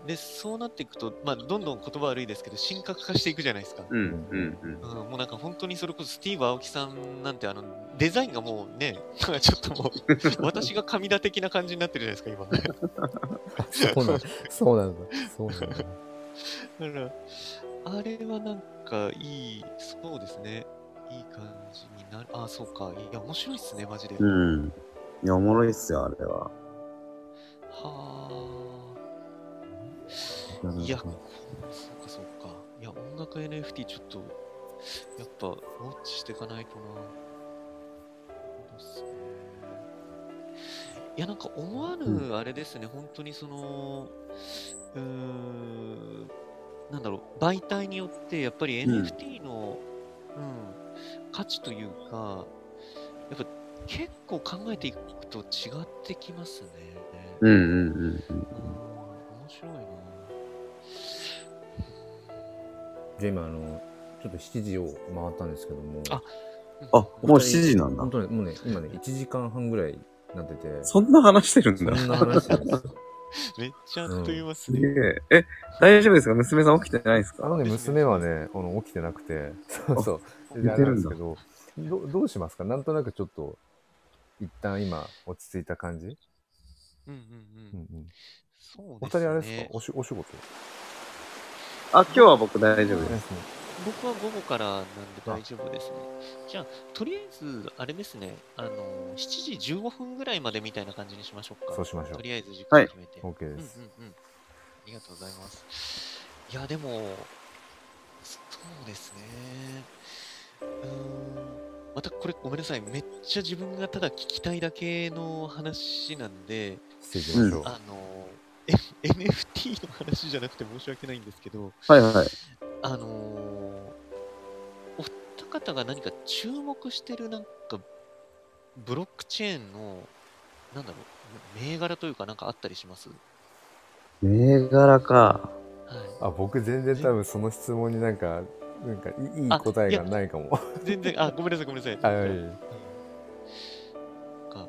S1: でそうなっていくと、まあ、どんどん言葉悪いですけど神格化していくじゃないですか、
S3: うんうんうん。
S1: うん、もうなんか本当にそれこそスティーブ・アオキさんなんてあのデザインがもうね、なんかちょっとも う私が神田的な感じになってるじゃないですか、今。
S2: そうなんだ。そうなんだ。そうなんだ。
S1: だから、あれはなんかいい、そうですね。いい感じになる。あ、そうか。いや、面白いっすね、マジで。は
S3: うん。いや、おもろいっすよ、あれは。
S1: あ。いや、そうか、そうか。いや、音楽 NFT ちょっと、やっぱ、ウォッチしていかないとな。そうですね。いや、なんか思わ
S3: う
S1: ぬ、あれですね、本当にその、うーん、なんだろう、媒体によって、やっぱり
S3: うん
S1: NFT の、うん、価値というか、やっぱ結構考えていくと違ってきますね。
S3: うんうんうんうん。
S1: うん、面白いな。
S2: じゃあ今、あの、ちょっと7時を回ったんですけども。
S1: あ
S3: あ、
S2: お二人
S3: もう7時なんだ
S2: 本。当に、もうね、今ね、1時間半ぐらいなってて。
S3: そんな話してるん
S2: そん
S3: だ。
S2: な話なんですよ。
S1: めっちゃあっという間っす
S3: すげ
S1: ね。
S3: え。え、大丈夫ですか娘さん起きてないです
S2: あ
S3: か
S2: のね、娘はね、あの起きてなくて、そうそう。
S3: 寝てるんだ
S2: であれなんですけどど、どうしますかなんとなくちょっと、一旦今、落ち着いた感じ、
S1: うんうん
S2: う
S1: うん。
S2: うんん、
S1: そう
S2: お
S1: で
S2: 二
S1: すね。
S2: 人あれですかおしお仕事
S3: あ、今日は僕大丈夫です。
S2: ですね。
S1: 僕は午後からなんで大丈夫ですね。じゃあ、とりあえず、あれですね、あの、7時15分ぐらいまでみたいな感じにしましょうか。
S2: そうしましょう
S1: と。りあえず時間決めて。う
S2: OK
S1: んう
S2: で
S1: ん
S2: す。
S1: うん。ありがとうございます。いや、でも、そうですね。うーん。またこれごめんなさい。めっちゃ自分がただ聞きたいだけの話なんで、
S2: していきましょう。
S1: あの、え NFT の話じゃなくて申し訳ないんですけど、
S3: はいはい。
S1: あのーお二方が何か注目してるなんか、ブロックチェーンの、なんだろう、銘柄というかなんかあったりします
S3: 銘柄か。
S1: は
S2: あ僕全然多分その質問になんか、なんかいいいい
S1: あ
S2: 答えがないかも。
S1: い。全然、あ、ごめんなさい、ごめんなさい。
S2: はいはい。
S1: なんか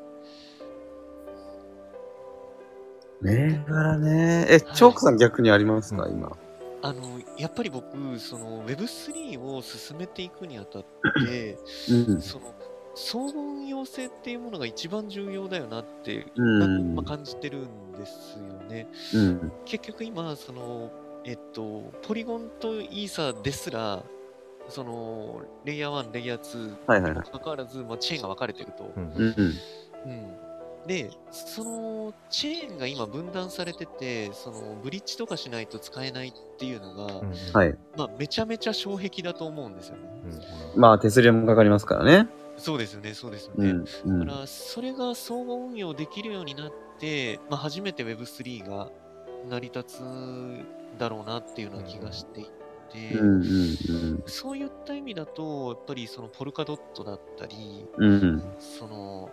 S3: 銘柄ね。え、チョークさん逆にありますか、
S2: うん
S3: 今。
S1: あの、やっぱり僕、その Web3 を進めていくにあたって、
S3: うん。
S1: その、総合運用性っていうものが一番重要だよなって、
S3: うん
S1: なんまあ感じてるんですよね。
S3: うん。
S1: 結局今そのえっとポリゴンとイーサですらそのレイヤー1レイヤー2
S3: はいはい
S1: に
S3: は
S1: も
S3: い。
S1: かかわらず、まあ、チェーンが分かれてると、
S2: うん
S3: うんうん。
S1: うんでそのチェーンが今分断されててそのブリッジとかしないと使えないっていうのが、
S2: うん。
S3: はいい。
S1: まあ、めちゃめちゃ障壁だと思うんですよね
S2: うん
S3: まあ手数料もかかりますからね。
S1: そうですよねそうですよ
S3: う
S1: ね、
S3: ん。う
S1: だ
S3: ん
S1: か。らそれが総合運用できるようになって、まあ、初めて Web3 が成り立つんだろうなっていうような気がしていて、
S3: うんうん
S1: そういった意味だと、やっぱりそのポルカドットだったり、
S3: うん。うん。
S1: その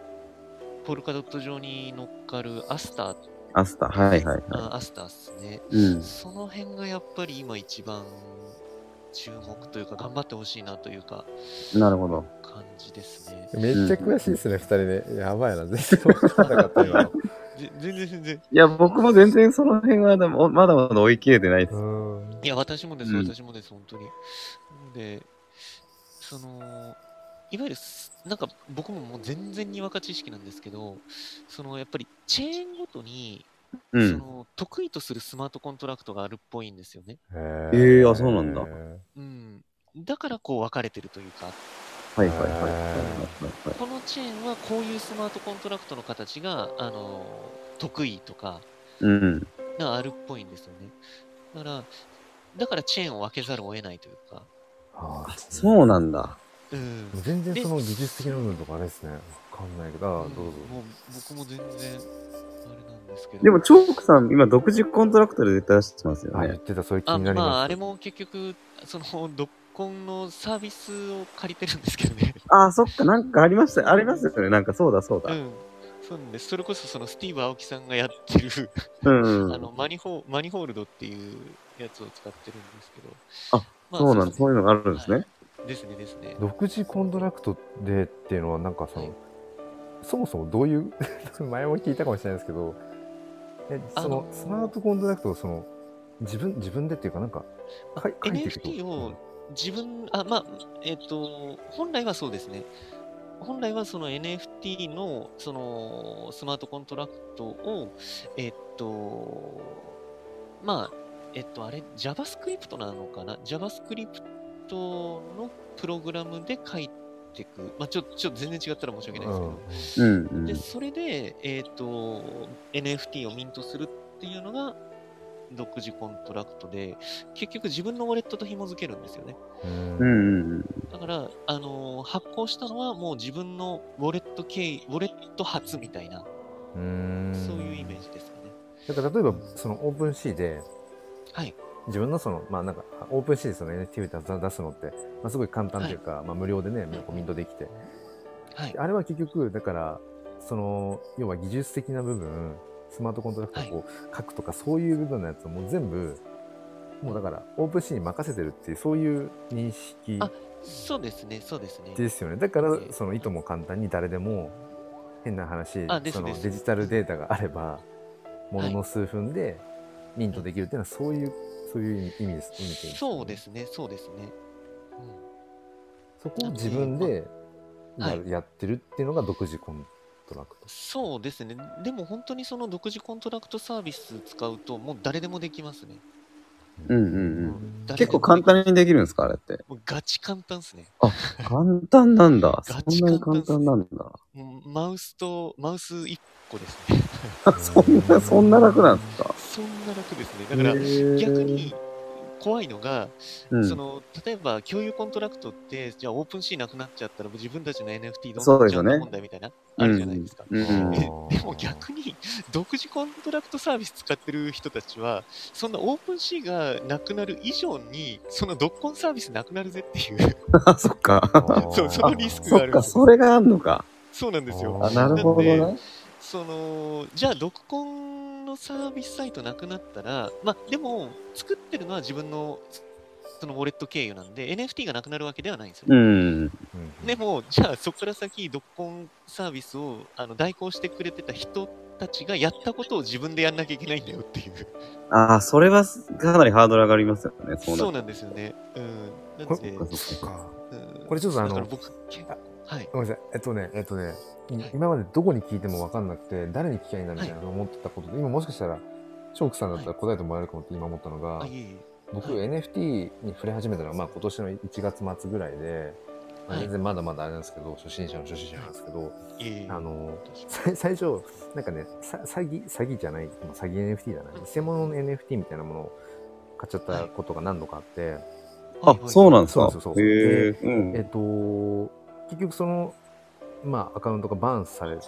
S1: ポルカドット上に乗っかるアスター、
S3: アスタ。はいはいは
S1: あアスターですね、
S3: い。うん。
S1: その辺がやっぱり今一番注目というか、頑張ってほしいなというか、
S3: なるほど。
S1: 感じですね。
S2: めっちゃ悔しいですね、二人ね。やばいな、全然分かんなかった今
S1: ぜ
S2: の。
S1: 全然全然。
S3: いや、僕も全然その辺はでもまだまだ追い切れてないです。
S2: うん。
S1: いや、私もです、
S3: うん
S1: 私もです、本当に。で、その、いわゆるす、なんか僕ももう全然にわか知識なんですけど、そのやっぱりチェーンごとに、
S3: う
S1: そ
S3: ん。
S1: の得意とするスマートコントラクトがあるっぽいんですよね。
S3: えーあそうなんだ
S1: うん。だからこう分かれてるというか、
S3: はいはいはいはいはいはい。
S1: このチェーンはこういうスマートコントラクトの形が、あの、得意とか、
S3: うん。
S1: があるっぽいんですよね。だから、だからチェーンを分けざるを得ないというか、
S2: あ
S3: あ
S2: ー、
S3: そうなんだ。
S1: うん。
S2: 全然その技術的な部分とかあれですね。わかんないけど、あーどうぞ。
S1: もう僕も全然、あれなんですけど。
S3: でも、チョークさん、今、独自コントラクトで絶対出してますよ
S2: あ、言っ
S3: ね。
S2: てた、それ気
S1: あ
S2: になり
S1: まあ、
S2: ま
S1: あ
S2: す。
S1: れも結局、その、ドッコンのサービスを借りてるんですけどね。
S3: ああ、そっか、なんかありました、ありますよね。なんかそうだそう
S1: う
S3: だ。
S1: ん。そうなんです。それこそ、その、スティーブ・アオキさんがやってる、
S3: うんうん。
S1: あの、マニホー、マニホールドっていうやつを使ってるんですけど。
S3: あ、
S1: ま
S3: そうなんだ、そういうのがあ
S1: そ
S3: るんですね。
S1: はいですね、ですね。
S2: 独自コントラクトでっていうのは、なんかそ
S1: はい
S2: の、そもそもどういう、 前も聞いたかもしれないですけど、えそ
S1: あ
S2: の
S1: のー
S2: スマートコントラクトをその、自分、自分でっていうか、なんか、か書いてる
S1: NFT を自分、あ、まあ、えっ、と、本来はそうですね。本来はその NFT のそのスマートコントラクトを、えっ、と、まあ、えっ、と、あれ、JavaScript なのかな ?JavaScript のプログラムで書いていく。まあ、ちょ、ちょ、全然違ったら申し訳ないですけど。
S3: うんうん
S1: で、。それで、えっ、と、NFT をミントするっていうのが、独自コントラクトで、結局自分のウォレットと紐付けるんですよね。
S2: うん
S3: う
S2: うん
S3: んうん
S1: だから、あのー発行したのはもう自分のウォレット経緯、ウォレット発みたいな、
S2: うん
S1: そういうイメージですかね。
S2: だから例えばそのオープンシーで
S1: はい。
S2: 自分のそのまあなんかオープンシーでその NFT を出出すのって、まあ、すごい簡単というか、まあ、無料でね
S1: ん
S2: コミントできて
S1: はい。
S2: あれは結局だからその要は技術的な部分スマートコントラクトをこう書くとか、そういう部分のやつもう全部もうだからオープンシーに任せてるっていうそういう認識
S1: あそうですね、そうですね。
S2: ですよねだから
S1: ええ
S2: そのいとも簡単に誰でも変な話
S1: あです
S2: その
S1: です
S2: デジタルデータがあればものの数分でミントできるっていうのはそういうそういう意味です意味というか
S1: そうですね、そうですね。うん
S2: そこを自分で
S1: あ
S2: や
S1: は
S2: やってるっていうのが独自コントラクト
S1: そうですね。でも本当にその独自コントラクトサービス使うと、もう誰でもできますね。
S3: うんうんうん
S1: うん誰
S3: 結構簡単にできるんですかあれって。
S1: もうガチ簡単ですね。
S3: 簡単なんだ。そ
S1: ガ
S3: ん
S1: チ
S3: な
S1: 簡単っ
S3: に簡
S1: すね
S3: 単なんだ。
S1: もうマウスと、マウス1個ですね。
S3: そんな、そんな楽なんですか
S1: そんな楽ですね。だから、逆
S3: 逆
S1: に、怖いのが、
S3: うん
S1: その例えば共有コントラクトって、じゃあオープンシーなくなっちゃったら、自分たちの NFT どう
S3: そう
S1: なっ
S3: で
S1: ち
S3: す
S1: ゃう
S3: よ
S1: んだ
S3: ね
S1: 問題みたいな、あるじゃないですか。
S3: うんうん
S1: えでも逆に、独自コントラクトサービス使ってる人たちは、そんなオープンシーがなくなる以上に、そのドッコンサービスなくなるぜっていう、
S3: あ、そっ か。
S1: そうそのリスク
S3: そ
S1: があ
S3: っ
S1: る
S3: か、それがあんのか。
S1: そうなんですよ。
S2: あ
S3: あ、なるほど
S1: な
S3: ね。
S1: そのじゃあ、ドッコンのサービスサイトなくなったら、まあ、でも、作ってるのは自分のそのウォレット経由なんで、NFT がなくなるわけではないんですよ。
S3: うん。
S1: でも、じゃあそこから先、ドッコンサービスをあの代行してくれてた人たちがやったことを自分でやんなきゃいけないんだよっていう。
S3: あ、それはかなりハードル上がりますよね。
S1: そう
S3: なる
S1: なんですよね。うん。な
S2: こ
S1: んで、
S2: れ
S1: う
S3: そっ
S1: ん
S3: かそっか。
S2: これちょっとあの
S1: だから僕、け
S2: あ
S1: はい。
S2: ごめんなさいえっとねえっとね
S1: はい
S2: 今までどこに聞いても分かんなくて誰に聞きゃいいんだみたいな思ってたことで今もしかしたらチョークさんだったら答えてもらえるかもって今思ったのが
S1: あ、いえいえ。
S2: 僕
S1: は
S2: NFT に触れ始めたのはまあ今年の1月末ぐらいでま
S1: は
S2: あ
S1: い
S2: 全然まだまだあれなんですけど初心者の初心者なんですけど
S1: いえいえ。
S2: あの
S1: 確か
S2: 最最初なんかねさ詐欺詐欺じゃないまあ詐欺 NFT だな偽物の NFT みたいなものを買っちゃったことが何度かあって、
S1: に
S3: あ、そうなんです
S2: そう
S3: か
S2: そうそう
S3: へえ。う
S2: えっ
S3: ん。
S2: と結局そのまあアカウントがバーンされ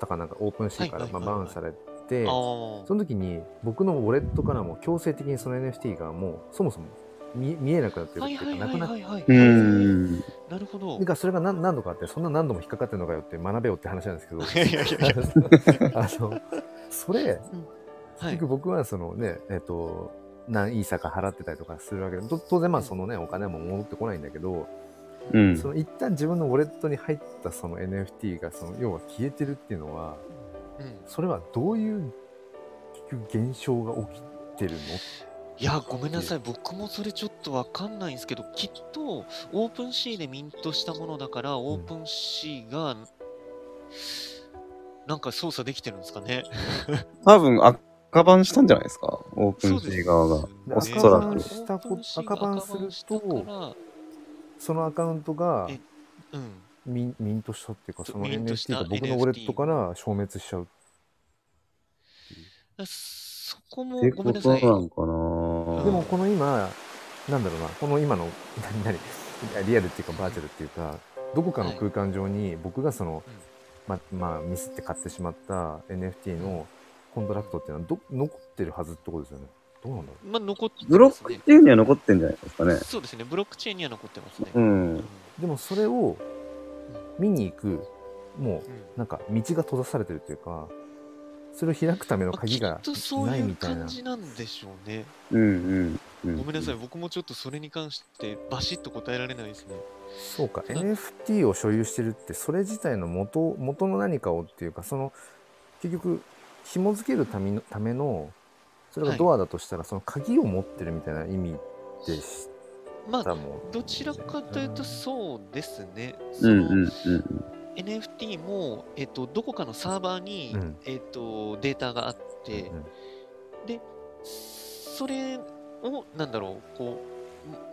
S2: たかなんかオープンシーから、
S1: はいはい
S2: まあ、
S1: はいは
S2: バー
S1: い
S2: ンされて
S1: あ
S2: その時に僕のウォレットからも強制的にその NFT がもうそもそも見見えなくなって
S1: あ。
S2: るっ
S1: は
S2: てい
S1: いうはい
S2: か、な
S1: は
S2: く
S1: い
S2: なっ
S1: はいはい。
S3: うーん。
S1: なるほど
S2: なん。かそれが何何度かあってそんな何度も引っかかってるのかよって学べよって話なんですけど
S1: いやいやいや。
S2: あのそれ
S1: はい
S2: 結局。僕はそのねえっ、と何いいさか払ってたりとかするわけで、と当然まあそのね、お金も戻ってこないんだけど、
S3: うん。
S2: その一旦自分のウォレットに入ったその NFT がその要は消えてるっていうのは、
S1: うん。
S2: それはどういう結局現象が起きてるの
S1: いや、ごめんなさい。僕もそれちょっとわかんないんですけど、きっと、オープンシーでミントしたものだから、オープンシーが、なんか操作できてるんですかね。
S3: 多分赤版したんじゃないですかオープンシー側が。
S2: お
S1: そうです
S3: そらく
S1: ね
S2: したこ
S1: オープンシーが
S2: 赤バンすると
S1: 赤バンしたから
S2: そのアカウントが
S1: えうん。
S2: ミンミントしたっていうか、その
S1: ミントした
S2: NFT が僕のウォレットから消滅しちゃう。
S1: そこも
S3: って
S1: ご
S3: こ
S1: めんな
S3: と
S1: さ。
S3: ないのかな
S2: でもこの今、なんだろうな、この今の、 何々、いやリアルっていうかバーチャルっていうか、どこかの空間上に僕がその、ま、まあミスって買ってしまった NFT のコントラクトっていうのはど残ってるはずってことですよね。どうなんだろ
S1: まあ、残ってますね
S3: ブロックっていうには残ってんじゃないですかね。
S1: そうですね。ブロックチェーンには残ってますね。
S3: う
S1: うん
S3: ん。
S2: う。でもそれを見に行く、もうなんか道が閉ざされてるというか、それを開くための
S1: まあき
S2: 鍵が
S1: っとそう
S2: ないいうみたいな
S1: 感。じなんでしょうね。
S3: うんうん。う
S1: ごめんなさい、。僕もちょっとそれに関してバシッと答えられないですね。
S2: そうか NFT を所有してるってそれ自体の元元の何かをっていうかその結局紐付けるためのためのそれがドアだとしたら、その鍵を持ってるみたいな意味でし
S1: まあ、
S2: たもん
S1: どちらかというとそうですね。
S3: うん
S1: その
S3: うんうん。
S1: NFT も、えっと、どこかのサーバーに、
S2: うん
S1: えっと、データがあっ
S2: うん
S1: て、それを、なんだろう、こ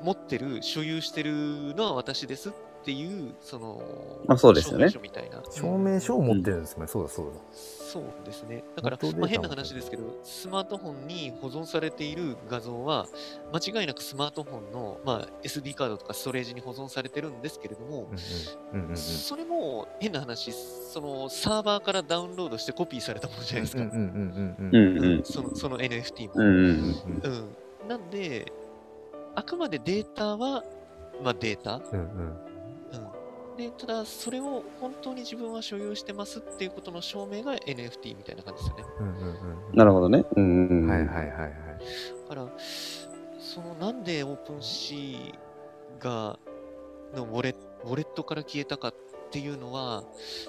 S1: う、持ってる、所有してるのは私ですっていう、その、
S3: まあそうですよ
S1: 証
S3: ね
S1: 明書みたいな。
S2: 証明書を持ってるんですね、そうだそうだ
S1: そうですね。だから、
S2: 元データ
S1: まあ、変
S2: も
S1: な話ですけど、スマートフォンに保存されている画像は、間違いなくスマートフォンの、まあ、SD カードとかストレージに保存されてるんですけれども、
S2: うんうんうんうんうん
S1: それも変な話、そのサーバーからダウンロードしてコピーされたものじゃないですか。
S2: うんうんうんうん
S3: う
S2: うん
S3: んうん。
S1: そのその NFT
S3: う
S1: も。
S3: ん
S2: う
S3: う
S2: ん
S3: ん。
S1: うんなんで、あくまでデータは、まあ、データ、
S2: うんうん
S1: うんで、ただ、それを本当に自分は所有してますっていうことの証明が NFT みたいな感じですよね。
S2: うんうんうん
S3: なるほどね。うんうんうん。
S2: はいはいはいはい
S1: だから、そのなんでオープンシーが、のウォレウォレットから消えたかっていうのは、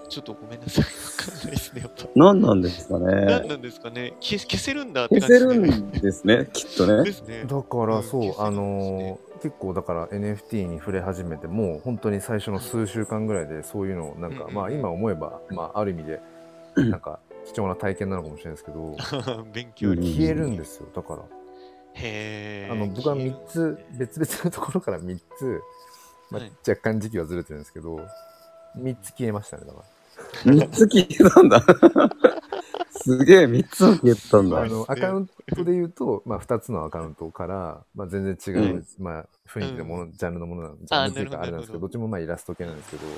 S1: ちょっとごめんなさい、わかんないですね、やっぱ。
S3: 何なんですか
S1: 何
S3: ね。
S1: なんですかね消消せるんだって
S3: 消
S1: 感
S3: せ
S1: じ
S3: る
S1: ですね
S3: んですね、きっとね
S1: で。すね。
S2: だからそう、
S1: うん
S2: あのー結構だから NFT に触れ始めてもう本当に最初の数週間ぐらいでそういうのをなんか、
S1: うん
S2: まあ今思えば、まあある意味でなんか貴重な体験なのかもしれないですけど
S1: 勉強
S3: うん
S1: に。
S2: 消えるんですよだから、
S1: へー
S2: あの僕は
S1: 消える
S2: 3つ
S1: んですね
S2: 別々のところから3つ、まあ
S1: はい
S2: 若干時期はずれてるんですけど3つ消えましたねだか
S3: 3つ消えたんだ。すげえ、3つも消えた ん
S2: ら、
S3: だ
S2: あ。のアカウントで言うと、まあ、2つのアカウントから、まあ、全然違う、
S1: うん
S2: まあ、雰囲気のもの、ジャンルのものなんジ
S1: あ
S2: ャ
S1: ー
S2: ンルというかあ
S1: な
S2: れ
S1: るほど
S2: なんですけどどっちもまあイラスト系なんですけど。
S1: う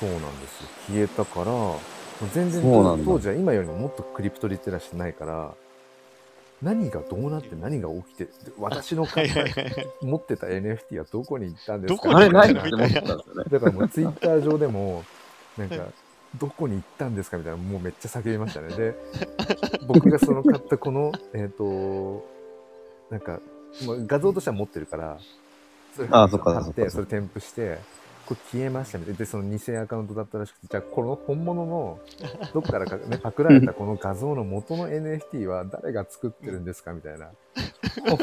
S2: そ
S1: ん
S2: うなんですよ消えたからもう全然
S3: そうなんだ
S2: 当時は今よりももっとクリプトリテラシーないから何がどうなって何が起きてで私の
S1: はいはいはいはい。
S2: 持ってた NFT はどこに行ったんです
S1: どこ
S2: か
S3: あれ
S1: に行
S3: な
S1: っ
S3: い
S1: た
S3: な
S1: の
S3: って思ってたんですよね。
S2: だからもうツイッター上で もなんか
S1: はい
S2: どこに行ったんですかみたいなもうめっちゃ叫びましたねで僕がその買ったこ のえっ、となんかもう画像としては持ってるからそれ
S3: あそっか
S2: 貼
S3: そ
S2: っ
S3: っか
S2: てそれ添付してこれ消えましたみたいなでその偽アカウントだったらしくてじゃあこの本物 のどっからか、ね、パクられたこの画像の元の NFT は誰が作ってるんですかみたい な本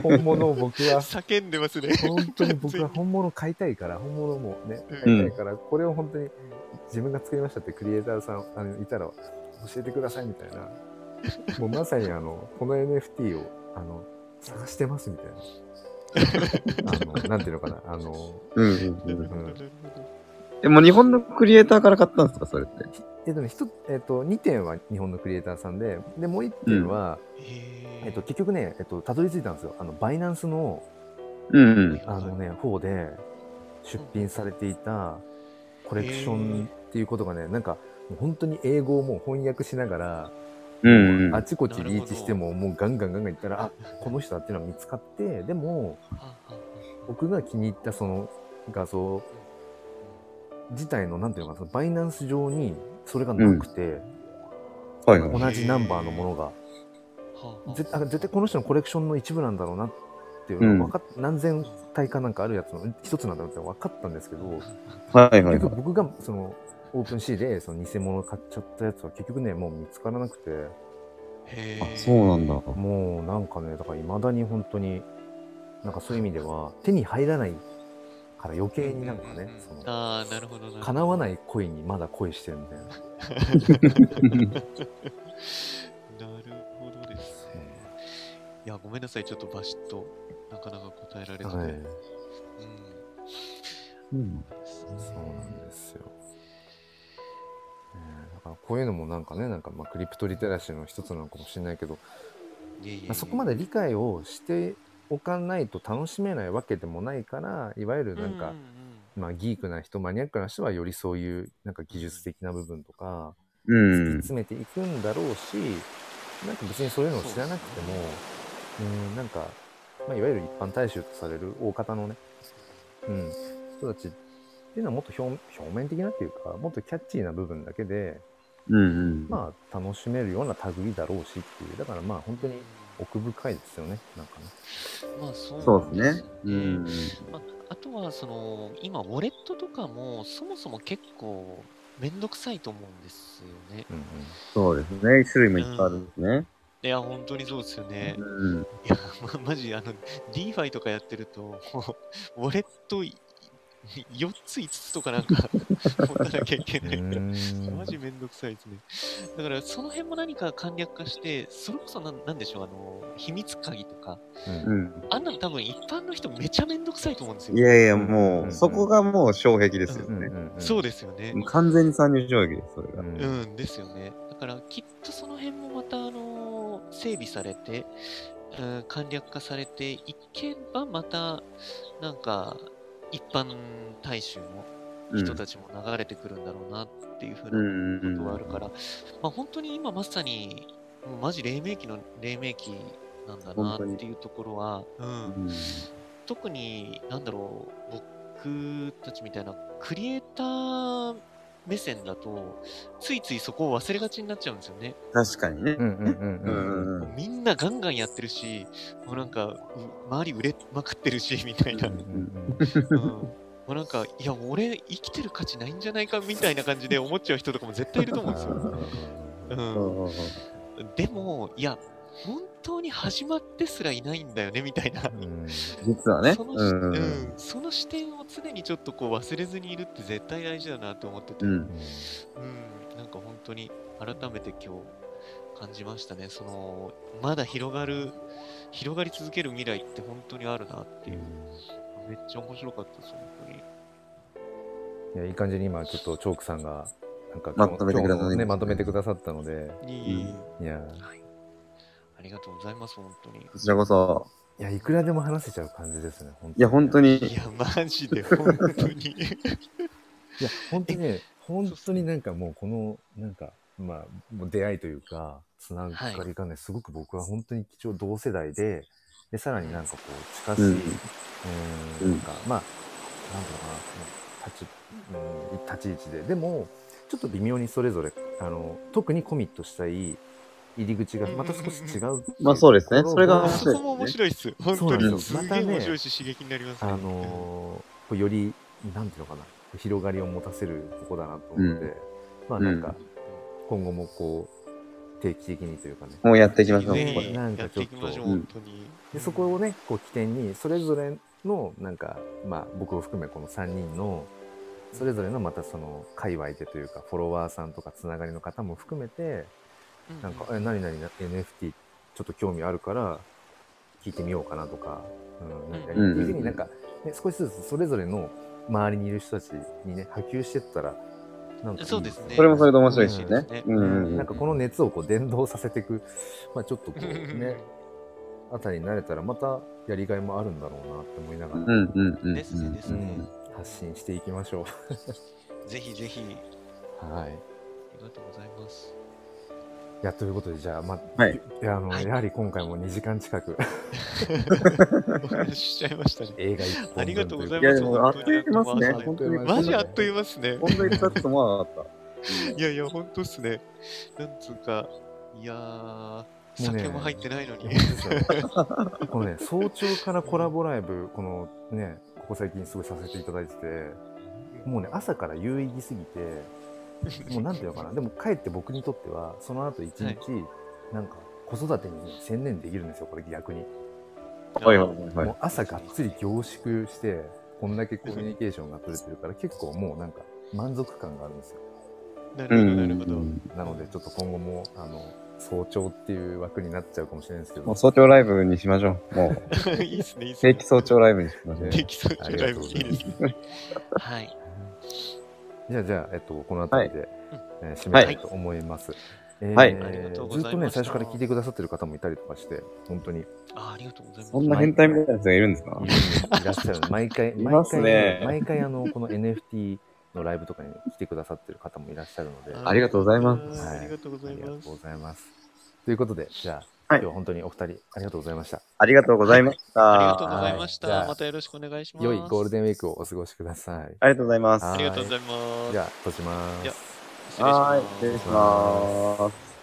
S2: 本物を僕は
S1: 叫んでますね。
S2: 本当に僕は本物買いたいから、本物もね、買
S1: うん
S2: いたいから、これを本当に自分が作りましたってクリエイターさんあのいたら教えてくださいみたいな。もうまさにあの、この NFT をあの探してますみたいな。あの、なんていうのかな、あの、
S3: うんう
S1: なんるほ
S3: うん。
S1: どなるほど
S3: でも日本のクリエイターから買ったんですか、それって。
S2: えっとね、一つえっと、2点は日本のクリエイターさんで、で、もう1点は、
S1: へー
S2: えっと、結局ね、えっと、たどり着いたんですよ。あの、バイナンスの、
S3: うんうん。
S2: あのね、方で出品されていたコレクションっていうことがね、なんかもう本当に英語をもう翻訳しながら、
S3: うんうん
S2: あ。ちこちリーチしてももうガンガンガンガンいったら、あ、この人だっていうのが見つかって、でも
S1: ああ
S2: 僕が気に入ったその画像自体のなんていうのかな、そのバイナンス上にそれがなくて、
S3: はい
S1: ん
S3: はい。
S2: 同じナンバーのものが
S1: あはあはあ
S2: 絶あ絶対この人のコレクションの一部なんだろうなっていうのが分かっ、何千体かなんかあるやつの一つなんだろうって分かったんですけど、
S3: はいはい
S2: 結
S3: は
S2: 局僕がそのオープンシーでその偽物買っちゃったやつは結局ねもう見つからなくて
S1: へ
S3: い。
S1: ー
S3: あ、そうなんだ。
S2: もうなんかねだからいまだに本当になんかそういう意味では手に入らないから余計になんか
S1: う
S2: ね
S1: う
S2: その
S1: ああ、なるほどな。
S2: 叶わ
S1: い。
S2: ない恋にまだ恋してるみたいな
S1: なるほどですね。いや、ごめんなさい。ちょっとバシッと、なかなか答えられなくて。
S2: はい
S1: うん。
S3: うん
S2: そうなんですよ、ねえだからこういうのもなんかねなんかまあクリプトリテラシーの一つなのかもしれないけど
S1: いえいえいえ
S2: まあそこまで理解をしておかないと楽しめないわけでもないからいわゆるなんか、
S1: うう
S2: まあ、ギークな人マニアックな人はよりそういうなんか技術的な部分とか
S3: う
S2: 突き
S3: ん。
S2: 詰めていくんだろうし、なんか別にそういうのを知らなくてもうんなんか、まあ、いわゆる一般大衆とされる大方のね、うん、人たちっていうのはもっと表表面的なっていうかもっとキャッチーな部分だけで、
S3: うんうん。
S2: まあ、楽しめるような類だろうしっていうだからまあ本当に奥深いですよねなんかね。
S1: まあ、そう
S3: そう
S1: なん
S3: ですね。うん。
S1: まあ、あとはその今ウォレットとかもそもそも結構めんどくさいと思うんですよね。
S2: うんうん
S3: そうですね。種類もいっぱいあるんですね。
S1: いや本当にそうですよね。
S3: うん。
S1: いやまマジあの DeFi とかやってると もうウォレットい4つ5つとかなんか 持たなきゃいけ ないから。マジめんどくさいですね。だから、その辺も何か簡略化して、それこそなん、なんでしょう、あの、秘密鍵とか、
S2: うん
S3: うん。
S1: あんなの多分一般の人めちゃめんどくさいと思うんですよ。
S3: いやいや、も
S2: うん
S3: う、そこがもう障壁ですよ
S2: うんう
S3: ね。
S2: んうん
S1: そうですよね。
S3: もう完全に参入障壁です、それ
S2: う
S3: が。
S2: ん
S1: うんですよね。だからきっとその辺もまた、あのー整備されて、うん、簡略化されていけば、また、なんか、一般大衆の人たちも流れてくるんだろうなっていうふ
S3: う
S1: うなん
S3: うんうん
S1: ことはあるから、まあ、本当に今まさに、もうマジ黎明期の黎明期なんだなっていうところは、うん、特に、なんだろう、僕たちみたいなクリエイター目線だと、ついついそこを忘れがちになっちゃうんですよね。
S3: 確かにね。
S2: うんうんうんう
S3: う
S2: んん
S3: うんう
S1: もうんみんなガンガンやってるし、もうなんか、う周り売れまくってるし、みたいな。うんもうなんか、いや、俺生きてる価値ないんじゃないか、みたいな感じで思っちゃう人とかも絶対いると思うんです よ。うん。でも、いや、本当に始まってすらいないんだよね、みたいな。
S3: 実はね。
S1: その,、
S3: う
S1: うん
S3: んうんうん
S1: その視点を常にちょっとこう忘れずにいるって絶対大事だなと思ってて、
S3: う
S1: うん
S3: ん。
S1: なんか本当に改めて今日感じましたねそのまだ広がる広がり続ける未来って本当にあるなっていう、めっちゃ面白かったです本当に
S2: いやいい感じに今ちょっとチョークさんがなんか
S3: まとめてください
S2: 今日のねまとめてくださったので
S1: いい、
S3: うん
S2: いや
S1: はい、ありがとうございます本当に
S3: こちらこそ。
S2: いやいくらでも話せちゃう感じですね
S3: いや、本当
S2: に
S1: い
S3: に。
S1: やマジで本当に
S2: いや本当にね本当になんかもうこのなんかまあもう出会いというかつながりがね、すごく僕は本当に貴重同世代ででさらになんかこう近しい、
S3: う
S2: うんん、
S3: うん
S2: なんかまあなんていうのかなもう立ち,、うん、立ち位置ででもちょっと微妙にそれぞれあの特にコミットしたい入り口がまた少し違うってい
S3: まあそうですね
S2: ところ
S3: それが面白い
S1: そこも面白いっす本当
S2: そう
S3: なん
S1: に
S2: ですよ
S1: す
S2: ま
S1: げ
S2: た
S1: え
S2: ね
S1: 面白いし刺激になりますね
S2: あのーこうよりなんていうのかな広がりを持たせるとこだなと思って、
S3: うん
S2: まあなんか、
S3: うん
S2: 今後もこう定期的にというかね
S3: もうやっていきましょう、
S1: ぜ
S3: こ
S1: ひ
S3: れ。
S2: なん
S1: や
S2: か
S1: っ
S2: ち
S1: て
S2: ょ
S1: い
S2: っ
S1: きましょう、
S2: と
S3: うん
S1: 本当に。
S2: でそこをねこう起点にそれぞれのなんかまあ僕を含めこの3人のそれぞれのまたその界隈でというかフォロワーさんとかつながりの方も含めて
S1: うん、
S2: なんか「
S1: う
S2: え何々な NFT ちょっと興味あるから聞いてみようかな」とか、うん、何々っていうふうになんか、ね、少しずつそれぞれの周りにいる人たちにね波及してったらなんかいい
S1: そうですね
S3: それもそれで面白いし
S1: うん
S3: ね。うんうん
S2: な
S3: う
S2: ん
S3: ん。
S2: かこの熱をこう伝導させてい く、まあ、ちょっとこうねあたりになれたらまたやりがいもあるんだろうなって思いながら、
S3: うんうんうん。
S1: ですねですね、
S2: 発信していきましょ
S1: ぜひぜひ
S2: う。はい。
S1: ありがとうござい ます
S2: いや、ということで、じゃあ、ま、
S3: はい
S2: いや、あの、
S1: はい
S2: やはり今回も2時間 近く
S1: お話ししちゃいま したね
S2: 映画一本分
S1: ありがとうござい
S3: い
S1: ま
S3: や、
S1: す
S3: でも、あっという間ますね。本当に。
S1: マジあっという間っすね
S3: こんなに経つと思わなかった。
S1: いやいやほんとっすねなんつうかいやー
S2: もうね
S1: 酒も入ってないの
S2: いや
S1: に。
S2: 本当ですよ このね、早朝からコラボライブ、このね、ここ最近すごいさせていただいてて、もうね、朝から有意義すぎて、もうなんていうのか な、でもかえって僕にとっては、その後一日、
S1: はい
S2: なんか子育てに専念できるんですよ、これ逆に。
S3: はいはいはいはい
S2: もう朝がっつり凝縮して、こんだけコミュニケーションが取れてるから、結構もうなんか満足感があるんですよ。
S1: な
S3: う
S1: るほど、
S3: ん
S1: なる
S3: うん
S1: ほ
S3: う
S1: ど。
S3: ん。
S2: なので、ちょっと今後も、あの、早朝っていう枠になっちゃうかもしれないですけど。
S3: もう早朝ライブにしましょう。も う、
S1: いいですね、いい ですね。
S3: 定期早朝ライブにしま しょう。
S1: 定期早
S2: あ
S1: 朝
S2: り
S1: ラ
S2: が
S1: イ
S2: とう
S1: ブ
S2: ご
S1: い
S2: ざい
S1: い
S2: ま
S1: ですすね。はい。
S2: じゃあ、じゃあ、えっと、この辺りで、えー締
S3: は
S2: め
S3: い
S2: たいと思います。えー
S3: はい
S1: ありがとうご
S2: ず
S1: ざ
S2: っ
S1: い
S2: と
S1: ま
S2: ね、
S1: した
S2: 最初から聞いてくださってる方もいたりとかして、本当にい
S1: あありがとうございます。
S3: そんな変態みたいなやつがいるんですか
S2: るいらっし ゃる。毎回、
S3: い
S2: 毎
S3: ます
S2: 回、
S3: ね
S2: 毎回、あの、この NFT のライブとかに来てくださってる方もいらっしゃるので、
S3: ありがとうございます
S1: あーありがとうござい
S2: ありが
S1: ます
S2: とうご。ざいます。ということで、じゃあ、
S3: は
S2: 今
S3: い
S2: 日は本当にお二人、ありがとうございました。
S3: ありがとうございました。
S1: ありがとうございまし
S2: はいじゃ
S1: た。
S2: あ
S1: またよろしくお願いします。
S2: 良いゴールデンウィークをお過ごしください。
S3: ありがとうございます。
S2: は
S1: ありがとうござい
S2: じゃ
S1: ま
S2: あ、閉じます
S1: いや
S2: す。
S1: す。
S3: はい、
S1: 失
S3: 失
S1: 礼
S3: 礼
S1: し
S3: し
S1: ます。
S3: ます。